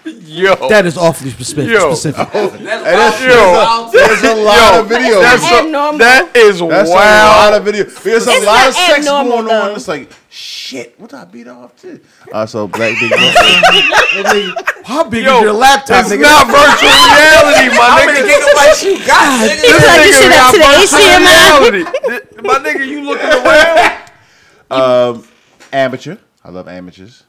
S1: Yo,
S7: That is awfully specific.
S1: Yo.
S7: specific.
S5: Hey, that's,
S1: Yo.
S5: there's, a, there's a lot
S1: Yo,
S5: of videos.
S1: that's a-
S6: Abnormal.
S1: that is wild.
S5: That's a lot of video. There's a
S6: It's
S5: lot
S6: not
S5: of sex
S6: abnormal,
S5: going on.
S6: though.
S5: It's like shit. What did I beat off to? Uh, so black big butt.
S7: How big
S1: Yo,
S7: is your laptop,
S1: it's
S7: nigga?
S1: not virtual reality, my
S8: How many
S1: nigga.
S8: gigabytes you got? nigga?
S6: He plugged his shit up to the
S1: virtual reality. Th- my nigga, you looking around?
S5: um, amateur. I love amateurs.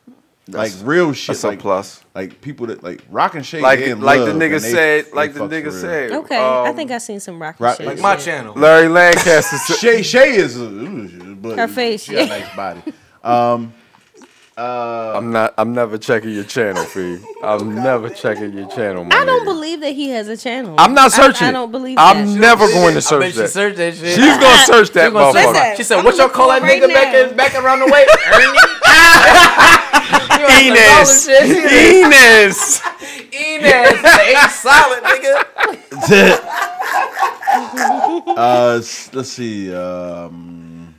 S1: That's-
S5: like real shit.
S1: that's a
S5: like
S1: plus.
S5: Like people that like rock and shake.
S1: Like-
S5: they in
S1: like the
S5: love,
S1: nigga
S5: and they-
S1: said-
S5: they
S1: like the
S5: fucks
S1: nigga
S5: for real.
S1: said.
S6: Okay, I
S1: Um,
S6: think I seen some rock
S5: right-
S6: shit.
S5: like
S8: My
S6: yeah.
S8: channel.
S1: Larry Lancaster. said-
S5: Shay Shay is a, ooh, but
S6: Her face,
S5: She got a
S6: yeah.
S5: nice body. Um, uh,
S1: I'm not. I'm never checking your channel, Fee. I'm never checking your channel, my
S6: I don't
S1: nigga.
S6: believe that he has a channel.
S1: I'm not
S6: I-
S1: searching.
S6: I,
S1: it.
S6: don't believe
S1: I'm
S6: that.
S1: never going to
S8: I bet
S1: search
S8: she
S1: that.
S8: searched that shit.
S1: She's gonna search that
S8: She gonna search
S1: motherfucker.
S8: that. She said, "What y'all call that
S6: Right
S8: nigga back
S6: now.
S8: in back around the way?" Ernie. You like
S1: Enes.
S8: some dollar shit.
S1: Enes.
S8: Enes, they ain't solid, nigga.
S5: uh, s- let's see. Um,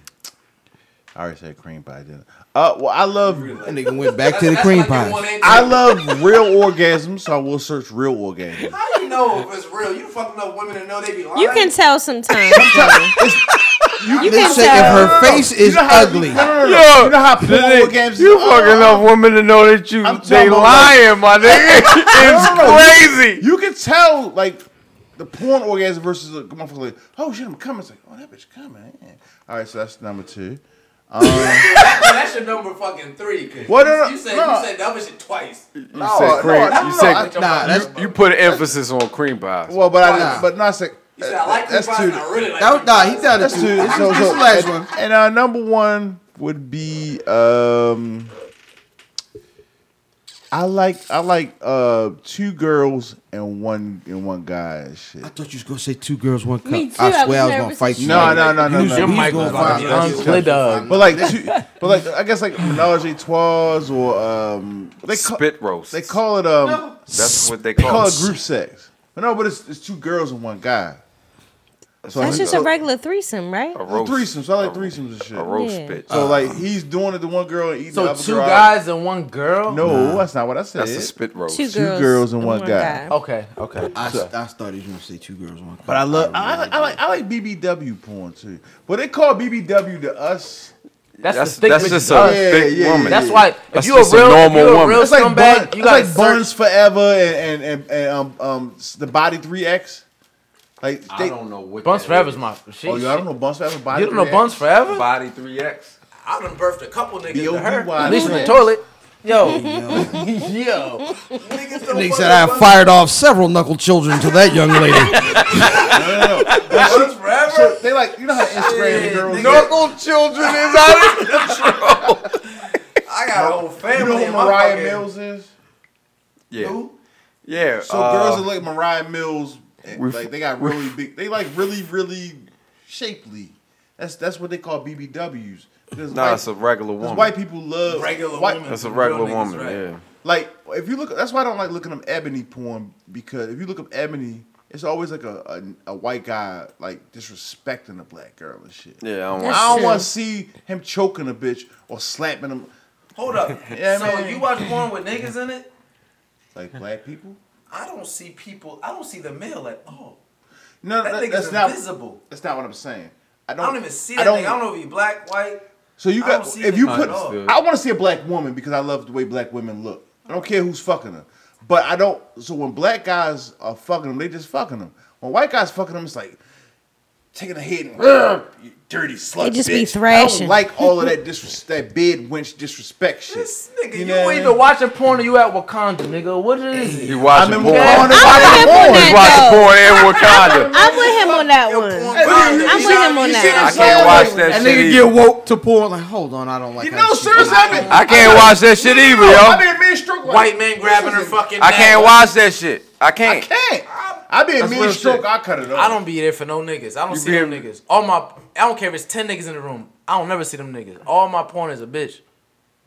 S5: I already said cream pie, didn't I? Uh, well, I love
S7: That nigga went back to the cream pie.
S5: I love real orgasms, so I will search real orgasms.
S11: How you know if it's real? You fucking up women that know they be lying.
S6: You can tell sometimes.
S7: They
S6: you can
S7: say if
S6: tell.
S7: her face is ugly.
S5: No, no, no, no.
S1: Yo,
S5: you know how porn
S1: nigga-
S5: orgasms
S1: You
S5: are?
S1: fucking up women to know that you
S5: I'm
S1: they
S5: talking about
S1: lying, my nigga.
S5: No, no, no.
S1: it's crazy.
S5: You can tell, like, the porn orgasm versus the motherfucker, like, oh shit, I'm coming. It's like, oh, that bitch coming. Yeah. All right, so that's number two.
S8: That's your number fucking three. Cause
S5: What are-
S8: you said
S5: no.
S8: you said double shit twice.
S5: No,
S1: said cream.
S5: I-
S1: You
S5: no,
S1: said-
S5: I-
S7: Nah, that's
S1: You put emphasis on cream pies.
S5: well, but I
S7: Nah.
S5: didn't, but not like,
S8: You said I like
S5: that's
S8: that's
S5: two.
S8: and I really like.
S7: that, nah. He's down to
S5: That's
S7: two.
S5: two.
S7: This is
S5: So,
S7: this
S5: so-
S7: is the last
S5: and,
S7: one.
S5: And our number one would be um I like I like uh two girls and one and one guy and shit.
S7: I thought you was gonna say two girls, one cup.
S6: Me too,
S7: I swear I
S6: I was
S7: was gonna
S6: nervous
S7: fight you.
S5: No, no, no, no,
S7: You
S5: no.
S7: said we
S5: Your
S7: was gonna
S5: about
S7: fight.
S5: to
S7: I was-
S5: be But like two, but like I guess like menage a trois or um they call,
S1: Spit roast.
S5: they call it um
S1: That's what they
S5: they
S1: call
S5: call it
S1: it.
S5: group sex. But no, but it's it's two girls and one guy. So
S6: That's
S5: I-
S6: just a regular threesome, right?
S1: A roast.
S5: threesomes. I like threesomes and shit.
S1: A roast
S6: Yeah.
S1: bitch.
S5: So like he's doing it to one girl and eating the
S8: So
S5: other
S8: two
S5: girl.
S8: guys and one girl.
S5: No, that's not what I said.
S1: That's a spit roast.
S6: Two girls,
S5: Two girls and one guy.
S3: Oh.
S8: Okay. Okay.
S7: I, I started you gonna say two girls, one cup.
S5: But I love I, I, I like I like BBW porn too. But they call BBW to us.
S8: That's,
S1: That's,
S8: the thick
S1: that's
S8: bitch
S1: just a
S8: does.
S5: Yeah,
S1: thick
S5: yeah,
S1: woman.
S8: That's why if
S1: That's
S8: you a
S1: just a
S8: real,
S1: normal
S8: if you a
S1: woman.
S8: real
S5: It's like,
S8: scumbag,
S5: Burn-
S8: you
S5: it's
S8: gotta
S5: like
S8: search.
S5: Burns Forever and and, and, and um, um s- the Body Three X. Like they,
S1: I don't know what.
S8: Buns
S1: that
S8: Forever's my. She,
S5: Oh, you I don't know Buns Forever. Body
S8: You don't know
S5: 3X?
S8: Buns
S1: is.
S8: Forever?
S1: Body 3X.
S8: I done birthed a couple niggas to her.
S5: B.O.B.Y..
S8: At least in the
S5: Yeah.
S8: toilet. Yo. Yo. Niggas don't
S7: They
S8: fuck
S7: said
S8: up
S7: I fired off several knuckle children to that young lady.
S5: Buns Forever. So they like like you know how Instagram girls.
S11: Norco children is out of control. I got a whole
S5: You
S11: family.
S5: know who
S11: in my
S5: Mariah
S11: fucking-
S5: Mills is?
S1: Yeah.
S5: Who?
S1: Yeah.
S5: So
S1: uh,
S5: girls are like Mariah Mills, and,
S1: we-
S5: like they got
S1: we-
S5: really big. They like really, really shapely. That's that's what they call BBWs. Because
S1: Nah,
S5: white-
S1: it's a regular
S5: 'cause
S1: woman.
S5: White people love
S11: Regular
S5: white,
S11: woman.
S1: That's a regular woman. Yeah.
S5: Like if you look, that's why I don't like looking up ebony porn because if you look up ebony, it's always like a a, a white guy like disrespecting a black girl and shit.
S1: Yeah, I don't want-
S5: I don't want to
S1: That's
S5: see him choking a bitch or slapping him
S11: Hold up.
S5: Yeah,
S11: so
S5: man.
S11: you watch porn with niggas in it?
S5: like black people.
S11: I don't see people. I don't see the male at all.
S5: No,
S11: That
S5: that,
S11: nigga's
S5: that's not
S11: invisible.
S5: That's not what I'm saying. I
S11: I
S5: don't,
S11: don't, even see that nigga. I don't know if he black, white.
S5: So you
S11: I
S5: got
S11: don't see
S5: if
S11: that
S5: you
S11: nigga
S5: put
S11: at all.
S5: I want to see a black woman because I love the way black women look. I don't care who's fucking them. But I don't so when black guys are fucking them, they just fucking them. When white guys fucking them, it's like taking a head and "Rrr, you dirty slut.
S6: They just be
S5: bitch." I
S6: thrashing.
S5: don't like all of that disres- that bed wench disrespect shit.
S11: nigga,
S5: you
S11: you,
S5: know what I
S11: either
S5: mean?
S11: watching porn or you at Wakanda, nigga. What is it?
S1: You watching porn?
S11: I'm with
S1: You
S11: him on
S1: watching porn.
S11: that,
S1: You watching
S11: though.
S1: porn in Wakanda.
S6: I'm with him on that one. I'm with him on
S1: I
S6: that.
S1: can't watch that
S7: And
S1: shit
S7: nigga
S1: either.
S7: get woke to porn. Like, hold on, I don't like.
S5: No, seriously, I mean,
S1: I can't watch that shit either,
S5: I
S1: yo.
S5: mean, me stroke like,
S11: White man grabbing her fucking.
S1: I can't
S11: neck.
S1: watch that shit. I can't.
S5: Can't. I be a
S11: That's
S5: mean
S11: real
S5: stroke.
S11: shit.
S5: I cut it off.
S11: I don't be there for no niggas. I don't see them niggas. All my, I don't care if it's ten niggas in the room. I don't never see them niggas. All my porn is a bitch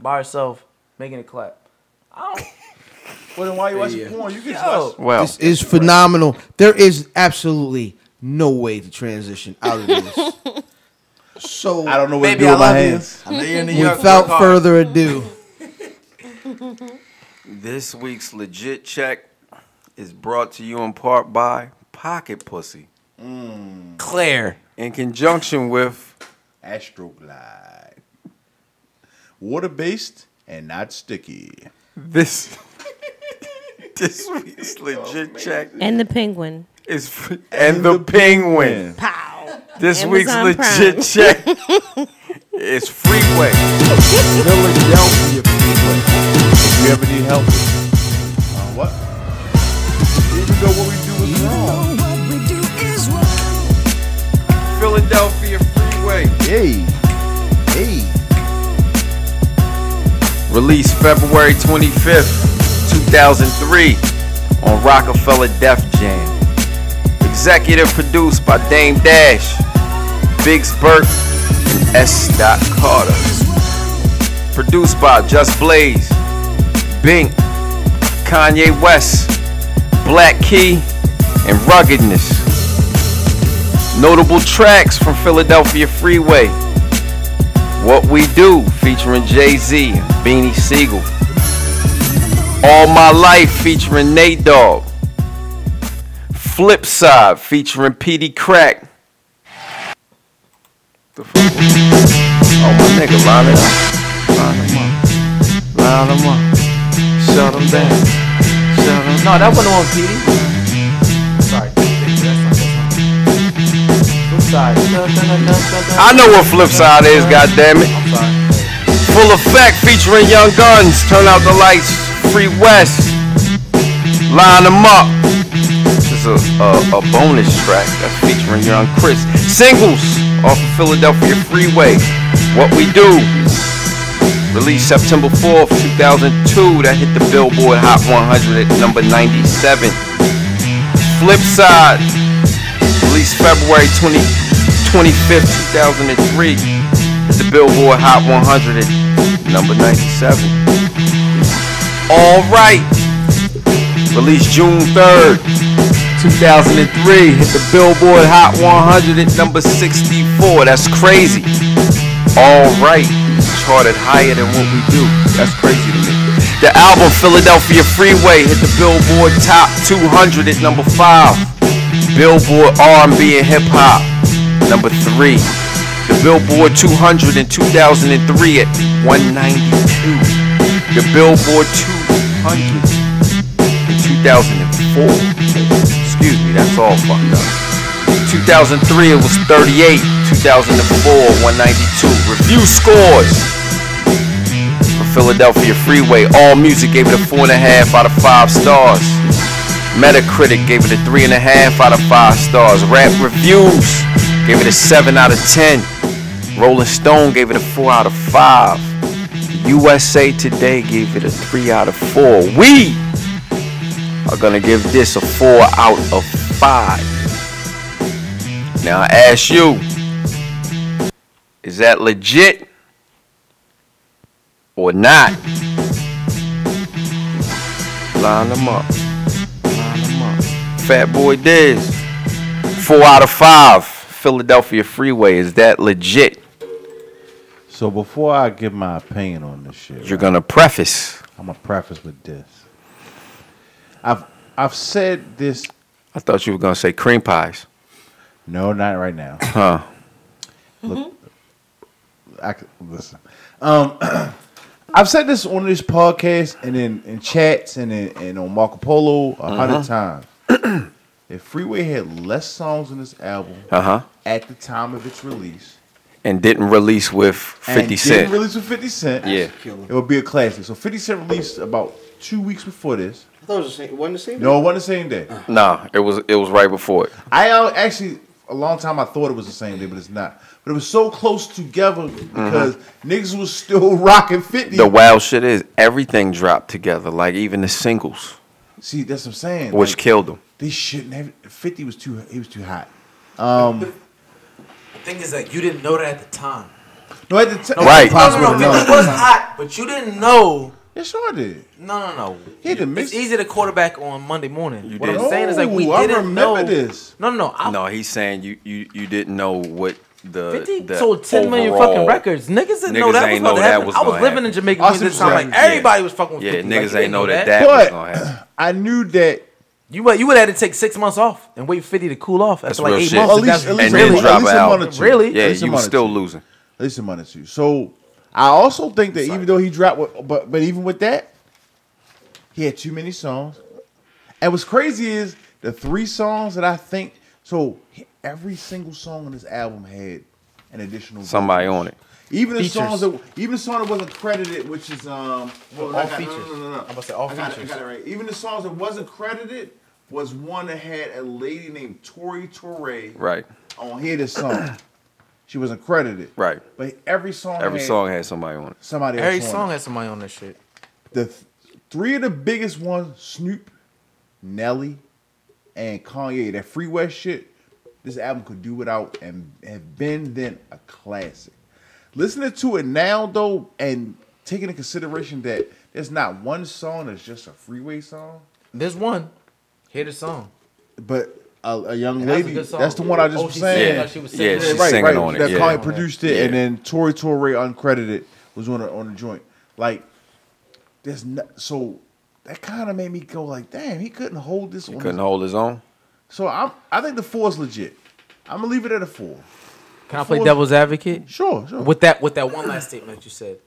S11: by herself making it clap. I don't.
S5: Well, then why you watching
S11: Yeah.
S5: porn? You can just
S11: Yo.
S5: watch.
S1: Well,
S7: this is phenomenal. There is absolutely no way to transition out of this. so
S5: I don't know what
S11: Baby,
S5: to do
S11: I
S5: with my
S11: love you.
S5: hands.
S11: I know you're in New York.
S7: without
S11: Work hard.
S7: further ado,
S1: This week's legit check is brought to you in part by Pocket Pussy Mm.
S11: Claire.
S1: in conjunction with
S5: Astroglide. Water based and not sticky.
S1: this. this week's legit check
S6: And the penguin.
S1: is f- Oh, and, the, penguin.
S6: Pow.
S1: This
S6: Amazon
S1: week's
S6: Prime.
S1: legit check is Freeway. Philadelphia Freeway.
S5: If you ever need help, uh, what? Here we go. What we do is wrong.
S1: Philadelphia Freeway.
S5: Hey, hey.
S1: Released February 25th, 2003 on Rockefeller Def Jam. Executive produced by Dame Dash, Biggs Burke, and S. Dot Carter. Produced by Just Blaze, Bink, Kanye West, Black Key, and Ruggedness. Notable tracks from Philadelphia Freeway. What We Do featuring Jay Z and Beanie Siegel. All My Life featuring Nate Dogg. Flipside featuring PD Crack. The fuck was- Oh, my nigga, line it up. Line them up. Line them up. Shut them down. Shut them
S11: No, that wasn't on PD. Sorry, that's not
S1: I know what Flipside is, goddammit. Full Effect featuring Young Guns. Turn out the lights. Free West. Line them up. This is a, a, a bonus track that's featuring Young Chris. Singles off of Philadelphia Freeway. What We Do. Released September 4th, 2002. That hit the Billboard Hot 100 at number 97. Flipside released February 20, 25th, 2003. It's the Billboard Hot 100 at number 97. All Right, released June 3rd, 2003. Hit the Billboard Hot 100 at number 64. That's crazy. All Right, charted higher than what we do. That's crazy to me. The album Philadelphia Freeway hit the Billboard Top 200 at number 5. Billboard R&B and Hip Hop, number three. The Billboard 200 in 2003 at 192. The Billboard 200 in 2004. Excuse me, that's all fucked up. 2003 it was 38. 2004 192. Review scores for Philadelphia Freeway. All Music gave it a four and a half out of five stars. Metacritic gave it a three and a half out of five stars. Rap reviews Gave it a 7 out of 10. Rolling Stone gave it a 4 out of 5. USA Today gave it a 3 out of 4. We are going to give this a 4 out of 5. Now I ask you, is that legit or not? Line them up. Line them up. Fat Boy Diz. Four out of five. Philadelphia Freeway. Is that legit?
S5: So before I give my opinion on this shit,
S1: You're gonna preface.
S5: I'm gonna preface with this. I've I've said this.
S1: I thought you were gonna say cream pies.
S5: No, not right now.
S1: Huh.
S5: Look, I c- listen. Um, I've said this on this podcast and in, in chats and in, and on Marco Polo a 100
S1: Mhm.
S5: times. if Freeway had less songs in this album
S1: Uh-huh.
S5: at the time of its release,
S1: And didn't release with 50
S5: and
S1: Cent.
S5: didn't release with 50 Cent,
S1: Yeah.
S5: it would be a classic. So 50 Cent released about two weeks before this.
S7: I thought it was the same. Wasn't the same?
S5: No, it wasn't the same day.
S1: nah, it was it was right before it.
S5: I al- actually a long time I thought it was the same day, but it's not. But it was so close together because niggas was still rocking fifty.
S1: Mm-hmm. The wild shit is everything dropped together, like even the singles,
S5: See, that's what I'm saying.
S1: which
S5: like,
S1: killed them.
S5: they shouldn't have. Fifty was too. He was too hot. Um,
S8: The thing is that you didn't know that at the time.
S5: no, at the t-
S8: No,
S5: right.
S8: No, no, no. It was hot, but you didn't know.
S5: Yeah, sure did.
S8: No, no, no.
S5: He had to mix-
S8: It's easy to quarterback on Monday morning. what
S1: did.
S8: I'm saying is like we
S5: No,
S8: didn't
S5: I remember
S8: know.
S5: this.
S8: No, no, no. I,
S1: No, he's saying you you you didn't know what the
S8: 50
S1: the
S8: sold 10 million
S1: overall-
S8: fucking records. Niggas didn't know
S1: Niggas
S8: that was
S1: ain't
S8: about
S1: know
S8: to
S1: that
S8: happen.
S1: was
S8: I was
S1: gonna
S8: living in
S1: happen.
S8: Jamaica
S1: I
S8: music at
S1: see
S8: the
S1: what
S8: time.
S1: you're
S8: Like
S1: saying. Yeah.
S8: everybody was fucking with
S1: Yeah,
S8: 50.
S1: niggas
S8: Like, you
S1: ain't
S8: didn't
S1: know that that was gonna happen.
S5: I knew that.
S8: You would, you would have had to take six months off and wait for 50 to cool off after
S1: That's
S8: like
S1: real
S8: eight
S1: shit.
S8: months.
S5: At least-
S8: That's
S5: at least
S1: and
S5: really-
S1: then drop
S5: at
S1: an
S5: least a
S1: album.
S5: month or two.
S8: Really?
S1: Yeah,
S5: At least a
S1: you
S5: month
S1: was
S5: or
S1: still
S5: two.
S1: losing.
S5: At least a month or two. So I also think that even though he dropped, with, but but even with that, he had too many songs. And what's crazy is the three songs that I think so he- every single song on this album had an additional vocal.
S1: Somebody on it.
S5: Even the
S1: Features.
S5: songs that even the song that wasn't credited, which is um well,
S8: all
S5: I got-
S8: features.
S5: No, no, no, no. I'm
S8: about to say all
S5: I got
S8: features.
S5: It, I got it right. Even the songs that wasn't credited was one that had a lady named Tori Torre
S1: Right,
S5: on here this song. she wasn't credited.
S1: right.
S5: But every song
S1: Every
S5: had
S1: song had somebody on it.
S5: somebody
S8: Every
S5: else on
S8: song
S5: it.
S8: has somebody on that shit.
S5: the th- three of the biggest ones, Snoop, Nelly, and Kanye, that Free West shit, this album could do without and have been then a classic. Listening to it now though, and taking into consideration that there's not one song that's just a freeway song,
S8: There's one. Hear the song.
S5: but a, a young
S8: And that's a
S5: lady.
S8: good
S5: That's,
S8: song.
S5: the one I just
S8: Oh,
S5: was
S8: she
S5: saying.
S8: singing like she was singing Yeah, on it. she's
S1: singing on it,
S5: That
S1: yeah.
S5: Kanye produced it,
S1: Yeah.
S5: and then Tori Torre uncredited was on the, on the joint. Like, there's not so that kind of made me go like, damn, he couldn't hold this. on
S1: Couldn't
S5: his-
S1: hold his own.
S5: So I'm I think the four is legit. I'm gonna leave it at a four.
S8: Can I
S5: The
S8: play
S5: four-
S8: devil's advocate?
S5: Sure, sure.
S8: With that, with that one last statement that you said,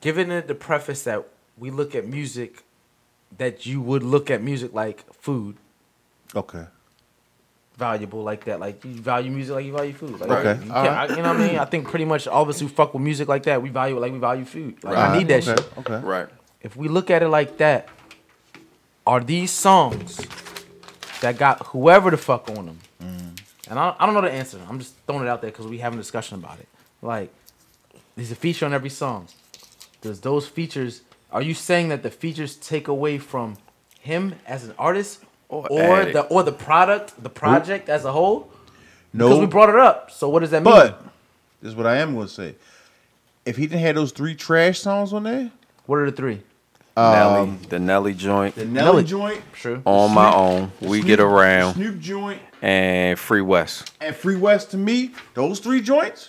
S8: giving it the preface that we look at music, that you would look at music like food,
S5: Okay.
S8: valuable like that. Like you value music like you value food. Like,
S5: Okay.
S8: You, can't-
S5: All
S8: I,
S5: right.
S8: you know what I mean? I think pretty much all of us who fuck with music like that, we value it like we value food. Like
S5: Right.
S8: I need that
S5: Okay,
S8: shit.
S5: okay.
S1: Right.
S8: If we look at it like that, are these songs that got whoever the fuck on them?
S1: Mm.
S8: And I, I don't know the answer. I'm just throwing it out there because we having a discussion about it. Like, there's a feature on every song. Does those features? Are you saying that the features take away from him as an artist, or,
S1: add it.
S8: the or the product, the project as a whole?
S5: No.
S8: Because we brought it up. So what does that mean?
S5: But this is what I am gonna say. If he didn't have those three trash songs on there, um,
S8: what are the three?
S1: Nelly, the Nelly joint.
S5: The Nelly, joint,
S8: Sure.
S1: On my own, we get around.
S5: Snoop joint
S1: And Free West.
S5: and Free West to me, those three joints.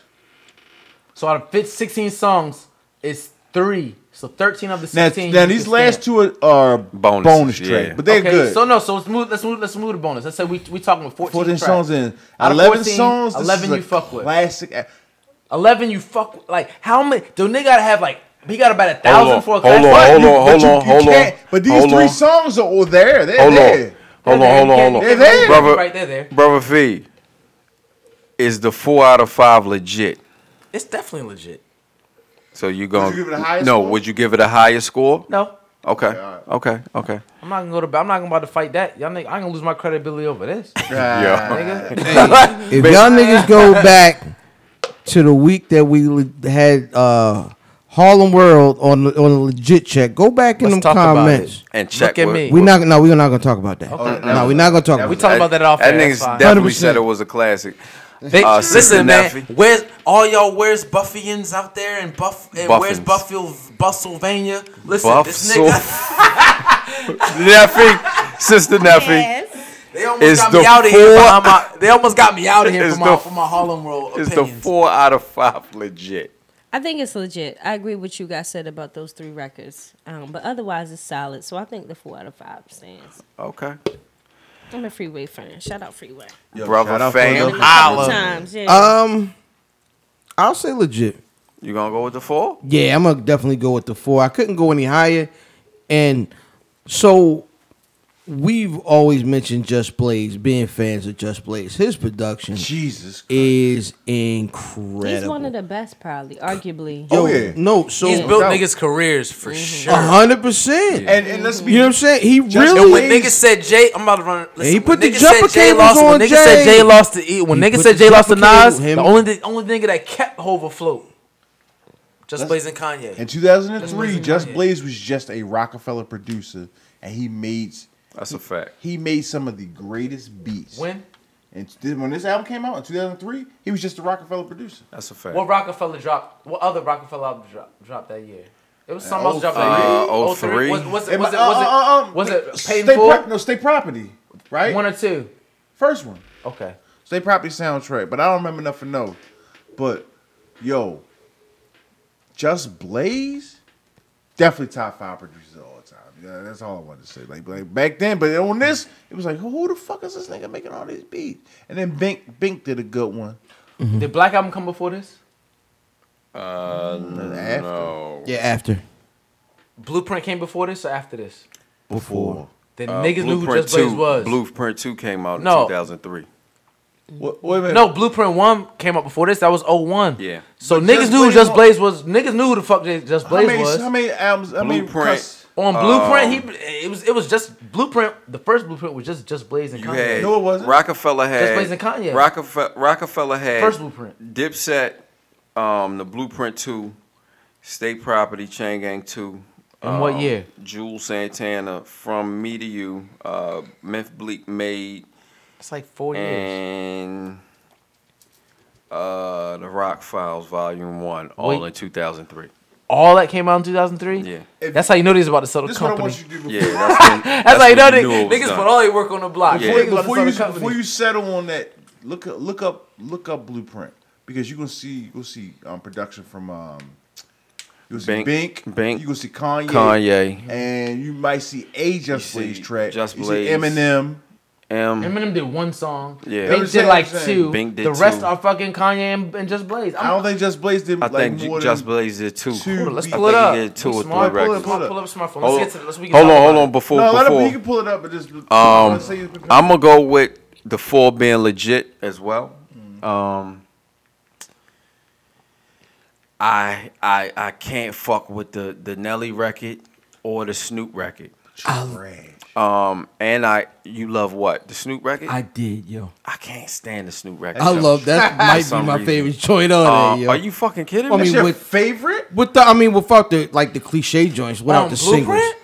S8: So out of fif- 16 songs, it's three. So 13 of the
S5: Now,
S8: 16.
S5: now
S8: you
S5: these
S8: can
S5: last
S8: stand.
S5: two are, are bonus, bonus
S1: yeah.
S5: track, but they're
S8: okay,
S5: good.
S8: So no, so let's move. Let's move. Let's move to bonus. Let's say we we talking with 14,
S5: 14
S8: tracks.
S5: songs in.
S8: Out of
S5: 11
S8: 14,
S5: songs, this
S8: Eleven
S5: is a
S8: you fuck with.
S5: Classic.
S8: Eleven you fuck with. Like how many? Do nigga gotta have like he got about a
S1: Hold
S8: thousand
S1: on,
S8: for a
S1: hold on,
S8: class?
S1: hold
S5: But
S1: on, hold
S5: you-
S1: on,
S5: you
S1: hold on.
S5: can't- But these
S1: hold
S5: three
S1: on.
S5: songs are all there. They're
S1: Hold
S5: there.
S1: on. Hold
S8: They're
S1: on, hold
S8: there.
S1: on, hold
S8: They're
S1: on.
S8: there.
S1: Brother,
S8: Right there, there.
S1: Brother Fee, is the four out of five legit?
S8: It's definitely legit.
S1: So you going
S5: you give it a higher
S1: No,
S5: score?
S1: would you give it a higher score?
S8: No.
S1: Okay. Okay. Okay.
S11: I'm not gonna go to. ba- I'm not gonna about to fight that. Y'all nigga, I ain't gonna lose my credibility over this.
S1: Yeah.
S11: Nigga.
S7: if y'all niggas go back to the week that we le- had uh, Harlem World on on a legit check, go back in
S11: Let's
S7: them
S11: talk about
S7: comments
S11: it. And check Look at what- me.
S7: We're not no, we're not gonna talk about that.
S11: Okay.
S7: No, we're not gonna talk. about
S11: We talk about that off
S1: That
S11: air,
S1: niggas
S11: that's fine.
S1: definitely
S7: 100%.
S1: said it was a classic.
S8: They,
S1: Uh, Sister
S8: listen, man.
S1: Nephi.
S8: Where's all y'all? Where's Buffians out there? And Buff? And where's
S1: Buffins.
S8: Buffield, Buffsylvania? Listen, this
S1: Buffsil-
S8: nigga.
S1: Neffy, sister Neffy.
S8: They almost
S1: It's
S8: got
S1: the
S8: me out of here.
S1: four-
S8: behind My, they almost got me out of here
S1: It's
S8: for my,
S1: the-
S8: for my Harlem Roll
S1: It's the
S8: opinions.
S1: four out of five legit.
S6: I think it's legit. I agree with you guys said about those three records. Um, but otherwise, it's solid. So I think the four out of five stands.
S1: Okay.
S6: I'm a Freeway fan. Shout out Freeway.
S1: Yo, Brother shout out fam.
S6: Been
S1: Freeway.
S6: a couple
S1: Holla.
S6: times, yeah.
S7: Um, I'll say legit.
S1: You gonna go with the four?
S7: Yeah, I'm gonna definitely go with the four. I couldn't go any higher, and so we've always mentioned Just Blaze being fans of Just Blaze. His production,
S5: Jesus,
S7: is incredible.
S6: He's one of the best, probably, arguably.
S11: Oh,
S7: Yo, no, so
S8: He's built niggas' careers for
S11: Mm-hmm.
S8: sure.
S7: A hundred percent.
S8: And- and let's be-
S7: you know what I'm saying. He
S8: Just- and when
S7: really.
S8: niggas said Jay, I'm about to run. Listen,
S7: he put
S8: when
S7: the
S8: niggas
S7: jumper
S8: said Jay
S7: cables
S8: lost,
S7: on
S8: when niggas said
S7: Jay.
S8: Jay lost to E, when
S7: He
S8: niggas
S7: put
S8: said
S7: the
S8: Jay lost to
S7: jumper
S8: Nas,
S7: cable, him-
S8: the only the only nigga that kept Hov afloat, just Blaze and Kanye.
S5: In
S8: Just
S5: 2003,
S8: Blaze and
S5: Just
S8: Kanye.
S5: Blaze was just a Rockefeller producer, and he made.
S1: That's a fact.
S5: He made some of the greatest beats.
S8: When?
S5: And th- when this album came out in 2003, he was just a Rockefeller producer.
S1: That's a fact.
S11: What Rockefeller dropped? What other Rockefeller album dropped, dropped that year? It was something
S5: Uh,
S11: else dropped
S5: uh,
S11: that year. Oh three.
S1: 03?
S11: Was, was it?
S5: Am I-
S11: Was it?
S5: uh, uh,
S11: Was
S5: uh,
S11: it? Was it?
S5: Stay
S11: Painful.
S5: Pro- no, Stay Property, right? One
S11: or two.
S5: First one.
S11: Okay.
S5: Stay Property soundtrack, but I don't remember enough to know. But yo, Just Blaze, definitely top five producers of all time. Yeah, that's all I wanted to say. Like, like back then, but on this, it was like, who the fuck is this nigga making all these beats? And then Bink Bink did a good one.
S11: Did Black Album come before this?
S1: Uh, no.
S7: Yeah, after
S11: Blueprint came before this or after this?
S1: Before.
S11: Then niggas knew who Just Blaze
S1: Uh, two,
S11: was.
S1: Blueprint 2 came out in
S11: No.
S1: 2003.
S5: wait a minute.
S11: No, Blueprint One came out before this. That was 01.
S1: Yeah.
S11: So
S5: But
S11: niggas
S5: Just
S11: knew who
S5: Blaze
S11: Just
S5: wa-
S11: Blaze was. Niggas knew who the fuck Just
S5: How
S11: Blaze
S5: many,
S11: was.
S5: how many albums? I mean, cuss-
S11: on Blueprint, he it was it was just Blueprint. The first Blueprint was just just Blaze and
S1: You
S11: Kanye.
S1: had Rockefeller had
S11: Just Blaze and Kanye.
S1: Rockefeller, Rockefeller had
S11: First Blueprint.
S1: Dipset, um, the Blueprint Two, State Property, Chain Gang Two.
S11: In what
S1: um,
S11: year?
S1: Jules Santana from Me to You, uh, Memph Bleak made.
S11: It's like four years.
S1: And uh, the Rock Files Volume One, all
S11: Wait.
S1: in two thousand three.
S11: All that came out in 2003.
S1: Yeah.
S11: that's how you know these about to sell the
S1: This what I
S11: company.
S1: want you to do Yeah, before- that's when-
S11: That's
S1: that's
S11: how you
S1: when
S11: know
S1: you
S11: niggas,
S1: knew it was
S11: niggas
S1: done.
S11: put all their work on the block.
S5: Before,
S11: Niggas about to
S5: before
S11: sell
S5: you
S11: the company.
S5: before you settle on that, look up look up look up Blueprint because you gonna see you'll see um, production from um you'll see
S1: Bink,
S5: Bink,
S1: Bink,
S5: you gonna see Kanye,
S1: Kanye.
S5: and you might see a Just Blaze track,
S1: Just
S5: you
S1: Blaze.
S5: see Eminem.
S1: M.
S11: Eminem did one song.
S1: Yeah.
S11: Bink
S5: That's what
S11: did
S5: I'm
S11: like
S5: saying.
S11: two.
S1: Bink did
S11: the rest
S1: two.
S11: are fucking Kanye and, and Just Blaze. I'm,
S5: I don't think Just Blaze did
S1: I
S5: like
S1: think
S5: more
S1: Just
S5: than
S1: Blaze did too.
S5: two
S1: Let's
S5: beats.
S1: pull it up. Two or three
S11: Pull it
S1: records.
S11: up, pull, up smartphone. Let's
S1: Hold-
S11: get to this. We can
S1: hold
S11: talk
S1: on,
S11: about
S1: hold
S11: it.
S1: on. Before,
S5: no, let
S1: before.
S5: him, you can pull it up, but just
S1: Um,
S5: let's say you-
S1: I'm gonna go with the four being legit as well.
S11: Mm-hmm.
S1: Um, I I I can't fuck with the the Nelly record or the Snoop record. Um, and I you love what the Snoop record?
S7: I did, yo.
S1: I can't stand the Snoop record.
S7: I love that.
S1: For
S7: Might be
S1: some
S7: my
S1: reason.
S7: favorite joint on
S1: Um,
S7: there. Yo.
S1: Are you fucking kidding me?
S7: I mean, with
S5: favorite?
S7: With the, I mean, without the like the cliche joints, without
S1: On
S7: the singles.
S1: Blueprint?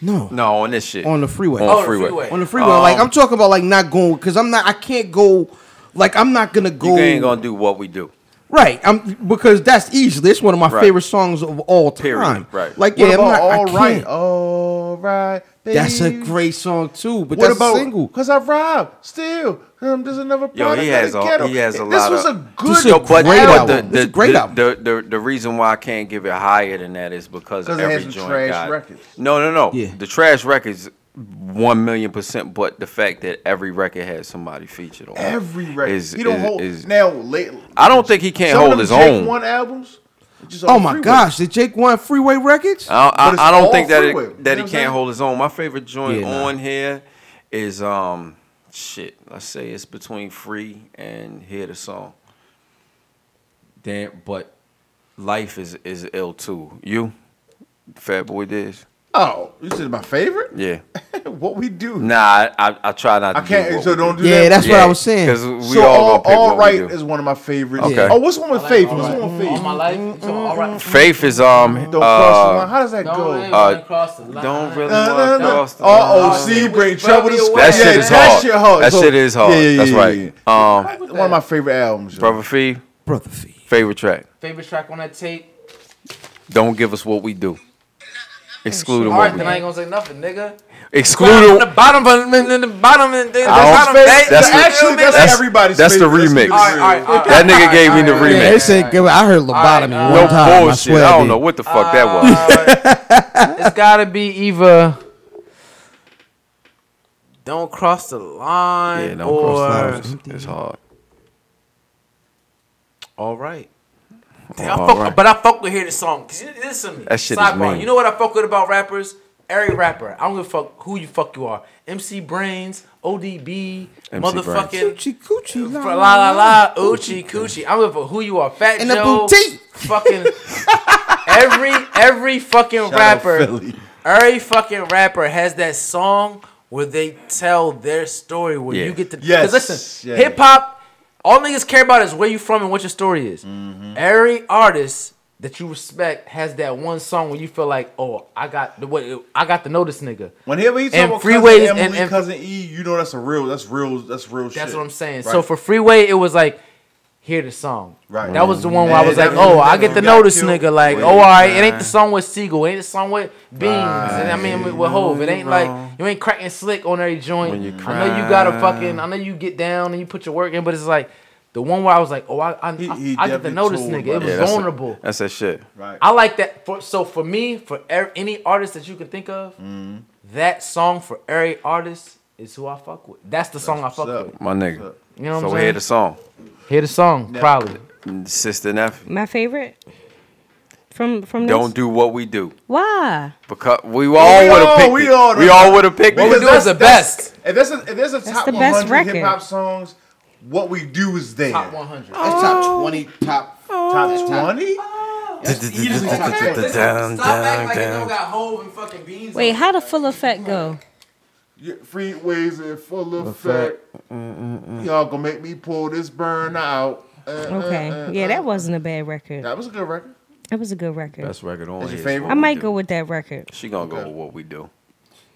S7: No.
S1: No, on this shit.
S7: On the freeway.
S1: On
S7: Oh,
S1: the freeway. Um,
S7: On the freeway, like I'm talking about, like not going because I'm not. I can't go. Like I'm not gonna go.
S1: You ain't gonna do what we do.
S7: Right, I'm because that's easily. It's one of my
S1: Right.
S7: favorite songs of all time.
S1: Period. Right.
S7: Like
S5: What
S7: yeah, I'm
S5: about
S7: not.
S5: all
S7: I
S5: right,
S7: can't.
S5: all right, baby.
S7: That's a great song too, but
S5: what
S7: that's
S5: about
S7: a single.
S5: Cause I rob, still. Um, there's another
S1: Yo, he
S5: product
S1: has
S5: of the ghetto.
S1: a he has a
S5: this
S1: lot.
S5: was
S1: of,
S5: a good,
S1: Yo, but,
S5: album.
S1: but the, the,
S5: This is a great
S1: the,
S5: album.
S1: The, the the reason why I can't give it higher than that is because
S5: 'Cause it has
S1: every
S5: some
S1: joint
S5: trash
S1: got
S5: records.
S1: no no no the trash records one million percent. But the fact that every record has somebody featured on it
S5: Every record.
S1: is-
S5: he don't
S1: is-
S5: hold
S1: is-
S5: now. Late,
S1: I don't think he can't
S5: some of
S1: hold
S5: them
S1: his
S5: Jake
S1: own.
S5: One albums. just
S7: Oh
S5: all
S7: my
S5: freeway.
S7: gosh, the Jake One Freeway Records.
S1: I,
S7: But it's
S1: I, I
S7: all
S1: don't think that
S7: freeway.
S1: it, that
S7: You know
S1: he
S7: what I'm
S1: can't hold his own. My favorite joint
S7: Yeah, nah.
S1: on here is um shit. Let's say it's between free and hear the song. Damn, but life is is ill too. You, Fat Boy Diz.
S5: Oh, you said my favorite?
S1: Yeah.
S5: what we do?
S1: Nah, I, I, I try not.
S5: I
S1: to
S5: can't.
S1: Do what
S5: so
S1: we
S5: don't do
S1: do
S5: that.
S1: Because we
S5: so
S1: all,
S5: all,
S1: gonna pick
S5: all
S1: what
S5: right
S1: we do.
S5: is one of my favorites.
S1: Okay.
S5: Oh, what's one with faith? What's one with faith?
S3: All my life.
S5: Mm-hmm.
S3: you talking about all right.
S1: Faith is um. Don't
S5: cross the line. How does that
S3: Don't
S5: go?
S3: really
S1: Uh,
S3: wanna cross the line.
S1: don't really
S5: No,
S1: wanna
S5: no, no.
S1: cross the
S5: Uh-oh,
S1: line.
S5: see, bring trouble to square.
S1: That shit is
S5: Yeah,
S1: hard.
S5: That shit hard.
S1: That
S5: So-
S1: shit is hard.
S5: Yeah, yeah,
S1: That's
S5: yeah,
S1: right.
S5: yeah.
S1: Um,
S5: One of my favorite albums. yo.
S1: brother Fee. Brother Fee. Favorite track.
S3: Favorite track on that tape.
S1: Don't give us what we do. Excluding
S3: All right,
S1: what we
S3: then I ain't
S1: do.
S3: gonna say nothing, nigga.
S1: Excluding.
S3: the bottom, the, the bottom, and the, the
S1: I don't-
S3: bottom.
S1: that's- that's the-
S3: actually,
S1: that's everybody's That's the favorite. remix.
S3: All right, all right, all right.
S1: That nigga gave me the
S7: Yeah, they
S1: remix.
S7: said, I heard lobotomy one
S1: No
S7: time. I
S1: bullshit.
S7: swear
S1: I
S7: did.
S1: don't know what the fuck that
S3: Ah,
S1: was.
S3: it's gotta be either don't cross the line
S1: Yeah, don't
S3: or
S1: cross the line. It's hard.
S3: all right.
S1: Oh,
S3: Damn, I
S1: all
S3: fuck,
S1: right.
S3: But I fuck with hearing the song. Cause you- listen to me.
S1: That shit is
S3: Sidebar.
S1: mean.
S3: You know what I fuck with about rappers? Every rapper. I don't give a fuck who you fuck you are. MC Brains, ODB,
S1: MC
S3: motherfucking
S7: Coochie coochie la
S3: la la la, oochie coochie. I don't give a fuck who you are. Fat
S7: In the
S3: Joe.
S7: boutique.
S3: Fucking every every fucking
S5: Shout out
S3: rapper.
S5: Philly.
S3: Every fucking rapper has that song where they tell their story where
S5: Yeah.
S3: you get to 'cause
S5: Yes.
S3: listen,
S5: Yeah.
S3: hip hop, all niggas care about is where you from and what your story is. Every artist that you respect has that one song where you feel like, oh, I got the what I got to know this nigga.
S5: When here we talk
S3: And
S5: about
S3: Freeways
S5: cousin
S3: and-
S5: Emily,
S3: and-
S5: cousin E, you know that's a real. That's real. That's real. shit.
S3: That's what I'm saying.
S5: Right.
S3: So for Freeway, it was like, hear the song.
S5: Right.
S3: That was the one where I
S5: Yeah,
S3: was
S5: that
S3: like,
S5: was-
S3: oh, I
S5: that
S3: get
S5: was-
S3: to
S5: we
S3: know
S5: got
S3: this
S5: killed.
S3: nigga. Like,
S5: Wait,
S3: oh, all right, it ain't
S5: right.
S3: the song with Siegel. It ain't the song with Beans. And I mean, with- with Hove. It ain't like, you ain't cracking slick on every joint.
S1: When you
S3: I know you got to
S1: cry.
S3: fucking, I know you get down and you put your work in, but it's like, the one where I was like, oh, I, I, I- I get to
S5: definitely
S3: know this
S5: told
S3: nigga.
S5: about
S3: It was
S1: Yeah, that's a-
S3: vulnerable.
S1: That's that shit.
S5: Right.
S3: I like that. For, so for me, for er, any artist that you can think of, that song for every artist is who I fuck with. That's the song I fuck with.
S1: My nigga.
S3: You know what
S1: so
S3: I'm
S1: hear
S3: saying?
S1: the song.
S3: Hear the song, probably.
S1: Sister Nephew.
S6: My favorite from from
S1: Don't
S6: this?
S1: do what we do.
S6: Why?
S1: Because we all
S5: We
S1: would
S5: all-
S1: have picked
S5: we
S1: it.
S5: all-
S1: we all would have picked
S5: What
S1: it.
S5: we do is the
S3: That's- best.
S5: If there's a if there's a top
S6: the best
S5: 100 hip
S6: record.
S5: hop songs, what we do is there.
S3: Top 100.
S7: That's top 20, top
S6: Oh.
S5: Top 20.
S1: Down, down, down.
S3: got Hove and fucking Beans.
S6: Wait, how the full effect go?
S5: Free ways in full effect. Y'all gonna make me pull this burn out. Uh, uh, uh,
S6: Okay, yeah, that wasn't a bad record.
S5: That was a good record.
S6: That was a good record.
S1: Best record on
S5: Is your
S1: here.
S5: favorite?
S6: I might go with that record.
S1: She gonna go with what we do.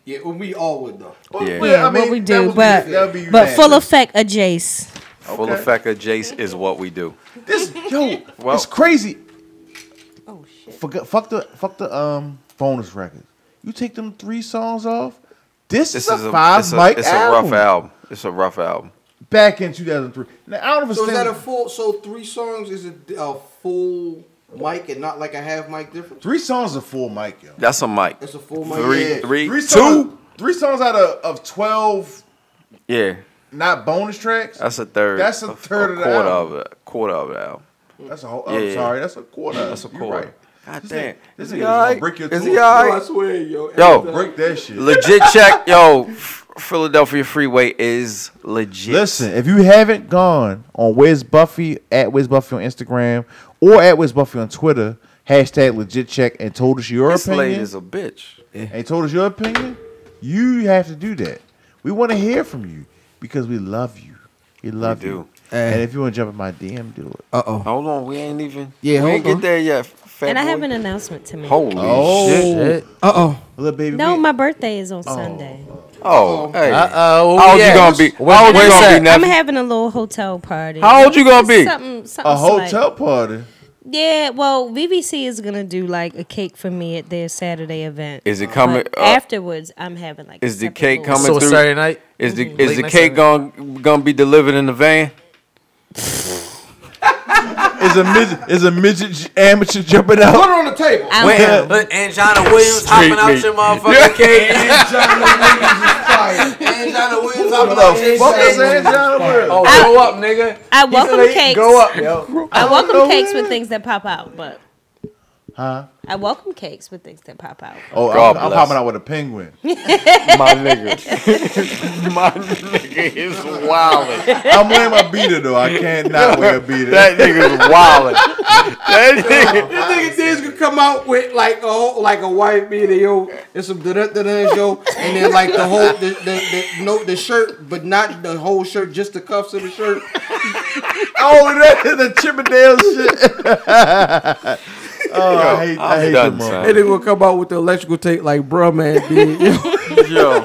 S7: Yeah, well, we all would though.
S1: Yeah.
S6: Yeah,
S5: I mean,
S6: what we
S5: that
S6: do,
S5: would be-
S6: but
S5: that'd be
S6: but full
S5: unanimous.
S6: effect a Jace.
S1: Full effect of Jace is what we do.
S5: This yo,
S1: Well-
S5: it's crazy. Oh shit! Forget, fuck the fuck the um bonus record. You take them three songs off. This,
S1: This
S5: is,
S1: is
S5: a
S1: a
S5: five
S1: it's a,
S5: mic
S1: it's a
S5: album.
S1: rough album. It's a rough album.
S5: Back in 2003. Now I don't
S7: So
S5: understand.
S7: is that a full? So three songs is a, a full mic and not like a half mic difference.
S5: three songs is a full mic, yo.
S1: That's a mic.
S7: It's a full mic.
S1: Three,
S7: yeah.
S1: three,
S5: Three
S1: two.
S5: songs, three songs out of, of twelve
S1: Yeah,
S5: not bonus tracks.
S1: that's a third.
S5: That's a third of the
S1: quarter
S5: album.
S1: of it. Quarter of the album.
S5: That's a whole. I'm
S1: Yeah.
S5: sorry, that's a quarter.
S1: That's a
S5: You
S1: quarter.
S5: right.
S1: God
S5: This
S1: damn.
S5: nigga- This
S1: Is
S5: nigga
S1: he
S5: is gonna
S1: alright?
S5: break your
S1: Is
S5: tool.
S1: he alright?
S7: swear, yo.
S1: Yo,
S5: Break that shit.
S1: legit check. Yo, F- Philadelphia Freeway is legit.
S5: Listen, if you haven't gone on Wiz Buffy at Wiz Buffy on Instagram or at Wiz Buffy on Twitter, hashtag legit check and told us your
S1: this lady
S5: opinion
S1: is a bitch.
S5: and told us your opinion, you have to do that. We want to hear from you because we love you. We love
S1: do.
S5: you. and if you want to jump in my DM, do it.
S7: Uh oh.
S1: Hold on, we ain't even.
S7: Yeah,
S1: we
S7: hold
S1: ain't
S7: on.
S1: get there yet. Fat
S6: And I
S1: boy.
S6: have an announcement to make.
S1: Holy
S5: Oh,
S1: shit!
S7: Uh oh.
S5: Little baby.
S6: No,
S5: me.
S6: my birthday is on Sunday.
S1: Oh, hey.
S3: Uh-oh,
S1: How old
S3: yeah.
S1: you gonna be?
S3: Where-
S1: How old
S3: where's
S1: you gonna
S3: that?
S1: be,
S6: I'm
S1: nephew?
S6: having a little hotel party.
S1: How old you gonna be?
S6: Something, something
S5: a
S6: slight.
S5: hotel party.
S6: Yeah, well, VVC is gonna do like a cake for me at their Saturday event.
S1: Is it coming-
S6: But
S1: uh,
S6: afterwards, I'm having like.
S1: Is the cake coming
S3: So
S1: through?
S3: Saturday night?
S1: Is the
S3: Mhm.
S1: is
S3: Late
S1: the
S3: night
S1: cake gonna gonna be delivered in the van?
S5: Is a midget is a midget j- amateur jumping out?
S7: Put it on the table.
S6: I
S3: Wait,
S5: Yeah.
S3: look, Anjana Williams hopping
S1: Street
S3: out
S1: meat.
S3: your motherfucking cake.
S7: Angela Williams,
S5: What the fuck is that?
S3: Oh,
S5: Oh,
S3: grow up, nigga.
S6: I welcome
S3: Late,
S6: cakes.
S3: Grow up, yo.
S6: I welcome cakes with things that pop out, but
S5: Huh?
S6: I welcome cakes with things that pop out.
S5: Oh,
S1: God
S5: I'm, I'm
S1: bless.
S5: popping out with a penguin.
S1: My nigga. My nigga is wildin'.
S5: I'm wearing my beater though. I can't not wear a beater.
S1: That nigga's wildin'. That nigga.
S7: This nigga things could come out with like a whole, like a white beater yo and some da da da da yo and then like the whole the, the, the no the shirt but not the whole shirt just the cuffs of the shirt.
S5: oh, that is the Chippendale shit. oh, I hate, I hate them all.
S7: And they will come out with the electrical tape like, bruh, man, dude.
S1: Yo.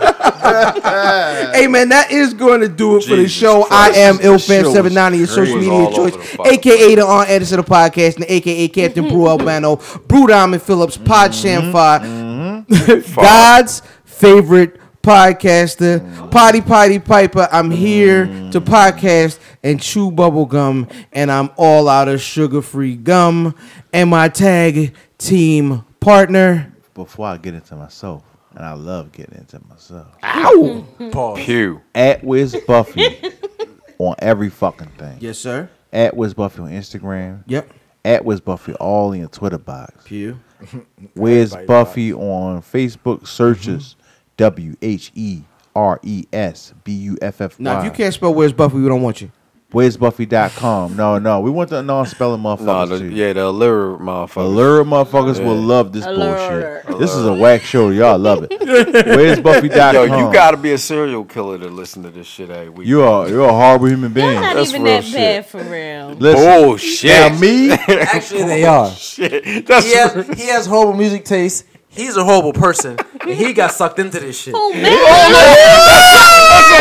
S7: hey man, that is going to do it for the
S15: Jesus
S7: show.
S15: I am
S7: Il
S15: IlFam seven ninety, your social media choice, aka the on Edison of the podcast, and aka Captain Brew Albano, Brew Diamond Phillips, Pod Sham Fi, God's favorite podcaster, Potty Potty Piper. I'm here to podcast and chew bubble gum, and I'm all out of sugar free gum. And my tag team partner,
S5: Before I get into myself, and I love getting into myself.
S7: Ow! Pause.
S1: Pew.
S5: At Wiz Buffy on every fucking thing.
S7: Yes, sir.
S5: At Wiz Buffy on Instagram.
S7: Yep.
S5: At Wiz Buffy all in your Twitter box.
S7: Pew.
S5: Where's
S7: Everybody
S5: Buffy on Facebook? Searches W H E R E S B U F F Y.
S7: Now, if you can't spell Where's Buffy, we don't want you.
S5: Where'sBuffy.com. No, no. We want the non spelling motherfuckers.
S1: Nah, the, yeah, the allure motherfucker.
S5: Allure motherfuckers will love this
S1: Allure.
S5: bullshit. This is a whack show. Y'all love it. Where's Buffy.com?
S1: Yo, you gotta be a serial killer to listen to this shit every week.
S5: You are you're a horrible human being.
S6: Not
S1: That's
S6: even
S1: real
S6: that
S1: shit.
S6: bad for real.
S5: Listen,
S1: Bullshit.
S5: now me,
S3: Actually, they are.
S1: Shit.
S3: he, has, he has horrible music taste. He's a horrible person. and he got sucked into this shit. Oh, man.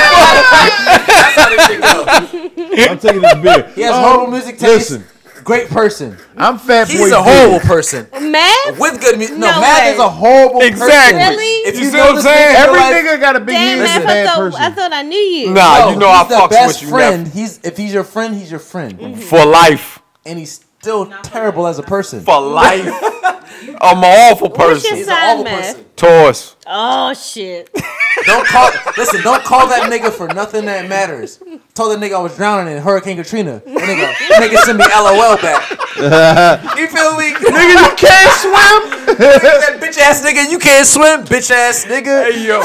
S3: That's how this shit goes.
S5: I'm taking this beer.
S3: He has
S5: Um,
S3: horrible music taste.
S5: Listen,
S3: Great person.
S5: I'm fat
S3: He's
S5: boy
S3: a
S5: Jay.
S3: horrible person.
S6: Math?
S3: With good music. No,
S6: No
S3: Matt
S6: way.
S3: is a horrible person.
S6: Exactly. Really?
S3: If
S6: You
S3: you,
S6: see
S3: know
S6: what I'm
S3: this
S6: saying?
S3: nigga,
S5: Every
S3: like-
S5: nigga got a big
S6: Damn,
S5: human
S6: Math, I
S5: bad
S6: thought,
S5: person.
S6: I thought I knew you.
S1: Nah, you know I
S3: he's the
S1: fucks
S3: best
S1: with you,
S3: friend.
S1: Neff.
S3: He's if he's your friend, he's your friend
S6: Mm-hmm.
S1: For life.
S3: and he's still terrible as a person.
S1: For life. I'm an awful
S6: What's
S1: person.
S6: your sign, Math?
S1: Taurus.
S6: Oh, shit.
S3: Don't call. listen, don't call that nigga for nothing that matters. Told that nigga I was drowning in Hurricane Katrina. That nigga, that nigga send me LOL back. You feel me?
S1: Nigga, you can't swim.
S3: that bitch ass nigga, you can't swim, bitch ass nigga.
S1: Hey yo,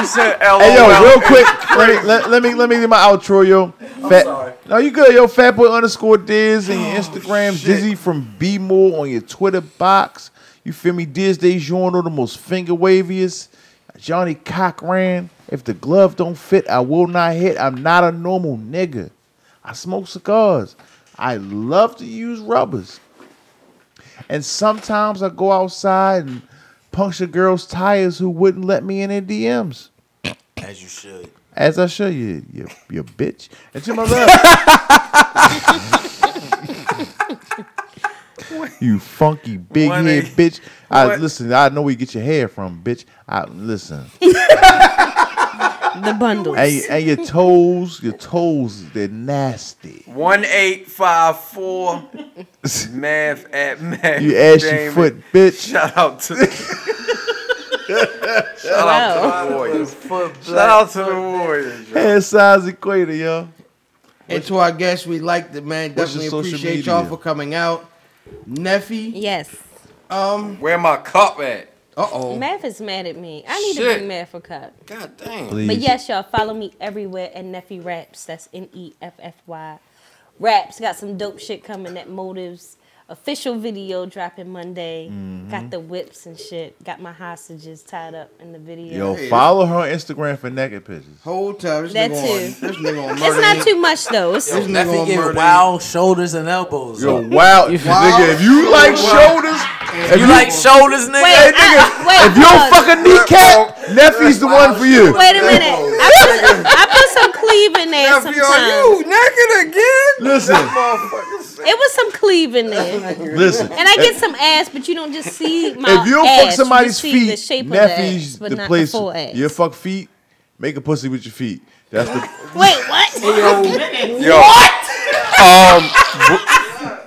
S1: he said LOL.
S5: Hey yo, real quick, let me, let, let me let me do my outro, yo. Fat, No, you good, yo. Fatboy underscore Diz and your Instagram, Dizzy from B More on your Twitter box. You feel me? Diz DeJourno, the most finger waviest. Johnny Cochran. If the glove don't fit, I will not hit. I'm not a normal nigga. I smoke cigars. I love to use rubbers. And sometimes I go outside and puncture girls' tires who wouldn't let me in their DMs.
S16: As you should.
S5: As I show you, you, you bitch. And to my left, you funky big
S1: One
S5: head
S1: eight-
S5: bitch. I
S1: what?
S5: listen. I know where you get your hair from, bitch. I listen.
S6: The bundles.
S5: And, and your toes, your toes, they're nasty.
S1: One eight five four. Math at math.
S5: You ashy
S1: Damon.
S5: foot, bitch.
S1: Shout out to. Shout out to the Warriors. Shout out to the Warriors. yo.
S5: Head size equator, yo.
S7: And to our guests, we like the man.
S5: What's
S7: Definitely
S5: your social
S7: appreciate
S5: media?
S7: y'all for coming out. Neffy,
S6: Yes.
S7: um,
S1: Where my cup at?
S7: uh oh.
S6: Math is mad at me. I need to
S1: Shit.
S6: be mad for cut.
S1: God damn.
S6: But
S5: Please.
S6: yes, y'all follow me everywhere at Neffy Raps. That's N E F F Y Raps. Got some dope shit coming at Motives. Official video dropping Monday.
S5: Mm-hmm.
S6: Got the whips and shit. Got my hostages tied up in the video.
S5: Yo, follow her on Instagram for naked pictures.
S7: Whole time. This
S6: That
S7: nigga
S6: too.
S7: On, this nigga on
S6: It's
S7: murder.
S6: not too much though. It's,
S7: This nigga
S3: Neffy
S7: on
S3: giving
S7: murder.
S3: wild shoulders and elbows.
S5: Yo, wow, nigga. If you like shoulders, if
S3: You like shoulders, nigga?
S6: wait, I, wait,
S5: If you
S6: hold
S5: don't fuck a kneecap, Neffy's the one for you.
S6: Wait a minute. I put, I put some cleave in there sometimes.
S1: naked again?
S5: Listen,
S6: It was some cleave in there.
S5: listen.
S6: And I get some ass, but you don't just see my
S5: if you don't
S6: ass.
S5: fuck somebody's
S6: you see
S5: feet,
S6: the shape
S5: Neffy's
S6: of the, ass, but
S5: the
S6: not
S5: place.
S6: the full ass.
S5: You fuck feet, make a pussy with your feet. That's the
S6: Wait, what?
S1: Yo. What? Um.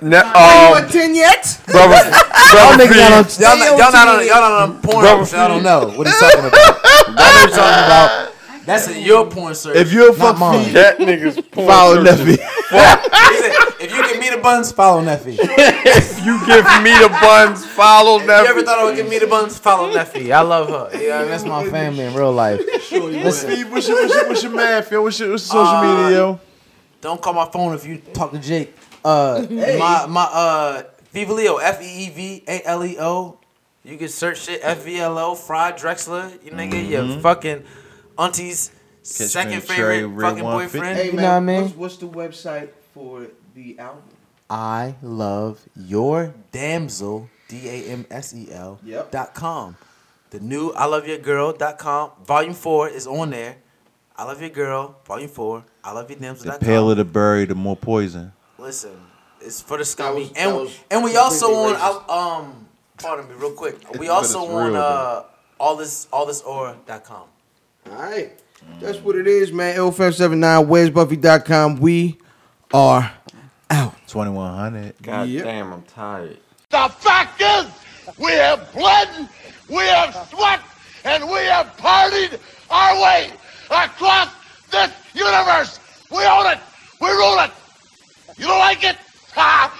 S1: Ne- um.
S7: ten yet?
S1: Brother. Brother. Fee.
S3: Y'all not, y'all not on y'all not on porn.
S1: Rubber
S3: so Y'all don't know what he's talking about. Y'all know what he's talking about. That's a, your porn search.
S5: if you don't
S3: Not
S5: fuck
S3: mine.
S5: feet,
S1: That nigga's porn.
S5: follow
S1: searching.
S3: He
S5: Neffy.
S3: said, if you can give me the buns, follow Neffy.
S1: if you give me the buns, follow Neffy.
S3: You ever thought I would give me the buns, follow Neffy? I love her. Yeah, that's my family in real life.
S5: Sure you Steve, what's your, what's your, what's your math, yo? What's your, what's your social media, yo?
S3: Don't call my phone if you talk to Jake. Uh,
S5: Hey.
S3: my my uh, Viva Leo, F E E V A L E O. You can search shit F V L O. Fry Drexler, you nigga, your
S17: Mhm.
S3: fucking auntie's
S17: Catch me
S3: second
S17: a cherry
S3: favorite
S17: red
S3: fucking
S17: 150.
S3: boyfriend.
S17: Hey,
S3: you
S17: man,
S3: know what I mean?
S17: What's, what's the website for the album?
S3: I love your damsel, D A M S E L, dot com. The new I love your girl dot com, volume four is on there. I love your girl, volume four, I love your damsel
S18: The
S3: dot com.
S18: paler the berry, the more poison.
S3: Listen, it's for the scummy.
S17: was-
S3: and,
S17: that was
S3: and we also on,
S17: completely
S3: uh, um, pardon me, real quick. We
S17: But
S3: also
S17: it's
S3: on
S17: real,
S3: uh, all this, all this aura.com.
S17: All right.
S7: That's what it is, man. LFM79, where'sbuffy.com. We are out.
S18: 2100.
S1: God damn, I'm tired.
S9: The fact is, we have bled, we have sweat, and we have partied our way across this universe. We own it. We rule it. You don't like it? Ha!